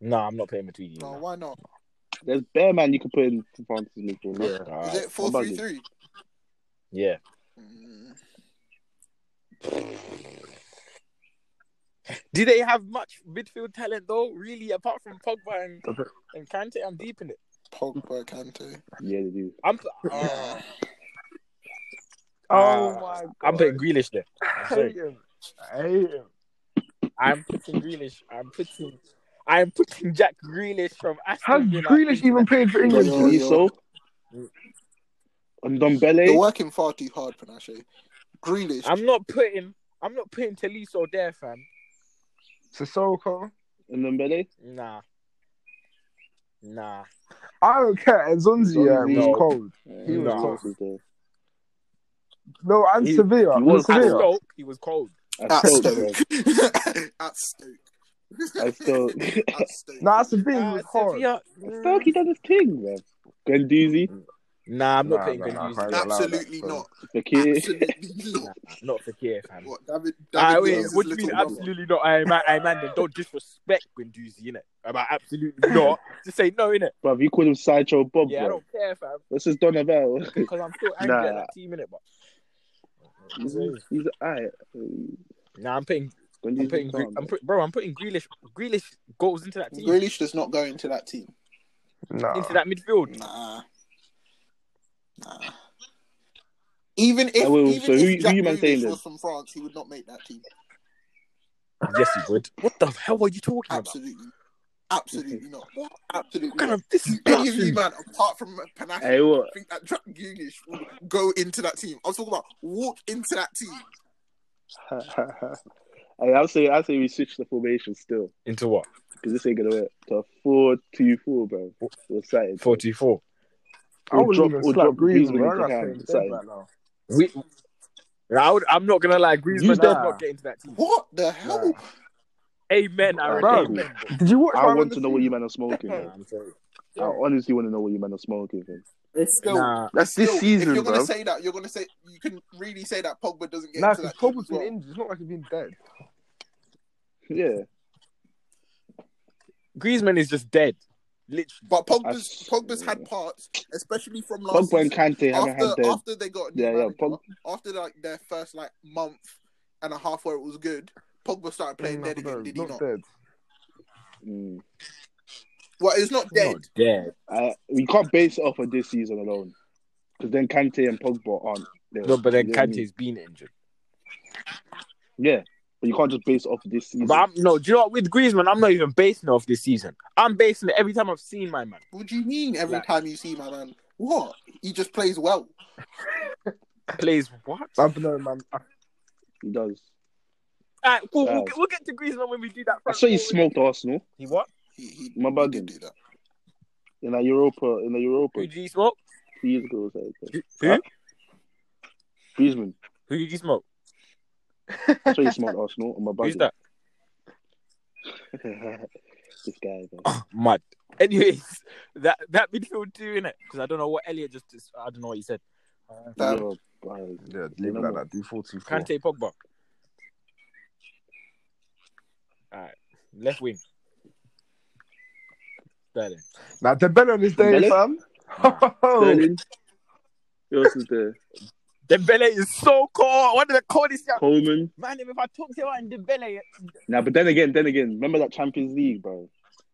[SPEAKER 1] no, I'm not playing Matuidi.
[SPEAKER 3] No,
[SPEAKER 1] No.
[SPEAKER 3] why not?
[SPEAKER 4] There's bare man you could put in for Francis midfield.
[SPEAKER 2] Yeah.
[SPEAKER 4] That's-
[SPEAKER 1] All
[SPEAKER 3] Is
[SPEAKER 1] right.
[SPEAKER 3] it four three three?
[SPEAKER 1] Yeah.
[SPEAKER 3] Mm.
[SPEAKER 1] Do they have much midfield talent though? Really, apart from Pogba and,
[SPEAKER 2] Okay.
[SPEAKER 1] and Kante, I'm deep in it.
[SPEAKER 3] Pogba, Kante.
[SPEAKER 4] Yeah, they do.
[SPEAKER 1] I'm.
[SPEAKER 3] Ah.
[SPEAKER 2] Oh
[SPEAKER 1] Uh,
[SPEAKER 2] my god.
[SPEAKER 1] I'm putting Grealish there.
[SPEAKER 2] I
[SPEAKER 1] I'm
[SPEAKER 2] hate
[SPEAKER 1] sorry.
[SPEAKER 2] him. I hate him.
[SPEAKER 1] I'm putting Grealish. I'm putting. I'm putting Jack Grealish from
[SPEAKER 2] Has
[SPEAKER 1] Aston Villa.
[SPEAKER 2] Grealish even played for
[SPEAKER 4] Got
[SPEAKER 2] England?
[SPEAKER 3] yo,
[SPEAKER 4] Tolisso.
[SPEAKER 1] yo.
[SPEAKER 4] And
[SPEAKER 3] You're
[SPEAKER 4] Dombele.
[SPEAKER 3] working far too hard, Panache. Grealish.
[SPEAKER 1] I'm not putting. I'm not putting Taliso there, fam.
[SPEAKER 2] Sissoko.
[SPEAKER 4] And Dombele.
[SPEAKER 1] Nah. Nah.
[SPEAKER 2] I don't care. And Zonzi yeah,
[SPEAKER 4] Zonzi.
[SPEAKER 2] was cold.
[SPEAKER 4] He
[SPEAKER 1] was
[SPEAKER 4] was there.
[SPEAKER 2] No, and
[SPEAKER 1] He-
[SPEAKER 2] Sevilla.
[SPEAKER 4] he
[SPEAKER 2] He
[SPEAKER 4] was
[SPEAKER 2] was
[SPEAKER 1] At
[SPEAKER 4] Yeah.
[SPEAKER 2] Sevilla.
[SPEAKER 1] Stoke, he was cold.
[SPEAKER 4] I
[SPEAKER 3] At
[SPEAKER 4] still,
[SPEAKER 3] Stoke.
[SPEAKER 4] bro.
[SPEAKER 3] At Stoke.
[SPEAKER 4] I still.
[SPEAKER 3] At Stoke.
[SPEAKER 2] Nah, Sevilla
[SPEAKER 1] Nah,
[SPEAKER 2] was cold.
[SPEAKER 1] Sevilla-
[SPEAKER 4] Starkey done his thing, man. Guendouzi,
[SPEAKER 1] Nah, I'm not
[SPEAKER 2] Nah,
[SPEAKER 1] putting
[SPEAKER 2] nah, nah, I
[SPEAKER 1] Guendouzi.
[SPEAKER 2] can't allow that,
[SPEAKER 3] Absolutely
[SPEAKER 2] bro.
[SPEAKER 3] not.
[SPEAKER 4] Fakir.
[SPEAKER 3] Absolutely not.
[SPEAKER 1] Nah, not for Kier, fam.
[SPEAKER 3] What, David, David
[SPEAKER 1] Ah, wait,
[SPEAKER 3] Luiz's
[SPEAKER 1] what do you mean?
[SPEAKER 3] little brother?
[SPEAKER 1] Absolutely not. I man, I man, then don't disrespect Guendouzi, innit? About absolutely not. Just say no, innit?
[SPEAKER 4] Bro, you call him Sideshow Bob,
[SPEAKER 1] Yeah, I
[SPEAKER 4] bro.
[SPEAKER 1] don't care, fam,
[SPEAKER 4] This is Donovan.
[SPEAKER 1] because I'm still angry at
[SPEAKER 4] Nah.
[SPEAKER 1] that team, innit? But
[SPEAKER 4] he's he's alright. Guendouzi's
[SPEAKER 1] nah, I'm putting, I'm putting, Gre-
[SPEAKER 4] calm,
[SPEAKER 1] I'm
[SPEAKER 4] bro.
[SPEAKER 1] put, bro, I'm putting Grealish, Grealish goals into that team,
[SPEAKER 3] Grealish does not go into that team.
[SPEAKER 2] Nah.
[SPEAKER 1] into that midfield.
[SPEAKER 3] Nah. Nah. Even if,
[SPEAKER 4] I will.
[SPEAKER 3] even
[SPEAKER 4] So
[SPEAKER 3] if
[SPEAKER 4] who- who
[SPEAKER 3] Jack
[SPEAKER 4] you man saying
[SPEAKER 3] Grealish
[SPEAKER 4] then?
[SPEAKER 3] was from France, he would not make that team.
[SPEAKER 1] Yes, he would. What the hell are you talking about?
[SPEAKER 3] Absolutely. Absolutely not. Absolutely
[SPEAKER 1] What kind
[SPEAKER 3] not.
[SPEAKER 1] of this is
[SPEAKER 3] Any of you man, apart from Panache,
[SPEAKER 4] Hey, what?
[SPEAKER 3] think that Jack Grealish will go into that team. I was talking about walk into that team.
[SPEAKER 4] hey, I'll say, I'll say we switch the formation still
[SPEAKER 1] into what?
[SPEAKER 4] because this ain't gonna work. To a four-two-four, bro. We're excited.
[SPEAKER 1] Four two four.
[SPEAKER 2] I
[SPEAKER 4] Or
[SPEAKER 2] wouldn't
[SPEAKER 4] drop-
[SPEAKER 2] even
[SPEAKER 4] or
[SPEAKER 2] slap
[SPEAKER 4] drop
[SPEAKER 2] Grealish.
[SPEAKER 4] Griezmann
[SPEAKER 2] bro.
[SPEAKER 4] into
[SPEAKER 2] I got
[SPEAKER 4] Cam,
[SPEAKER 2] Saint-Denis
[SPEAKER 4] same.
[SPEAKER 2] right now.
[SPEAKER 1] We, I would, I'm not gonna lie, Griezmann
[SPEAKER 4] Use
[SPEAKER 1] does
[SPEAKER 2] that.
[SPEAKER 1] not get into that team.
[SPEAKER 3] What the hell?
[SPEAKER 2] Nah.
[SPEAKER 1] Amen, Aaron.
[SPEAKER 2] Bro.
[SPEAKER 1] Amen. bro.
[SPEAKER 2] Did you watch?
[SPEAKER 4] I
[SPEAKER 2] Man of
[SPEAKER 4] want
[SPEAKER 2] the
[SPEAKER 4] to know what
[SPEAKER 2] Season?
[SPEAKER 4] you man are smoking.
[SPEAKER 1] Nah,
[SPEAKER 4] bro.
[SPEAKER 1] I'm sorry.
[SPEAKER 4] I honestly want to know what you man are smoking. Bro.
[SPEAKER 5] It's still
[SPEAKER 1] Nah,
[SPEAKER 2] That's this
[SPEAKER 3] Still, if
[SPEAKER 2] season,
[SPEAKER 3] you're gonna
[SPEAKER 2] bro.
[SPEAKER 3] say that, you're gonna say you can really say that Pogba doesn't get
[SPEAKER 2] Nah,
[SPEAKER 3] into
[SPEAKER 2] because
[SPEAKER 3] that.
[SPEAKER 2] Pogba's been
[SPEAKER 3] team as well.
[SPEAKER 2] injured. It's not like he's been dead.
[SPEAKER 4] Yeah.
[SPEAKER 1] Griezmann is just dead. Literally.
[SPEAKER 3] But Pogba's
[SPEAKER 4] That's-
[SPEAKER 3] Pogba's had parts, especially from last
[SPEAKER 4] Pogba and
[SPEAKER 3] season.
[SPEAKER 4] Kante haven't
[SPEAKER 3] after
[SPEAKER 4] had their.
[SPEAKER 3] after they got a new
[SPEAKER 4] Yeah, yeah.
[SPEAKER 3] manager,
[SPEAKER 4] Pog,
[SPEAKER 3] after like their first like month and a half where it was good, Pogba started playing
[SPEAKER 2] Mm,
[SPEAKER 3] dead
[SPEAKER 2] no,
[SPEAKER 3] again, did he
[SPEAKER 2] not
[SPEAKER 3] not?
[SPEAKER 2] dead.
[SPEAKER 4] mm.
[SPEAKER 3] Well, it's not
[SPEAKER 1] He's
[SPEAKER 3] dead.
[SPEAKER 1] not dead.
[SPEAKER 4] I, we can't base it off of this season alone. Because then Kante and Pogba aren't. There.
[SPEAKER 1] No, but then
[SPEAKER 4] You know what I mean?
[SPEAKER 1] Kante's been injured.
[SPEAKER 4] Yeah. But you can't just base it off of this season.
[SPEAKER 1] But I'm, no, do you know what? With Griezmann, I'm not even basing it off this season. I'm basing it every time I've seen my man.
[SPEAKER 3] What do you mean every
[SPEAKER 1] Like-
[SPEAKER 3] time you see my man? What? He just plays well.
[SPEAKER 1] Plays what?
[SPEAKER 2] I've known, man. I-
[SPEAKER 4] He does.
[SPEAKER 1] Alright, cool. We'll
[SPEAKER 4] Wow.
[SPEAKER 1] get, we'll get to Griezmann when we do that.
[SPEAKER 4] I
[SPEAKER 1] front
[SPEAKER 4] saw you
[SPEAKER 1] forward.
[SPEAKER 4] smoked Arsenal
[SPEAKER 1] He what?
[SPEAKER 3] He, he,
[SPEAKER 4] My
[SPEAKER 3] he did
[SPEAKER 4] bugging.
[SPEAKER 3] do that.
[SPEAKER 4] in the Europa in the Europa
[SPEAKER 1] Who did you smoke?
[SPEAKER 4] two years ago. or so.
[SPEAKER 1] Who?
[SPEAKER 4] Huh? Griezmann.
[SPEAKER 1] Who did you smoke?
[SPEAKER 4] I saw you smoked Arsenal on my budget.
[SPEAKER 1] Who's that?
[SPEAKER 4] this guy. Man.
[SPEAKER 1] Mad. Anyways, that that midfield two in it because I don't know what Elliot just. I don't know what he said.
[SPEAKER 3] Damn.
[SPEAKER 4] Yo, bro.
[SPEAKER 2] Yeah, leave it like that. Do 44.
[SPEAKER 1] Kante Pogba. Alright, left wing. Sterling.
[SPEAKER 2] Now, Debele on his day,
[SPEAKER 4] Dembele?
[SPEAKER 2] fam.
[SPEAKER 4] Sterling. Who else is there?
[SPEAKER 1] Dembele is so cold. What did I call this guy?
[SPEAKER 4] Coleman.
[SPEAKER 1] Man, if I talk to him and Dembele,
[SPEAKER 4] Now, but then again, then again, remember that Champions League, bro.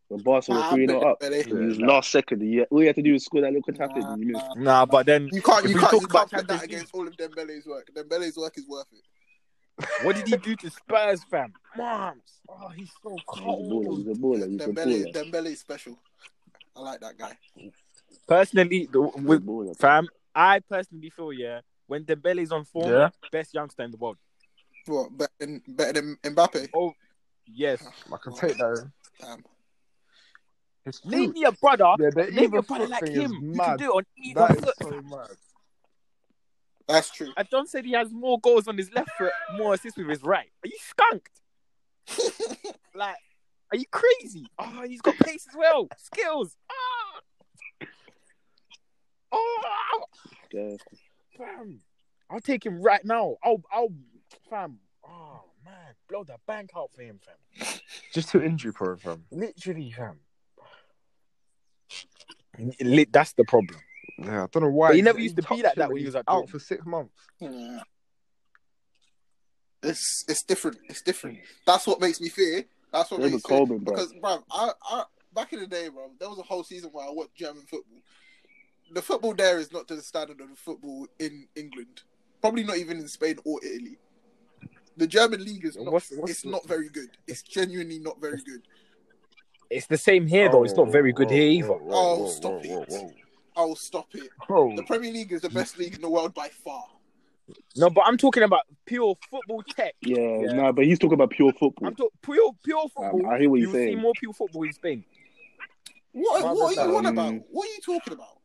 [SPEAKER 4] When Barca were
[SPEAKER 3] Nah,
[SPEAKER 4] three 0 up,
[SPEAKER 3] Dembele.
[SPEAKER 4] it was last second. Yeah, all you had to do was score that little tap in.
[SPEAKER 3] Nah,
[SPEAKER 4] and You missed.
[SPEAKER 3] nah.
[SPEAKER 1] Nah, but then
[SPEAKER 3] You can't,
[SPEAKER 1] If
[SPEAKER 3] you
[SPEAKER 1] we
[SPEAKER 3] can't,
[SPEAKER 1] talk
[SPEAKER 3] you
[SPEAKER 1] about
[SPEAKER 3] can't put
[SPEAKER 1] Champions
[SPEAKER 3] that against all of Dembele's work. Dembele's work is worth it.
[SPEAKER 1] what did he do to Spurs, fam? Moms. Oh, he's so
[SPEAKER 4] He's a baller.
[SPEAKER 1] cold.
[SPEAKER 4] He's a baller. He's a
[SPEAKER 3] Dembele,
[SPEAKER 4] baller.
[SPEAKER 3] Dembele is special. I like that guy.
[SPEAKER 1] Personally, the,
[SPEAKER 4] He's a
[SPEAKER 1] with
[SPEAKER 4] baller.
[SPEAKER 1] fam, I personally feel yeah, when Dembele's on form,
[SPEAKER 2] Yeah.
[SPEAKER 1] best youngster in the world.
[SPEAKER 3] What? Better than, better than Mbappe?
[SPEAKER 1] Yes.
[SPEAKER 2] I can take that.
[SPEAKER 3] Damn.
[SPEAKER 2] It's
[SPEAKER 1] Name
[SPEAKER 2] true.
[SPEAKER 1] me a brother.
[SPEAKER 2] Yeah, the
[SPEAKER 1] Name me a
[SPEAKER 2] even
[SPEAKER 1] brother like
[SPEAKER 2] thing is
[SPEAKER 1] him. You can
[SPEAKER 2] mad.
[SPEAKER 1] do it on either
[SPEAKER 2] That
[SPEAKER 1] foot.
[SPEAKER 2] is so mad.
[SPEAKER 3] That's true.
[SPEAKER 1] And John said he has more goals on his left foot, more assists with his right. Are you skunked? like, are you crazy? Oh, and he's got pace as well. Skills. Ah. Oh.
[SPEAKER 4] Yeah.
[SPEAKER 1] fam. I'll take him right now. I'll, I'll, fam. Oh man, blow the bank out for him, fam.
[SPEAKER 2] Just too injury prone, fam.
[SPEAKER 1] Literally, fam. Li- That's the problem.
[SPEAKER 2] Yeah, I don't know why.
[SPEAKER 1] But he never
[SPEAKER 2] he's-
[SPEAKER 1] used to be like
[SPEAKER 2] touched
[SPEAKER 1] that
[SPEAKER 2] him
[SPEAKER 1] when
[SPEAKER 2] and
[SPEAKER 1] he
[SPEAKER 2] he's
[SPEAKER 1] was at
[SPEAKER 2] out
[SPEAKER 1] Dortmund.
[SPEAKER 2] for six months.
[SPEAKER 3] Yeah. It's it's different. It's different. That's what makes me fear. That's what
[SPEAKER 4] Yeah,
[SPEAKER 3] makes
[SPEAKER 4] but
[SPEAKER 3] me fear.
[SPEAKER 4] Coleman, bro.
[SPEAKER 3] Because, bro, I, I back in the day, bro, there was a whole season where I watched German football. The football there is not to the standard of the football in England. Probably not even in Spain or Italy. The German league is not.
[SPEAKER 1] What's- what's
[SPEAKER 3] it's
[SPEAKER 1] the-
[SPEAKER 3] not very good. It's genuinely not very good.
[SPEAKER 1] It's the same here, though. It's not very good here either.
[SPEAKER 3] Oh, stop it. I'll stop it.
[SPEAKER 4] oh,
[SPEAKER 2] Bro,
[SPEAKER 1] Mm.
[SPEAKER 3] The Premier League is the best league in the world by far.
[SPEAKER 1] No, but I'm talking about pure football tech.
[SPEAKER 4] Yeah,
[SPEAKER 1] Yeah.
[SPEAKER 4] Nah, but he's talking about pure football.
[SPEAKER 1] I'm talking pure, pure football.
[SPEAKER 4] I hear what you're
[SPEAKER 1] You'll see
[SPEAKER 4] saying.
[SPEAKER 1] more pure football in Spain.
[SPEAKER 3] What,
[SPEAKER 1] Rather
[SPEAKER 3] what are you
[SPEAKER 1] than-
[SPEAKER 3] on about? What are you talking about?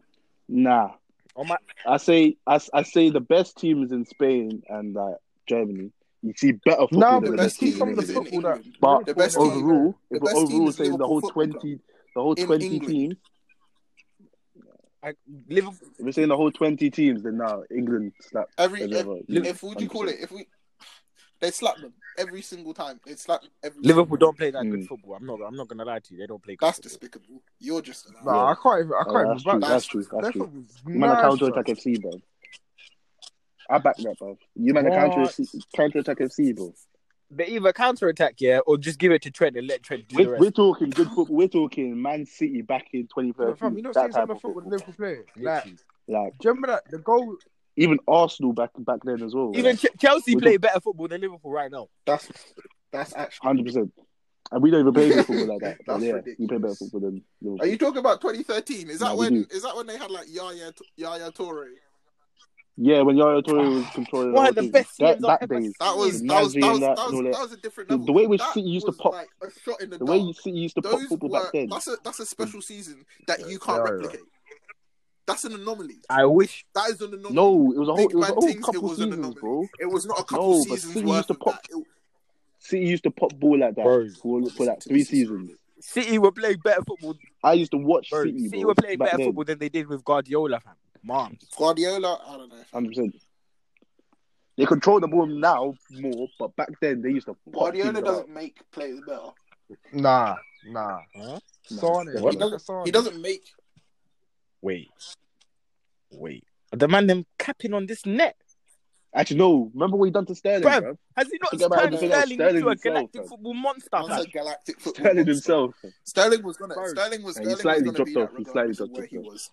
[SPEAKER 4] Nah.
[SPEAKER 1] On my,
[SPEAKER 4] I say I, I say the best teams in Spain and uh, Germany. You see better football
[SPEAKER 2] nah, but
[SPEAKER 4] than the
[SPEAKER 2] let's
[SPEAKER 4] best
[SPEAKER 2] see
[SPEAKER 4] teams
[SPEAKER 2] some
[SPEAKER 4] in
[SPEAKER 2] of the
[SPEAKER 4] England.
[SPEAKER 2] football that.
[SPEAKER 4] But
[SPEAKER 3] The best team-
[SPEAKER 4] overall,
[SPEAKER 3] the
[SPEAKER 4] if
[SPEAKER 3] best
[SPEAKER 4] we're
[SPEAKER 3] team
[SPEAKER 4] overall
[SPEAKER 3] is
[SPEAKER 4] saying the
[SPEAKER 3] Liverpool
[SPEAKER 4] whole
[SPEAKER 3] Football
[SPEAKER 4] twenty, the whole
[SPEAKER 3] in
[SPEAKER 4] twenty
[SPEAKER 3] England.
[SPEAKER 4] teams.
[SPEAKER 1] I, Liverpool.
[SPEAKER 4] If we're saying the whole twenty teams, then now England slap
[SPEAKER 3] Every
[SPEAKER 4] as
[SPEAKER 3] if,
[SPEAKER 4] ever.
[SPEAKER 3] if what do you call it? If we they slap them every single time. They slap them every
[SPEAKER 1] Liverpool
[SPEAKER 3] single time.
[SPEAKER 1] don't play that good
[SPEAKER 4] Mm.
[SPEAKER 1] football. I'm not. I'm not gonna lie to you. They don't play good.
[SPEAKER 3] That's
[SPEAKER 1] football.
[SPEAKER 3] despicable. You're just an
[SPEAKER 2] Nah, I can't even. I
[SPEAKER 4] Oh,
[SPEAKER 2] can't
[SPEAKER 4] that's
[SPEAKER 2] even
[SPEAKER 4] true.
[SPEAKER 2] back
[SPEAKER 4] That's true.
[SPEAKER 2] that.
[SPEAKER 4] That's
[SPEAKER 2] That
[SPEAKER 4] true.
[SPEAKER 2] foot was
[SPEAKER 4] You man, a counter attack
[SPEAKER 2] nice,
[SPEAKER 4] FC, bro. I back that, bro. You man, a counter counter attack FC, bro.
[SPEAKER 1] They either counter attack, yeah, or just give it to Trent and let Trent do the
[SPEAKER 4] We're,
[SPEAKER 1] rest.
[SPEAKER 4] we're talking good football. We're talking Man City back in
[SPEAKER 2] bro. Fam,
[SPEAKER 4] 2013.
[SPEAKER 2] you know,
[SPEAKER 4] that
[SPEAKER 2] seeing
[SPEAKER 4] type
[SPEAKER 2] some of the
[SPEAKER 4] of
[SPEAKER 2] football
[SPEAKER 4] football.
[SPEAKER 2] Liverpool play. Like, do
[SPEAKER 1] Literally.
[SPEAKER 4] Like
[SPEAKER 2] you remember that the goal?
[SPEAKER 4] even Arsenal back back then as well.
[SPEAKER 1] Even Ch- Chelsea
[SPEAKER 4] We
[SPEAKER 1] play better football than Liverpool right now.
[SPEAKER 3] that's that's actually.
[SPEAKER 4] Hundred percent. And we don't even play good football like that. But
[SPEAKER 3] That's
[SPEAKER 4] yeah, we play better
[SPEAKER 3] ridiculous.
[SPEAKER 4] football than
[SPEAKER 3] Are
[SPEAKER 4] Liverpool.
[SPEAKER 3] you talking about 2013? Is that
[SPEAKER 4] Nah, we
[SPEAKER 3] when
[SPEAKER 4] do.
[SPEAKER 3] is that when they had like Yaya Yaya Toure?
[SPEAKER 4] Yeah, when Yaya Toure was controlling
[SPEAKER 1] One
[SPEAKER 4] the
[SPEAKER 1] of the
[SPEAKER 4] whole
[SPEAKER 1] best
[SPEAKER 4] team.
[SPEAKER 1] teams I've
[SPEAKER 4] that, that
[SPEAKER 1] ever
[SPEAKER 4] days,
[SPEAKER 3] That was that
[SPEAKER 4] Mm.
[SPEAKER 3] was that was,
[SPEAKER 4] Imagine
[SPEAKER 3] that
[SPEAKER 4] that,
[SPEAKER 3] was,
[SPEAKER 4] no,
[SPEAKER 3] that
[SPEAKER 4] that-
[SPEAKER 3] was a different
[SPEAKER 4] the-
[SPEAKER 3] level.
[SPEAKER 4] the way which
[SPEAKER 3] That
[SPEAKER 4] City used to
[SPEAKER 3] was,
[SPEAKER 4] pop-
[SPEAKER 3] like a shot in the,
[SPEAKER 4] the way
[SPEAKER 3] dark.
[SPEAKER 4] you see, you used to pop
[SPEAKER 3] Those
[SPEAKER 4] football
[SPEAKER 3] were
[SPEAKER 4] back then.
[SPEAKER 3] that's a that's a special season that you
[SPEAKER 2] yeah,
[SPEAKER 3] can't
[SPEAKER 2] yeah.
[SPEAKER 3] replicate. That's an anomaly.
[SPEAKER 1] I wish.
[SPEAKER 3] That is an anomaly.
[SPEAKER 4] Ah. No, it was a whole,
[SPEAKER 3] Big
[SPEAKER 4] it was a
[SPEAKER 3] man
[SPEAKER 4] whole
[SPEAKER 3] things, it
[SPEAKER 4] couple
[SPEAKER 3] was an
[SPEAKER 4] seasons,
[SPEAKER 3] anomaly.
[SPEAKER 4] bro.
[SPEAKER 3] It was not a couple
[SPEAKER 4] No, but
[SPEAKER 3] seasons
[SPEAKER 4] City
[SPEAKER 3] worth
[SPEAKER 4] used to
[SPEAKER 3] of
[SPEAKER 4] pop-
[SPEAKER 3] that. It,
[SPEAKER 4] City used to pop ball like that
[SPEAKER 1] Bro.
[SPEAKER 4] for, for like three seasons.
[SPEAKER 1] City were playing better football.
[SPEAKER 4] I used to watch
[SPEAKER 1] Bro.
[SPEAKER 4] City,
[SPEAKER 1] City
[SPEAKER 4] bro,
[SPEAKER 1] were playing
[SPEAKER 4] back
[SPEAKER 1] better
[SPEAKER 4] then.
[SPEAKER 1] football than they did with Guardiola, fam. Mom.
[SPEAKER 3] Guardiola, I don't know.
[SPEAKER 4] Hundred percent. They control the ball now more, but back then they used to. pop
[SPEAKER 3] Guardiola
[SPEAKER 4] teams
[SPEAKER 3] doesn't make players better.
[SPEAKER 2] Nah, nah.
[SPEAKER 1] Huh?
[SPEAKER 2] Sane,
[SPEAKER 1] What?
[SPEAKER 2] look at Sane.
[SPEAKER 3] He doesn't make.
[SPEAKER 1] Wait. Wait. The man them capping on this net.
[SPEAKER 4] out. Actually, no. Remember what he done to Sterling,
[SPEAKER 1] Bruv.
[SPEAKER 4] bruv?
[SPEAKER 1] Has he not
[SPEAKER 4] Forget about
[SPEAKER 1] turned
[SPEAKER 4] everything else.
[SPEAKER 1] Sterling
[SPEAKER 4] Sterling
[SPEAKER 1] into a
[SPEAKER 4] himself,
[SPEAKER 1] galactic
[SPEAKER 4] man.
[SPEAKER 1] football monster?
[SPEAKER 3] Once
[SPEAKER 1] man?
[SPEAKER 3] a galactic football.
[SPEAKER 4] Sterling
[SPEAKER 3] monster.
[SPEAKER 4] himself.
[SPEAKER 3] Sterling was gonna.
[SPEAKER 1] Bro.
[SPEAKER 3] Sterling was.
[SPEAKER 4] And he
[SPEAKER 3] Sterling
[SPEAKER 4] slightly
[SPEAKER 3] was gonna be
[SPEAKER 4] dropped
[SPEAKER 3] that
[SPEAKER 4] off, he slightly
[SPEAKER 3] regardless of
[SPEAKER 4] dropped
[SPEAKER 3] where he
[SPEAKER 4] off.
[SPEAKER 3] was.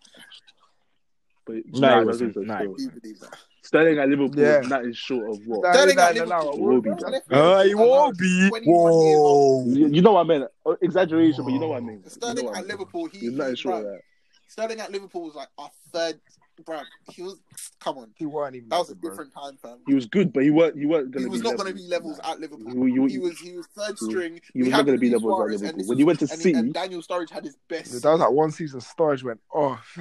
[SPEAKER 4] But
[SPEAKER 1] No,
[SPEAKER 4] nah,
[SPEAKER 1] he
[SPEAKER 4] I
[SPEAKER 1] wasn't.
[SPEAKER 4] think so,
[SPEAKER 1] Nah, he
[SPEAKER 4] still.
[SPEAKER 3] Do you believe that?
[SPEAKER 4] Sterling at Liverpool
[SPEAKER 2] Yeah.
[SPEAKER 4] is nothing short of what.
[SPEAKER 2] Nah,
[SPEAKER 3] Sterling
[SPEAKER 2] nah,
[SPEAKER 3] at
[SPEAKER 2] nah, nah,
[SPEAKER 3] Liverpool.
[SPEAKER 4] Will be,
[SPEAKER 3] I
[SPEAKER 4] bruv.
[SPEAKER 3] left
[SPEAKER 1] Uh, he
[SPEAKER 3] Liverpool when I
[SPEAKER 1] will
[SPEAKER 3] was
[SPEAKER 1] be.
[SPEAKER 3] 21 years old.
[SPEAKER 1] Whoa.
[SPEAKER 4] You, you know what I mean? Uh, Exaggeration, but you know what I mean. You know
[SPEAKER 3] Sterling
[SPEAKER 4] what I
[SPEAKER 3] at
[SPEAKER 4] mean.
[SPEAKER 3] Liverpool, he,
[SPEAKER 4] He's nothing
[SPEAKER 3] he
[SPEAKER 4] short of
[SPEAKER 3] bruv,
[SPEAKER 4] that.
[SPEAKER 3] Sterling at Liverpool was like our third, bruv. He was, come on,
[SPEAKER 2] He weren't even.
[SPEAKER 3] that was a
[SPEAKER 2] bro.
[SPEAKER 3] different time, fam.
[SPEAKER 4] He was good, but he weren't. You weren't
[SPEAKER 3] He
[SPEAKER 4] gonna
[SPEAKER 3] was
[SPEAKER 4] be
[SPEAKER 3] not
[SPEAKER 4] level.
[SPEAKER 3] going to be levels at Liverpool.
[SPEAKER 4] You, you,
[SPEAKER 3] He was, he was third
[SPEAKER 4] He-
[SPEAKER 3] string.
[SPEAKER 4] he
[SPEAKER 3] We
[SPEAKER 4] was not
[SPEAKER 3] had
[SPEAKER 4] gonna be
[SPEAKER 3] Luis
[SPEAKER 4] levels at
[SPEAKER 3] Suarez,
[SPEAKER 4] Liverpool.
[SPEAKER 3] and this
[SPEAKER 4] When
[SPEAKER 3] is-
[SPEAKER 4] you went to
[SPEAKER 3] and,
[SPEAKER 4] City-
[SPEAKER 3] and Daniel Sturridge had his best.
[SPEAKER 2] That was like one season. Storage went off.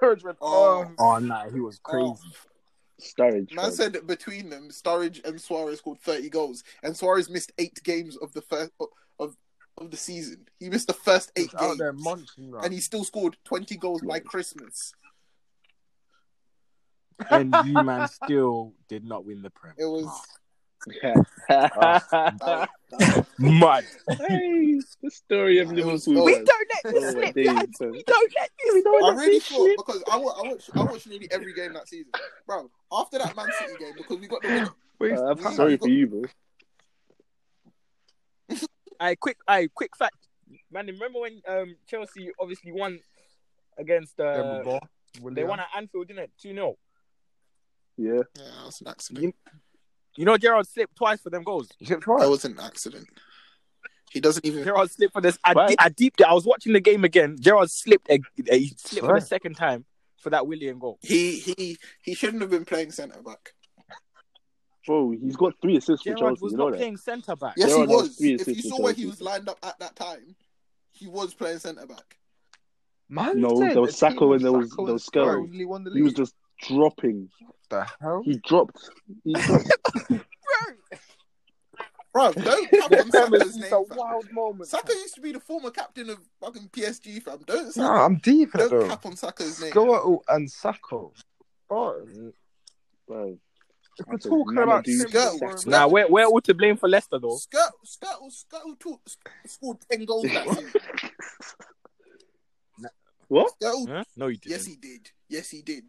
[SPEAKER 2] Storage went
[SPEAKER 3] Oh.
[SPEAKER 2] off.
[SPEAKER 1] Oh, nah, he was crazy.
[SPEAKER 3] Oh,
[SPEAKER 4] Sturridge.
[SPEAKER 3] man
[SPEAKER 4] bruv.
[SPEAKER 3] said that between them, Sturridge and Suarez scored 30 goals, and Suarez missed eight games of the first of of the season. He missed the first
[SPEAKER 2] He
[SPEAKER 3] eight
[SPEAKER 2] was out
[SPEAKER 3] games,
[SPEAKER 2] there munching. Bro.
[SPEAKER 3] and he still scored 20 goals by Christmas.
[SPEAKER 1] and you, man, still did not win the Prem.
[SPEAKER 3] It was
[SPEAKER 1] Ah,
[SPEAKER 3] that was-
[SPEAKER 1] mad.
[SPEAKER 4] hey, the story of
[SPEAKER 3] It was-
[SPEAKER 4] Liverpool.
[SPEAKER 3] we
[SPEAKER 4] bruv.
[SPEAKER 1] let
[SPEAKER 4] Oh, my days, bruv.
[SPEAKER 1] don't let this.
[SPEAKER 3] I really thought because I wa- I watched I watched nearly every game that season, bro. After that Man City game, because we got the win.
[SPEAKER 2] Waste
[SPEAKER 4] Uh, I'm
[SPEAKER 3] We-
[SPEAKER 4] sorry for you, bro.
[SPEAKER 1] I quick, I quick fact, man. Remember when um Chelsea obviously won against uh,
[SPEAKER 2] them ball.
[SPEAKER 1] they
[SPEAKER 2] William.
[SPEAKER 1] won at Anfield, didn't it? Two 0
[SPEAKER 4] Yeah.
[SPEAKER 3] Yeah, that was an accident.
[SPEAKER 1] You, you know Gerard slipped twice for them goals.
[SPEAKER 2] You kept
[SPEAKER 3] That
[SPEAKER 2] trying.
[SPEAKER 3] was an accident. He doesn't even.
[SPEAKER 1] Gerard slipped for this. I,
[SPEAKER 4] Right.
[SPEAKER 1] de- I deep. I was watching the game again. Gerard slipped. A, a, he slipped for the
[SPEAKER 2] Right.
[SPEAKER 1] second time for that William goal.
[SPEAKER 3] He he he shouldn't have been playing centre back.
[SPEAKER 4] Bro, he's got three assists for
[SPEAKER 1] Gerard
[SPEAKER 4] Chelsea.
[SPEAKER 1] was
[SPEAKER 4] You
[SPEAKER 1] not
[SPEAKER 4] know that?
[SPEAKER 1] playing centre back.
[SPEAKER 3] Yes,
[SPEAKER 4] Gerrard
[SPEAKER 3] he
[SPEAKER 4] has
[SPEAKER 3] was.
[SPEAKER 4] three
[SPEAKER 3] If you
[SPEAKER 4] assists
[SPEAKER 3] saw
[SPEAKER 4] for
[SPEAKER 3] where he
[SPEAKER 4] Chelsea.
[SPEAKER 3] was lined up at that time, he was playing centre back.
[SPEAKER 2] Man,
[SPEAKER 4] No,
[SPEAKER 2] said
[SPEAKER 4] there was
[SPEAKER 2] the team
[SPEAKER 4] Saka and
[SPEAKER 2] with
[SPEAKER 4] there was-
[SPEAKER 2] Saka
[SPEAKER 4] there
[SPEAKER 2] and
[SPEAKER 4] was Skerry.
[SPEAKER 2] Skerry only won the
[SPEAKER 4] He was
[SPEAKER 2] league.
[SPEAKER 4] just dropping.
[SPEAKER 2] the hell?
[SPEAKER 4] He dropped. He dropped.
[SPEAKER 3] Bro, don't cap on Saka's name. fam.
[SPEAKER 1] wild moment.
[SPEAKER 3] Saka used to be the former captain of fucking PSG, fam. Don't
[SPEAKER 2] No, I'm deep in it
[SPEAKER 3] don't
[SPEAKER 2] though.
[SPEAKER 3] cap on Saka's name.
[SPEAKER 2] Scoto and Sako. Oh,
[SPEAKER 4] bro.
[SPEAKER 2] if
[SPEAKER 4] I
[SPEAKER 2] we're
[SPEAKER 4] said,
[SPEAKER 2] talking
[SPEAKER 4] Mamadou
[SPEAKER 2] about
[SPEAKER 3] Sako.
[SPEAKER 2] Sako,
[SPEAKER 1] Nah, we're, we're all to blame for Leicester though.
[SPEAKER 3] Skirt, Skirtle, Skirtle two, scored 10 goals that season.
[SPEAKER 4] What?
[SPEAKER 3] Skirtle,
[SPEAKER 1] Huh? No, you didn't.
[SPEAKER 3] yes, he did. Yes, he did.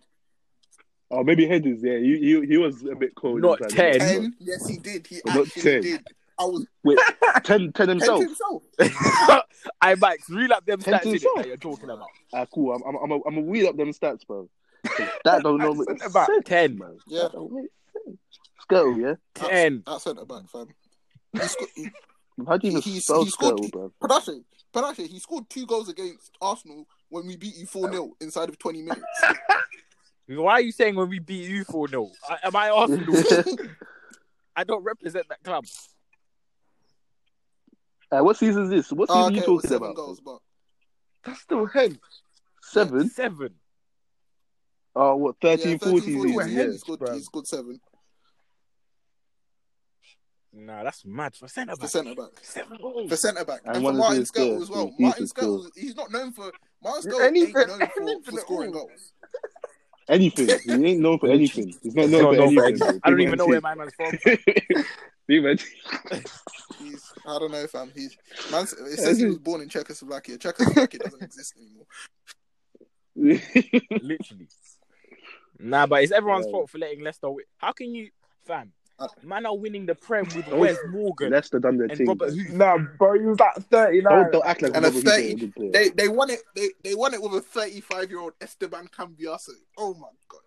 [SPEAKER 4] Oh, maybe Headers. Yeah, he, he he was a bit cold.
[SPEAKER 1] Not
[SPEAKER 4] inside.
[SPEAKER 1] 10.
[SPEAKER 3] 10, yes, he did. He
[SPEAKER 4] Not
[SPEAKER 3] actually
[SPEAKER 4] 10.
[SPEAKER 3] did. I was
[SPEAKER 4] Wait, 10, 10
[SPEAKER 3] 10
[SPEAKER 4] himself.
[SPEAKER 3] to himself.
[SPEAKER 1] I Max, reel up them
[SPEAKER 4] Ten
[SPEAKER 1] stats
[SPEAKER 4] to
[SPEAKER 1] in it
[SPEAKER 4] himself.
[SPEAKER 1] that you're talking about.
[SPEAKER 4] Ah, cool. I'm I'm I'm a, I'm a weed up them stats, bro. 'Cause That don't know make
[SPEAKER 1] About
[SPEAKER 4] sense,
[SPEAKER 1] ten.
[SPEAKER 4] man.
[SPEAKER 3] Yeah.
[SPEAKER 4] That don't make sense. Skerry, yeah.
[SPEAKER 1] Ten.
[SPEAKER 3] That centre back, fam. He scored,
[SPEAKER 4] How do you even
[SPEAKER 3] He- he's-
[SPEAKER 4] spell
[SPEAKER 3] he's got-
[SPEAKER 4] Skerry, bro?
[SPEAKER 3] but actually, but actually, he scored two goals against Arsenal when we beat you 4 0 inside of 20 minutes.
[SPEAKER 1] Why are you saying when we beat you for no? I, am I Arsenal? I don't represent that club.
[SPEAKER 4] Uh, what season is this? What season
[SPEAKER 3] Ah,
[SPEAKER 4] are you
[SPEAKER 3] okay, it was
[SPEAKER 4] talking
[SPEAKER 3] seven
[SPEAKER 4] about?
[SPEAKER 3] goals, but
[SPEAKER 2] that's still him.
[SPEAKER 4] Seven?
[SPEAKER 1] Seven.
[SPEAKER 4] Oh, what, 13,
[SPEAKER 3] yeah,
[SPEAKER 4] 14
[SPEAKER 3] 14,
[SPEAKER 4] season?
[SPEAKER 3] yeah,
[SPEAKER 4] Yeah.
[SPEAKER 3] he, scored,
[SPEAKER 2] bruv.
[SPEAKER 3] he scored seven.
[SPEAKER 1] Nah, that's mad for centre
[SPEAKER 3] The
[SPEAKER 1] back.
[SPEAKER 3] centre back.
[SPEAKER 1] Seven goals.
[SPEAKER 3] for centre back
[SPEAKER 4] And
[SPEAKER 3] and,
[SPEAKER 4] one
[SPEAKER 3] for
[SPEAKER 4] of
[SPEAKER 3] Martin
[SPEAKER 4] his goals
[SPEAKER 3] Skirtle as well.
[SPEAKER 4] was
[SPEAKER 3] Martin
[SPEAKER 4] decent goal.
[SPEAKER 3] Skirtle, he's not known for Martin
[SPEAKER 2] Yeah,
[SPEAKER 3] Skirtle ain't
[SPEAKER 2] anything-
[SPEAKER 3] known for,
[SPEAKER 2] anything
[SPEAKER 3] for
[SPEAKER 2] at
[SPEAKER 3] scoring
[SPEAKER 2] all.
[SPEAKER 3] goals.
[SPEAKER 4] Anything. He ain't known for anything. He's not
[SPEAKER 1] He's
[SPEAKER 4] known
[SPEAKER 1] not
[SPEAKER 4] for
[SPEAKER 1] known for
[SPEAKER 4] anything. bro.
[SPEAKER 1] anything. I don't
[SPEAKER 4] Think
[SPEAKER 1] even know
[SPEAKER 4] about
[SPEAKER 1] where
[SPEAKER 4] it.
[SPEAKER 1] my man's from.
[SPEAKER 4] Think about it.
[SPEAKER 3] He's I don't know, fam. He's man. It says he was born in Czechoslovakia. Czechoslovakia doesn't exist anymore.
[SPEAKER 1] Literally. Nah, but it's everyone's
[SPEAKER 4] Yeah.
[SPEAKER 1] fault for letting Leicester win. How can you, fam?
[SPEAKER 3] Uh,
[SPEAKER 1] Man are winning the Prem with
[SPEAKER 4] Oh,
[SPEAKER 1] Wes Morgan
[SPEAKER 4] Leicester done their
[SPEAKER 1] and
[SPEAKER 4] thing.
[SPEAKER 1] Robert
[SPEAKER 4] bro.
[SPEAKER 1] Huth.
[SPEAKER 2] Nah, bro, he was at 39.
[SPEAKER 4] Don't, don't act like
[SPEAKER 3] And a
[SPEAKER 4] Robert Huth ain't
[SPEAKER 3] 30
[SPEAKER 4] a good player.
[SPEAKER 3] They they won it. They they won it with a 35 year old Esteban Cambiaso. Oh my god.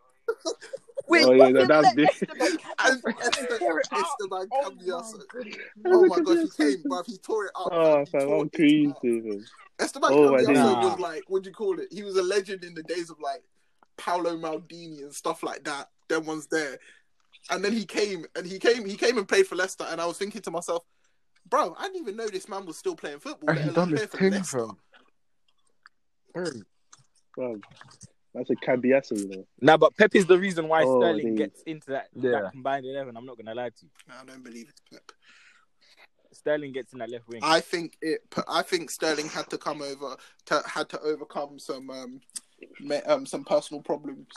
[SPEAKER 1] Wait,
[SPEAKER 4] Oh, yeah,
[SPEAKER 1] what
[SPEAKER 4] that-
[SPEAKER 1] did
[SPEAKER 4] that was
[SPEAKER 1] let
[SPEAKER 4] big.
[SPEAKER 1] Leicester back catch
[SPEAKER 3] And
[SPEAKER 1] up?
[SPEAKER 3] Esteban,
[SPEAKER 1] Tear it out.
[SPEAKER 3] Esteban
[SPEAKER 1] Oh
[SPEAKER 3] Cambiaso.
[SPEAKER 1] my goodness.
[SPEAKER 3] Oh my god, he came, bruv. He tore it up.
[SPEAKER 4] Oh,
[SPEAKER 3] bruv. He
[SPEAKER 4] fam,
[SPEAKER 3] tore
[SPEAKER 4] I'm
[SPEAKER 3] it
[SPEAKER 4] crazy.
[SPEAKER 3] up.
[SPEAKER 4] fam.
[SPEAKER 3] Esteban
[SPEAKER 4] Oh, my
[SPEAKER 3] Cambiaso
[SPEAKER 1] days.
[SPEAKER 3] was like, what do you call it? He was a legend in the days of like Paolo Maldini and stuff like that. Them ones there. And then he came and he came he came and played for Leicester and I was thinking to myself, bro, I didn't even know this man was still playing football.
[SPEAKER 2] And he
[SPEAKER 3] let
[SPEAKER 2] done
[SPEAKER 3] alone
[SPEAKER 2] his
[SPEAKER 3] playing
[SPEAKER 2] thing
[SPEAKER 3] for Leicester.
[SPEAKER 2] for him. Mm.
[SPEAKER 4] Fam, That's a Cambiasso, you know.
[SPEAKER 1] Nah, but Pep is the reason why
[SPEAKER 4] Oh,
[SPEAKER 1] Sterling
[SPEAKER 4] they-
[SPEAKER 1] gets into that,
[SPEAKER 2] Yeah.
[SPEAKER 1] that combined eleven. I'm not gonna lie to you.
[SPEAKER 3] No, I don't believe it. Pep.
[SPEAKER 1] Sterling gets in that left
[SPEAKER 4] Ah.
[SPEAKER 1] wing.
[SPEAKER 3] I think it I think Sterling had to come over to had to overcome some um met um, some personal problems.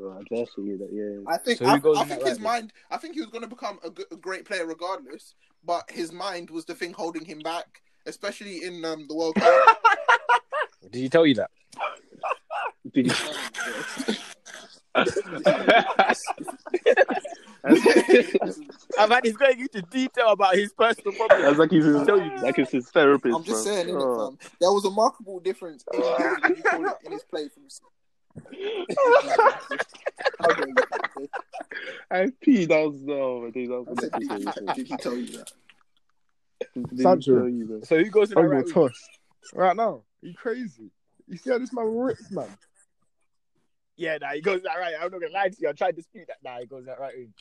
[SPEAKER 4] Oh, I guess he that, yeah.
[SPEAKER 3] I think
[SPEAKER 1] So who
[SPEAKER 3] I,
[SPEAKER 1] goes
[SPEAKER 3] I
[SPEAKER 1] in
[SPEAKER 3] think
[SPEAKER 1] that
[SPEAKER 3] his
[SPEAKER 1] right
[SPEAKER 3] mind. I think he was going to become a, g- a great player regardless, but his mind was the thing holding him back, especially in um, the World Cup.
[SPEAKER 1] Did he tell you that?
[SPEAKER 4] Did you?
[SPEAKER 1] I've had he's going into detail about his personal problems.
[SPEAKER 4] That's like he's his, like it's his therapist.
[SPEAKER 3] I'm just
[SPEAKER 4] bro.
[SPEAKER 3] saying, innit,
[SPEAKER 4] Oh.
[SPEAKER 3] fam? there was a markable difference in, what you call it, in his play from. How dare you, okay?
[SPEAKER 4] I peed. That was no. I think that was
[SPEAKER 3] I said, did
[SPEAKER 4] unnecessary,
[SPEAKER 3] he-
[SPEAKER 4] bro.
[SPEAKER 3] did he tell you that?
[SPEAKER 4] Didn't
[SPEAKER 2] Sancho.
[SPEAKER 4] tell you, bro.
[SPEAKER 1] So who goes in that
[SPEAKER 2] Oh, your
[SPEAKER 1] right week?
[SPEAKER 2] toss. Right now, you crazy. You see how this man rips, man?
[SPEAKER 1] Yeah, nah, he goes that right. I'm not gonna lie to you. I tried to dispute that. Nah, he goes that right. wing.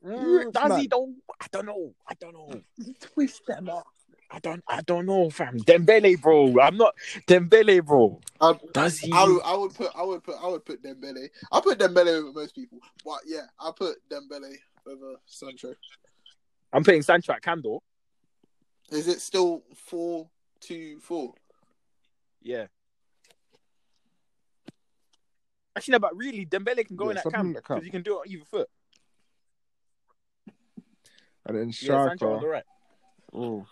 [SPEAKER 2] Rips,
[SPEAKER 1] Does
[SPEAKER 2] man.
[SPEAKER 1] he though? I don't know. I don't know. Twist them up. I don't. I don't know, fam. Dembele, bro. I'm not Dembele, bro.
[SPEAKER 3] Um,
[SPEAKER 1] Does he?
[SPEAKER 3] I would, I would put I would put I would put Dembele. I put Dembele over most people, but yeah, I put Dembele over Sancho.
[SPEAKER 1] I'm putting Sancho at Candor.
[SPEAKER 3] Is it still four two four?
[SPEAKER 1] Yeah. Actually, no, but really, Dembele can go
[SPEAKER 2] Yeah,
[SPEAKER 1] in that
[SPEAKER 2] stop him in
[SPEAKER 1] camp
[SPEAKER 2] that camp.
[SPEAKER 1] because he can do it on either foot.
[SPEAKER 2] And then
[SPEAKER 1] Yeah, Sancho on
[SPEAKER 2] Shaka.
[SPEAKER 1] the right.
[SPEAKER 2] Oh,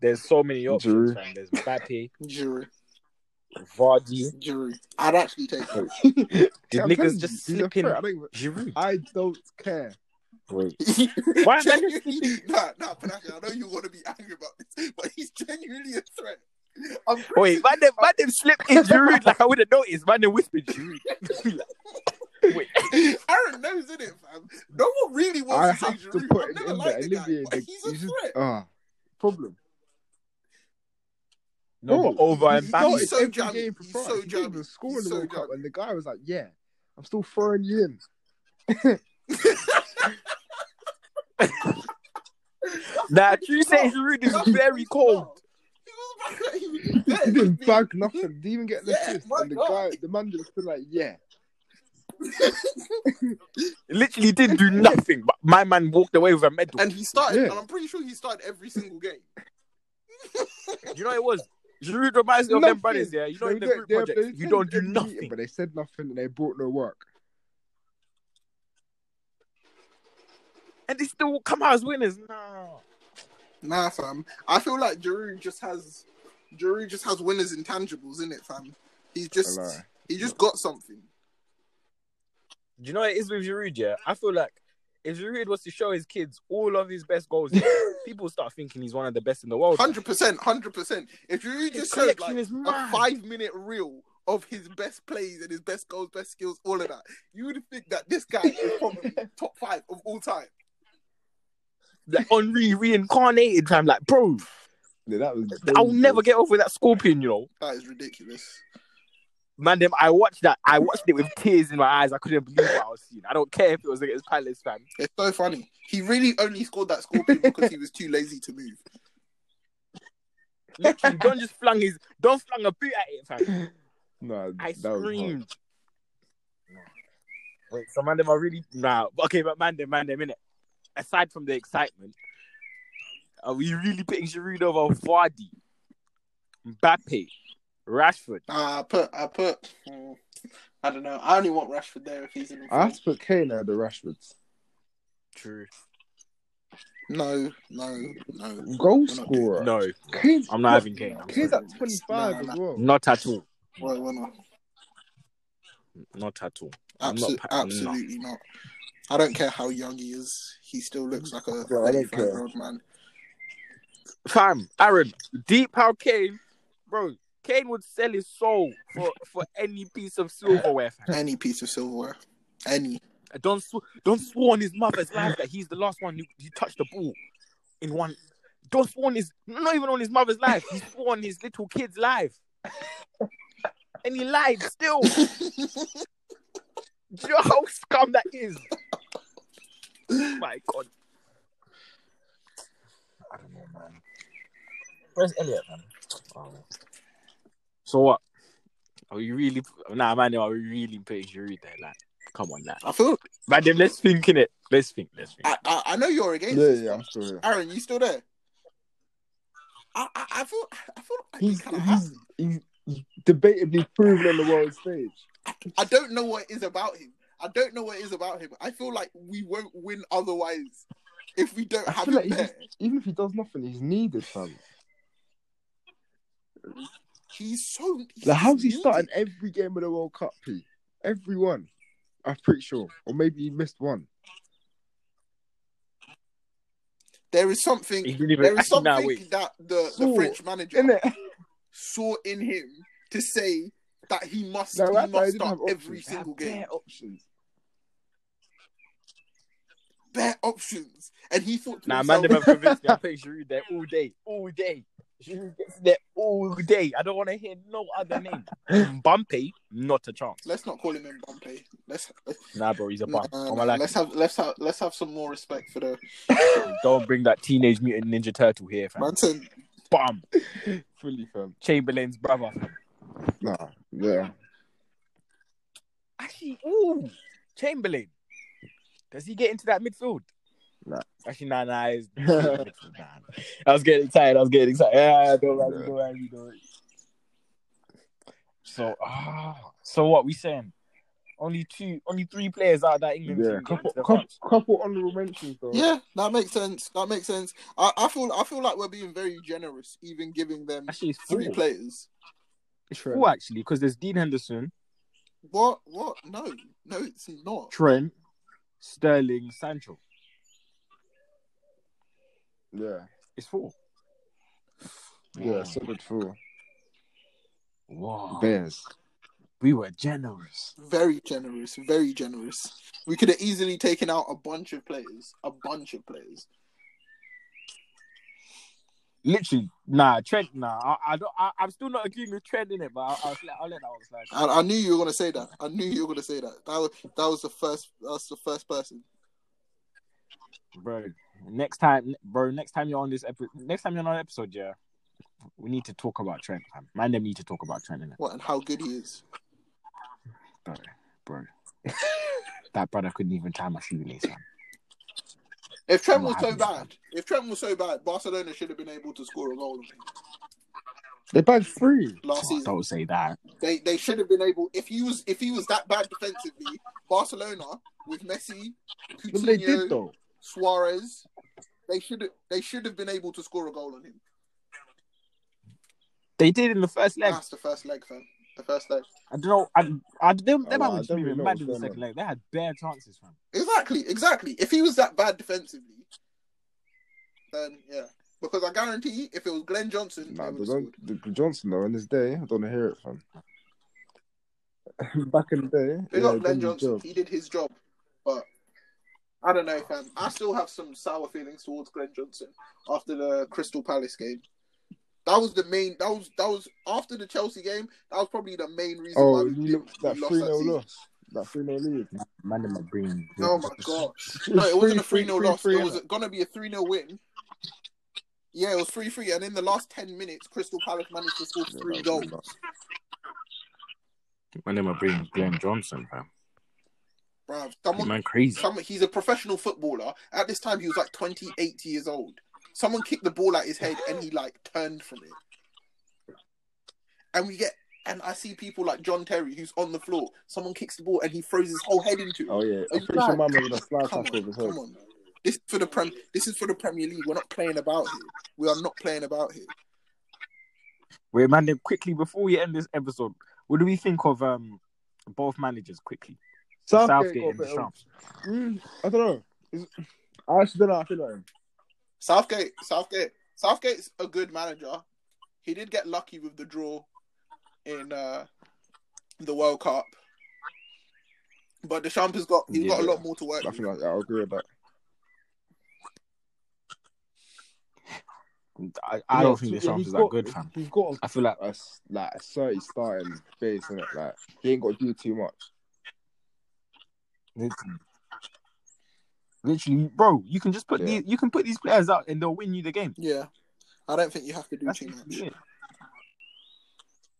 [SPEAKER 1] There's so many options,
[SPEAKER 2] Giroud.
[SPEAKER 1] fam. There's Mbappe,
[SPEAKER 3] Jury,
[SPEAKER 1] Vardy.
[SPEAKER 3] jury. I'd actually take it.
[SPEAKER 1] Did
[SPEAKER 2] I'm telling
[SPEAKER 1] niggas
[SPEAKER 2] you,
[SPEAKER 1] just
[SPEAKER 2] he's a
[SPEAKER 1] slip in
[SPEAKER 2] threat. I don't,
[SPEAKER 1] Giroud?
[SPEAKER 2] I don't care.
[SPEAKER 1] Wait. Why
[SPEAKER 3] Why
[SPEAKER 1] am I just
[SPEAKER 3] nah, nah, Panache, I know you want to be angry about this, but he's genuinely a threat. I'm pretty-
[SPEAKER 1] Wait, man, them, man, them slipped in Giroud like I would have noticed. Man, them whispered Giroud. Wait,
[SPEAKER 3] Aaron knows, isn't it, fam? No one really
[SPEAKER 2] I
[SPEAKER 3] wants to
[SPEAKER 2] have
[SPEAKER 3] say
[SPEAKER 2] to
[SPEAKER 3] Giroud.
[SPEAKER 2] put
[SPEAKER 3] I've
[SPEAKER 2] it
[SPEAKER 3] never
[SPEAKER 2] in there.
[SPEAKER 3] liked the guy,
[SPEAKER 2] Olivier,
[SPEAKER 3] but
[SPEAKER 2] the-
[SPEAKER 3] he's a
[SPEAKER 2] you just-
[SPEAKER 3] threat.
[SPEAKER 2] Ah, problem.
[SPEAKER 1] no,
[SPEAKER 2] Bro,
[SPEAKER 1] but over
[SPEAKER 2] he
[SPEAKER 1] Mbappe.
[SPEAKER 2] started
[SPEAKER 3] so
[SPEAKER 2] every
[SPEAKER 3] jammy.
[SPEAKER 2] game for
[SPEAKER 3] He's
[SPEAKER 2] France.
[SPEAKER 3] so
[SPEAKER 2] He didn't
[SPEAKER 3] jammy.
[SPEAKER 2] even score in
[SPEAKER 3] He's
[SPEAKER 2] the
[SPEAKER 3] so
[SPEAKER 2] World Cup,
[SPEAKER 3] jammy.
[SPEAKER 2] and the guy was like, "Yeah, I'm still throwing you in."
[SPEAKER 1] Nah, true saying Giroud
[SPEAKER 3] That's
[SPEAKER 1] is very
[SPEAKER 3] his
[SPEAKER 1] cold.
[SPEAKER 3] style. He was back there,
[SPEAKER 2] He
[SPEAKER 3] he was
[SPEAKER 2] didn't
[SPEAKER 3] there.
[SPEAKER 2] bag nothing. Didn't even get the
[SPEAKER 3] Yeah,
[SPEAKER 2] assist.
[SPEAKER 3] my
[SPEAKER 2] And the guy,
[SPEAKER 3] God.
[SPEAKER 2] the man, just been like, "Yeah."
[SPEAKER 1] Literally didn't do nothing, but my man walked away with a medal.
[SPEAKER 3] And he started,
[SPEAKER 2] Yeah.
[SPEAKER 3] and I'm pretty sure he started every single game.
[SPEAKER 1] you know what it was? Giroud reminds me of them
[SPEAKER 2] Nothing.
[SPEAKER 1] brothers, yeah. You know, in the
[SPEAKER 2] They-
[SPEAKER 1] group
[SPEAKER 2] they-
[SPEAKER 1] project,
[SPEAKER 2] they
[SPEAKER 1] you
[SPEAKER 2] said
[SPEAKER 1] don't do
[SPEAKER 2] every meeting,
[SPEAKER 1] nothing.
[SPEAKER 2] But they said nothing, and they brought no work.
[SPEAKER 1] And they still come out as winners. No.
[SPEAKER 3] Nah, fam. I feel like Giroud just has Giroud just has winners intangibles in it, fam. He's just
[SPEAKER 2] I lie.
[SPEAKER 3] he just got something.
[SPEAKER 1] Do you know what it is with Giroud, yeah? I feel like if Giroud was to show his kids all of his best goals, yeah, people start thinking he's one of the best in the world.
[SPEAKER 3] Hundred percent, hundred percent. If Giroud
[SPEAKER 1] His
[SPEAKER 3] just showed
[SPEAKER 1] collection
[SPEAKER 3] like
[SPEAKER 1] is
[SPEAKER 3] a
[SPEAKER 1] mad.
[SPEAKER 3] five minute reel of his best plays and his best goals, best skills, all of that, you would think that this guy is probably top five of all time.
[SPEAKER 1] Like Henri reincarnated, fam. Like, bro,
[SPEAKER 2] Yeah, that was.
[SPEAKER 1] I'll never get over that scorpion, you know.
[SPEAKER 3] That is ridiculous.
[SPEAKER 1] Man, them, I watched that. I watched it with tears in my eyes. I couldn't believe what I was seeing. I don't care if it was against Palace, fam.
[SPEAKER 3] It's so funny. He really only scored that scorpion because he was too lazy to move.
[SPEAKER 1] Literally, don't just flung his, don't flung a boot at it, fam.
[SPEAKER 2] No,
[SPEAKER 1] I
[SPEAKER 2] that was hard.
[SPEAKER 1] screamed. Wait, so man, them are really nah. but Okay, but man, them, man, them, minute. Aside from the excitement, are we really putting Giroud over Vardy, Mbappe, Rashford?
[SPEAKER 3] Nah, I put, I put, mm, I don't know. I only want Rashford there if he's in. the
[SPEAKER 2] I have to put Kane out of the Rashfords.
[SPEAKER 1] True.
[SPEAKER 3] No, no, no.
[SPEAKER 2] Goal scorer.
[SPEAKER 1] No,
[SPEAKER 2] Kane's,
[SPEAKER 1] I'm not having Kane. I'm sorry.
[SPEAKER 2] Kane's at 25
[SPEAKER 3] Nah,
[SPEAKER 2] as
[SPEAKER 3] nah.
[SPEAKER 2] well.
[SPEAKER 1] Not at all.
[SPEAKER 3] Why, why not?
[SPEAKER 1] Not at all. I'm
[SPEAKER 3] Absol-
[SPEAKER 1] not pa-
[SPEAKER 3] absolutely not. I don't care how young he is. He still looks like a
[SPEAKER 2] Bro, I don't care.
[SPEAKER 3] thirty-five-year-old man.
[SPEAKER 1] Fam, Aaron, deep how Kane, bro. Kane would sell his soul for, for any piece of silverware, fam.
[SPEAKER 3] Any piece of silverware, any.
[SPEAKER 1] Don't sw- don't sworn his mother's life that he's the last one who, who touched the ball in one. Don't sworn his not even on his mother's life. He swore on his little kid's life, and he lied still. Do you know how scum that is? Oh My God. I don't know, man. Where's Elliot, man? Oh. So what? Are we really? Nah, man. Are we really putting Giroud there? Like, come on, now.
[SPEAKER 3] I feel.
[SPEAKER 1] Man, then let's think in it. Let's think. Let's think.
[SPEAKER 3] I, I, I know you're against.
[SPEAKER 2] Yeah,
[SPEAKER 3] this,
[SPEAKER 2] yeah,
[SPEAKER 3] but-
[SPEAKER 2] I'm still here.
[SPEAKER 3] Aaron, you still there? I, I, I feel, I feel like
[SPEAKER 1] He's,
[SPEAKER 3] kind of has
[SPEAKER 1] he's, he's, he's debatably proven on the world stage.
[SPEAKER 3] I don't know what it is about him. I don't know what it is about him. I feel like we won't win otherwise if we don't
[SPEAKER 1] I
[SPEAKER 3] have
[SPEAKER 1] feel
[SPEAKER 3] him
[SPEAKER 1] like he
[SPEAKER 3] there.
[SPEAKER 1] just- Even if he does nothing, he's needed, fam.
[SPEAKER 3] He's so. He's
[SPEAKER 1] Like, how's he
[SPEAKER 3] needed.
[SPEAKER 1] starting every game of the World Cup, P? Every one. I'm pretty sure. Or maybe he missed one.
[SPEAKER 3] There is something.
[SPEAKER 1] didn't even
[SPEAKER 3] There is something that the, the
[SPEAKER 1] Saw,
[SPEAKER 3] French manager
[SPEAKER 1] In it.
[SPEAKER 3] saw in him to say that he must
[SPEAKER 1] No,
[SPEAKER 3] he
[SPEAKER 1] that's why he
[SPEAKER 3] must
[SPEAKER 1] didn't
[SPEAKER 3] start
[SPEAKER 1] have options.
[SPEAKER 3] every
[SPEAKER 1] They
[SPEAKER 3] single
[SPEAKER 1] had
[SPEAKER 3] game.
[SPEAKER 1] bare options.
[SPEAKER 3] Bare options, and he thought. to
[SPEAKER 1] Nah, man,
[SPEAKER 3] himself,
[SPEAKER 1] they've convinced me. I'm putting Giroud there all day, all day. Giroud gets there all day. I don't want to hear no other name. Mbappe, not a chance.
[SPEAKER 3] Let's not call him Mbappe. Let's
[SPEAKER 1] Nah, bro, he's a bum.
[SPEAKER 3] nah,
[SPEAKER 1] I'm
[SPEAKER 3] nah,
[SPEAKER 1] like,
[SPEAKER 3] let's have let's have let's have some more respect for the
[SPEAKER 1] don't bring that teenage mutant ninja turtle here, fam.
[SPEAKER 3] man. said,
[SPEAKER 1] Bum.
[SPEAKER 2] Fully fam.
[SPEAKER 1] Chamberlain's brother. fam.
[SPEAKER 2] Nah, yeah.
[SPEAKER 1] Actually, ooh, Chamberlain. Does he get into that midfield?
[SPEAKER 2] Nah.
[SPEAKER 1] Actually, nah, nah. He's... nah. I was getting excited. I was getting excited. Yeah, don't worry,
[SPEAKER 2] Yeah.
[SPEAKER 1] don't worry, don't worry. So, ah, so what we saying? Only two, only three players out of that England
[SPEAKER 2] Yeah.
[SPEAKER 1] team. get
[SPEAKER 2] Couple,
[SPEAKER 1] into the
[SPEAKER 2] couple,
[SPEAKER 1] finals.
[SPEAKER 2] couple honorable mentions though.
[SPEAKER 3] Yeah, that makes sense. That makes sense. I, I feel I feel like we're being very generous, even giving them
[SPEAKER 1] Actually, it's
[SPEAKER 3] three
[SPEAKER 1] four.
[SPEAKER 3] players.
[SPEAKER 1] It's four actually, because there's Dean Henderson,
[SPEAKER 3] What? What? No, no, it's not.
[SPEAKER 1] Trent, Sterling, Sancho.
[SPEAKER 2] Yeah.
[SPEAKER 1] It's four.
[SPEAKER 2] Yeah, solid four.
[SPEAKER 1] Wow.
[SPEAKER 2] Bears.
[SPEAKER 1] We were generous.
[SPEAKER 3] Very generous. Very generous. We could have easily taken out a bunch of players. A bunch of players.
[SPEAKER 1] Literally, nah, Trent, nah. I, I don't. I, I'm still not agreeing with Trent in it, but I'll, I'll, let- I'll let that one slide.
[SPEAKER 3] I, I knew you were gonna say that. I knew you were gonna say that. That was that was the first. That's the first person.
[SPEAKER 1] bro. Next time, bro. Next time you're on this episode, next time you're on an episode, yeah, we need to talk about Trent, man. Man, them need to talk about Trent, innit,
[SPEAKER 3] What and how good he is.
[SPEAKER 1] bro. bro. that brother couldn't even tie my shoelace, man.
[SPEAKER 3] If Trent
[SPEAKER 1] I'm
[SPEAKER 3] was
[SPEAKER 1] not
[SPEAKER 3] so
[SPEAKER 1] happy with
[SPEAKER 3] bad, if Trent was so bad, Barcelona should have been able to score a goal on him
[SPEAKER 2] They bagged three.
[SPEAKER 3] last
[SPEAKER 1] Oh,
[SPEAKER 3] season.
[SPEAKER 1] don't say that.
[SPEAKER 3] They they should have been able if he was if he was that bad defensively, Barcelona with Messi,
[SPEAKER 2] No, but they did
[SPEAKER 3] Coutinho,
[SPEAKER 2] though.
[SPEAKER 3] Suarez, they should they should have been able to score a goal on him.
[SPEAKER 1] They did in the first leg.
[SPEAKER 3] That's the first leg, fam. The first leg.
[SPEAKER 1] I don't know. I, I, they, they
[SPEAKER 2] Oh, I
[SPEAKER 1] haven't
[SPEAKER 2] don't
[SPEAKER 1] been
[SPEAKER 2] really know
[SPEAKER 1] mad in the
[SPEAKER 2] what's going
[SPEAKER 1] second leg. They had bare chances, man.
[SPEAKER 3] Exactly, exactly. If he was that bad defensively, then yeah. Because I guarantee if it was Glenn Johnson,
[SPEAKER 2] Nah,
[SPEAKER 3] they would
[SPEAKER 2] they
[SPEAKER 3] have
[SPEAKER 2] don't,
[SPEAKER 3] scored.
[SPEAKER 2] the Johnson though in his day, I don't hear it from. Back in the day,
[SPEAKER 3] Big
[SPEAKER 2] yeah,
[SPEAKER 3] up
[SPEAKER 2] he
[SPEAKER 3] Glenn
[SPEAKER 2] done his
[SPEAKER 3] Johnson.
[SPEAKER 2] job.
[SPEAKER 3] He did his job. But I don't know, fam. I still have some sour feelings towards Glenn Johnson after the Crystal Palace game. That was the main. That was that was after the Chelsea game. That was probably the main reason why
[SPEAKER 2] Oh,
[SPEAKER 3] we,
[SPEAKER 2] you
[SPEAKER 3] did-
[SPEAKER 2] look that
[SPEAKER 3] we
[SPEAKER 2] three 0
[SPEAKER 3] lost that season.
[SPEAKER 2] loss, that three 0 lead.
[SPEAKER 1] Man, in my brain.
[SPEAKER 3] Oh my gosh! No, it wasn't a three 0 loss. It was
[SPEAKER 2] innit?
[SPEAKER 3] gonna be a three 0 win. Yeah, it was three three, and in the last ten minutes, Crystal Palace managed to score
[SPEAKER 2] Yeah, that
[SPEAKER 3] three
[SPEAKER 2] was
[SPEAKER 3] goals.
[SPEAKER 2] a loss.
[SPEAKER 1] Man, in my brain. Glenn Johnson, man.
[SPEAKER 3] Bruv, someone
[SPEAKER 1] Man, crazy.
[SPEAKER 3] Some, he's a professional footballer. At this time, he was like 28 years old. Someone kicked the ball at his head and he like turned from it. And we get, and I see people like John Terry who's on the floor. Someone kicks the ball and he throws his whole head into it.
[SPEAKER 2] Oh yeah,
[SPEAKER 3] Are
[SPEAKER 2] I'm
[SPEAKER 3] you
[SPEAKER 2] pretty sure
[SPEAKER 3] mad?
[SPEAKER 2] my man with a slide
[SPEAKER 3] Come
[SPEAKER 2] tackle
[SPEAKER 3] on,
[SPEAKER 2] over
[SPEAKER 3] come on. This is for the prem. This is for the Premier League. We're not playing about here. We are not playing about here.
[SPEAKER 1] Wait, man, then quickly before we end this episode, what do we think of um both managers quickly? Southgate and Deschamps.
[SPEAKER 2] Mm, I don't know. It's, I actually don't know. how I feel like him.
[SPEAKER 3] Southgate, Southgate, Southgate's a good manager. He did get lucky with the draw in uh, the World Cup, but Deschamps has got he's got a
[SPEAKER 2] Yeah.
[SPEAKER 3] lot more to work.
[SPEAKER 2] I
[SPEAKER 3] with.
[SPEAKER 2] feel like I'll agree with that.
[SPEAKER 1] I, I
[SPEAKER 2] Yeah,
[SPEAKER 1] don't think
[SPEAKER 2] so- yeah,
[SPEAKER 1] Deschamps
[SPEAKER 2] he's
[SPEAKER 1] is that
[SPEAKER 2] got-
[SPEAKER 1] good, fam.
[SPEAKER 2] He's got
[SPEAKER 1] I feel like
[SPEAKER 2] a, s- like a thirty starting base in it. Like he ain't got to do too much.
[SPEAKER 1] literally, literally, bro, you can just put
[SPEAKER 2] Yeah.
[SPEAKER 1] these, you can put these players out and they'll win you the game.
[SPEAKER 3] Yeah, I don't think you have to do
[SPEAKER 1] That's
[SPEAKER 3] too
[SPEAKER 1] literally
[SPEAKER 3] much.
[SPEAKER 1] it.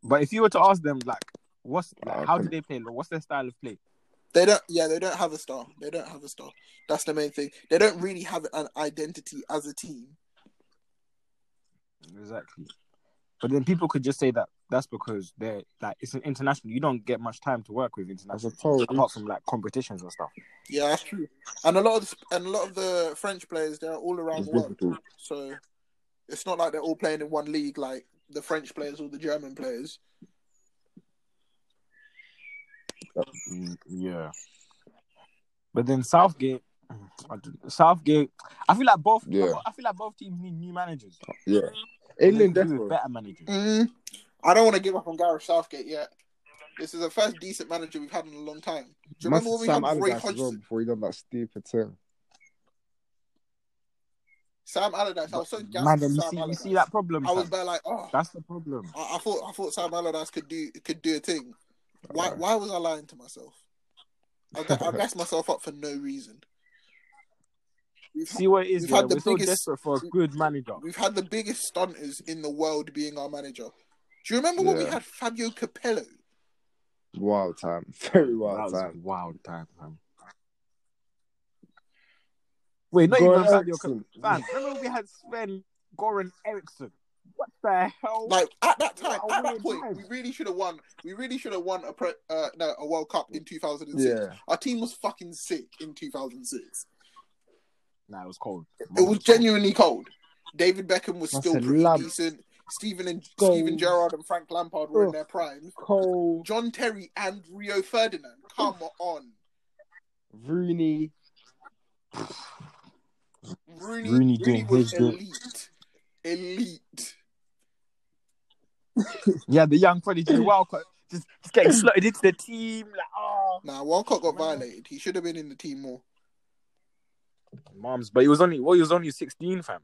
[SPEAKER 1] But if you were to ask them, like, what's like,
[SPEAKER 2] Nah, I
[SPEAKER 1] how do
[SPEAKER 2] couldn't-
[SPEAKER 1] they play? Like, what's their style of play?
[SPEAKER 3] They don't. Yeah, they don't have a star. They don't have a star. That's the main thing. They don't really have an identity as a team.
[SPEAKER 1] Exactly. But then people could just say that that's because they're like it's an international. You don't get much time to work with
[SPEAKER 2] As
[SPEAKER 1] international
[SPEAKER 2] opposed,
[SPEAKER 1] apart from like competitions and stuff.
[SPEAKER 3] Yeah, that's true. And a lot of the, sp- and a lot of the French players, they're all around
[SPEAKER 2] it's
[SPEAKER 3] the world,
[SPEAKER 2] difficult.
[SPEAKER 3] so it's not like they're all playing in one league like the French players or the German players.
[SPEAKER 1] Mm, yeah. But then Southgate, I don't- Southgate, I feel like both.
[SPEAKER 2] Yeah.
[SPEAKER 1] I feel like both teams need new managers.
[SPEAKER 2] Yeah, England
[SPEAKER 1] They do with
[SPEAKER 2] definitely.
[SPEAKER 1] better managers.
[SPEAKER 3] Mm, I don't want to give up on Gareth Southgate yet. This is the first decent manager we've had in a long time. Do you remember
[SPEAKER 2] Must
[SPEAKER 3] when we
[SPEAKER 2] Sam
[SPEAKER 3] had Roy
[SPEAKER 2] Allardyce as well
[SPEAKER 3] Hodgson?
[SPEAKER 2] before he done that stupid thing.
[SPEAKER 3] Sam Allardyce. I was so
[SPEAKER 1] Man,
[SPEAKER 3] gassed
[SPEAKER 1] then
[SPEAKER 3] with
[SPEAKER 1] you
[SPEAKER 3] Sam
[SPEAKER 1] see, you
[SPEAKER 3] Allardyce.
[SPEAKER 1] see that problem.
[SPEAKER 3] I was
[SPEAKER 1] fam.
[SPEAKER 3] there like, oh,
[SPEAKER 1] That's the problem.
[SPEAKER 3] I, I thought I thought Sam Allardyce could do could do a thing. Why
[SPEAKER 2] Alright.
[SPEAKER 3] why was I lying to myself? I, ga- I gassed myself up for no reason. We've
[SPEAKER 1] See what it is.
[SPEAKER 3] We've
[SPEAKER 1] Yeah,
[SPEAKER 3] had the
[SPEAKER 1] we're so
[SPEAKER 3] biggest-
[SPEAKER 1] desperate for a good manager.
[SPEAKER 3] We've had the biggest stunters in the world being our manager. Do you remember when we
[SPEAKER 2] Yeah.
[SPEAKER 3] had Fabio Capello?
[SPEAKER 2] Wild time, very
[SPEAKER 1] that
[SPEAKER 2] wild
[SPEAKER 1] was a
[SPEAKER 2] time.
[SPEAKER 1] wild time, man. Wait, not
[SPEAKER 2] Goran
[SPEAKER 1] even Fabio Cap-
[SPEAKER 2] Eriksson.
[SPEAKER 1] Fam, remember we had Sven Goran Eriksson. What the hell?
[SPEAKER 3] Like at that time,
[SPEAKER 1] What a
[SPEAKER 3] at that
[SPEAKER 1] weird
[SPEAKER 3] point,
[SPEAKER 1] time.
[SPEAKER 3] we really should have won. We really should have won a pre- uh, no a World Cup in 2006.
[SPEAKER 2] Yeah,
[SPEAKER 3] Our team was fucking sick in 2006.
[SPEAKER 1] nah, it was cold.
[SPEAKER 3] It was genuinely cold. David Beckham was
[SPEAKER 2] That's
[SPEAKER 3] still
[SPEAKER 2] a
[SPEAKER 3] pretty
[SPEAKER 2] lump.
[SPEAKER 3] decent. Stephen and
[SPEAKER 2] Goals.
[SPEAKER 3] Stephen Gerrard and Frank Lampard were in
[SPEAKER 2] Ugh.
[SPEAKER 3] their prime.
[SPEAKER 2] Cole,
[SPEAKER 3] John Terry and Rio Ferdinand. Come on,
[SPEAKER 2] Rooney.
[SPEAKER 3] Rooney.
[SPEAKER 1] Rooney
[SPEAKER 3] Rooney,
[SPEAKER 1] doing his
[SPEAKER 3] was
[SPEAKER 1] bit.
[SPEAKER 3] elite. Elite.
[SPEAKER 1] Yeah, the young prodigy, the wild card, just, just getting slotted into the team. Like, oh,
[SPEAKER 3] Nah, Walcott got
[SPEAKER 1] Man.
[SPEAKER 3] violated. He should have been in the team more.
[SPEAKER 1] moms. But he was only, well, he was only sixteen, fam.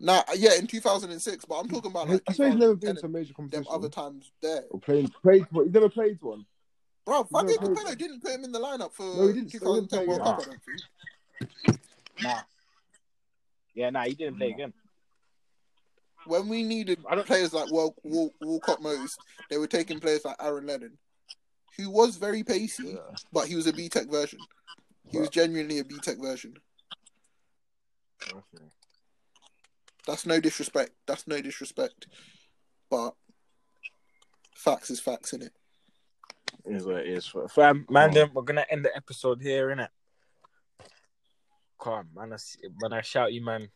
[SPEAKER 3] Nah, yeah, in 2006, but I'm talking about like
[SPEAKER 2] I swear he's never been
[SPEAKER 3] 2010
[SPEAKER 2] to a major
[SPEAKER 3] and them
[SPEAKER 2] competition.
[SPEAKER 3] other times there.
[SPEAKER 2] or playing, played one. He's never played one.
[SPEAKER 3] Bro,
[SPEAKER 2] No,
[SPEAKER 3] Fabio
[SPEAKER 2] no.
[SPEAKER 3] Capello didn't put him in the lineup for
[SPEAKER 2] No, he didn't.
[SPEAKER 3] 2010 World
[SPEAKER 1] Nah.
[SPEAKER 3] Cup. I don't think.
[SPEAKER 1] Yeah, nah, he didn't play again.
[SPEAKER 3] When we needed
[SPEAKER 1] I don't-
[SPEAKER 3] players like Wal- Wal- Walcott most, they were taking players like Aaron Lennon, who was very pacey,
[SPEAKER 2] Yeah.
[SPEAKER 3] but he was a B Tech version. He was genuinely a B Tech version. That's no disrespect. That's no disrespect. But facts is facts, innit?
[SPEAKER 1] It is what it is. Fam, man, then we're gonna end the episode here, innit? Come, on, man, I, see- man, I shout you, man.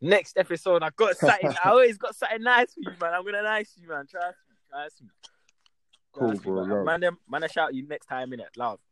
[SPEAKER 1] Next episode, I got something. I always got something nice for you, man. I'm gonna nice you, man. Trust me, trust me.
[SPEAKER 2] Cool,
[SPEAKER 1] Trust me,
[SPEAKER 2] bro,
[SPEAKER 1] man.
[SPEAKER 2] love.
[SPEAKER 1] man, then, man, I shout you next time, innit? Love.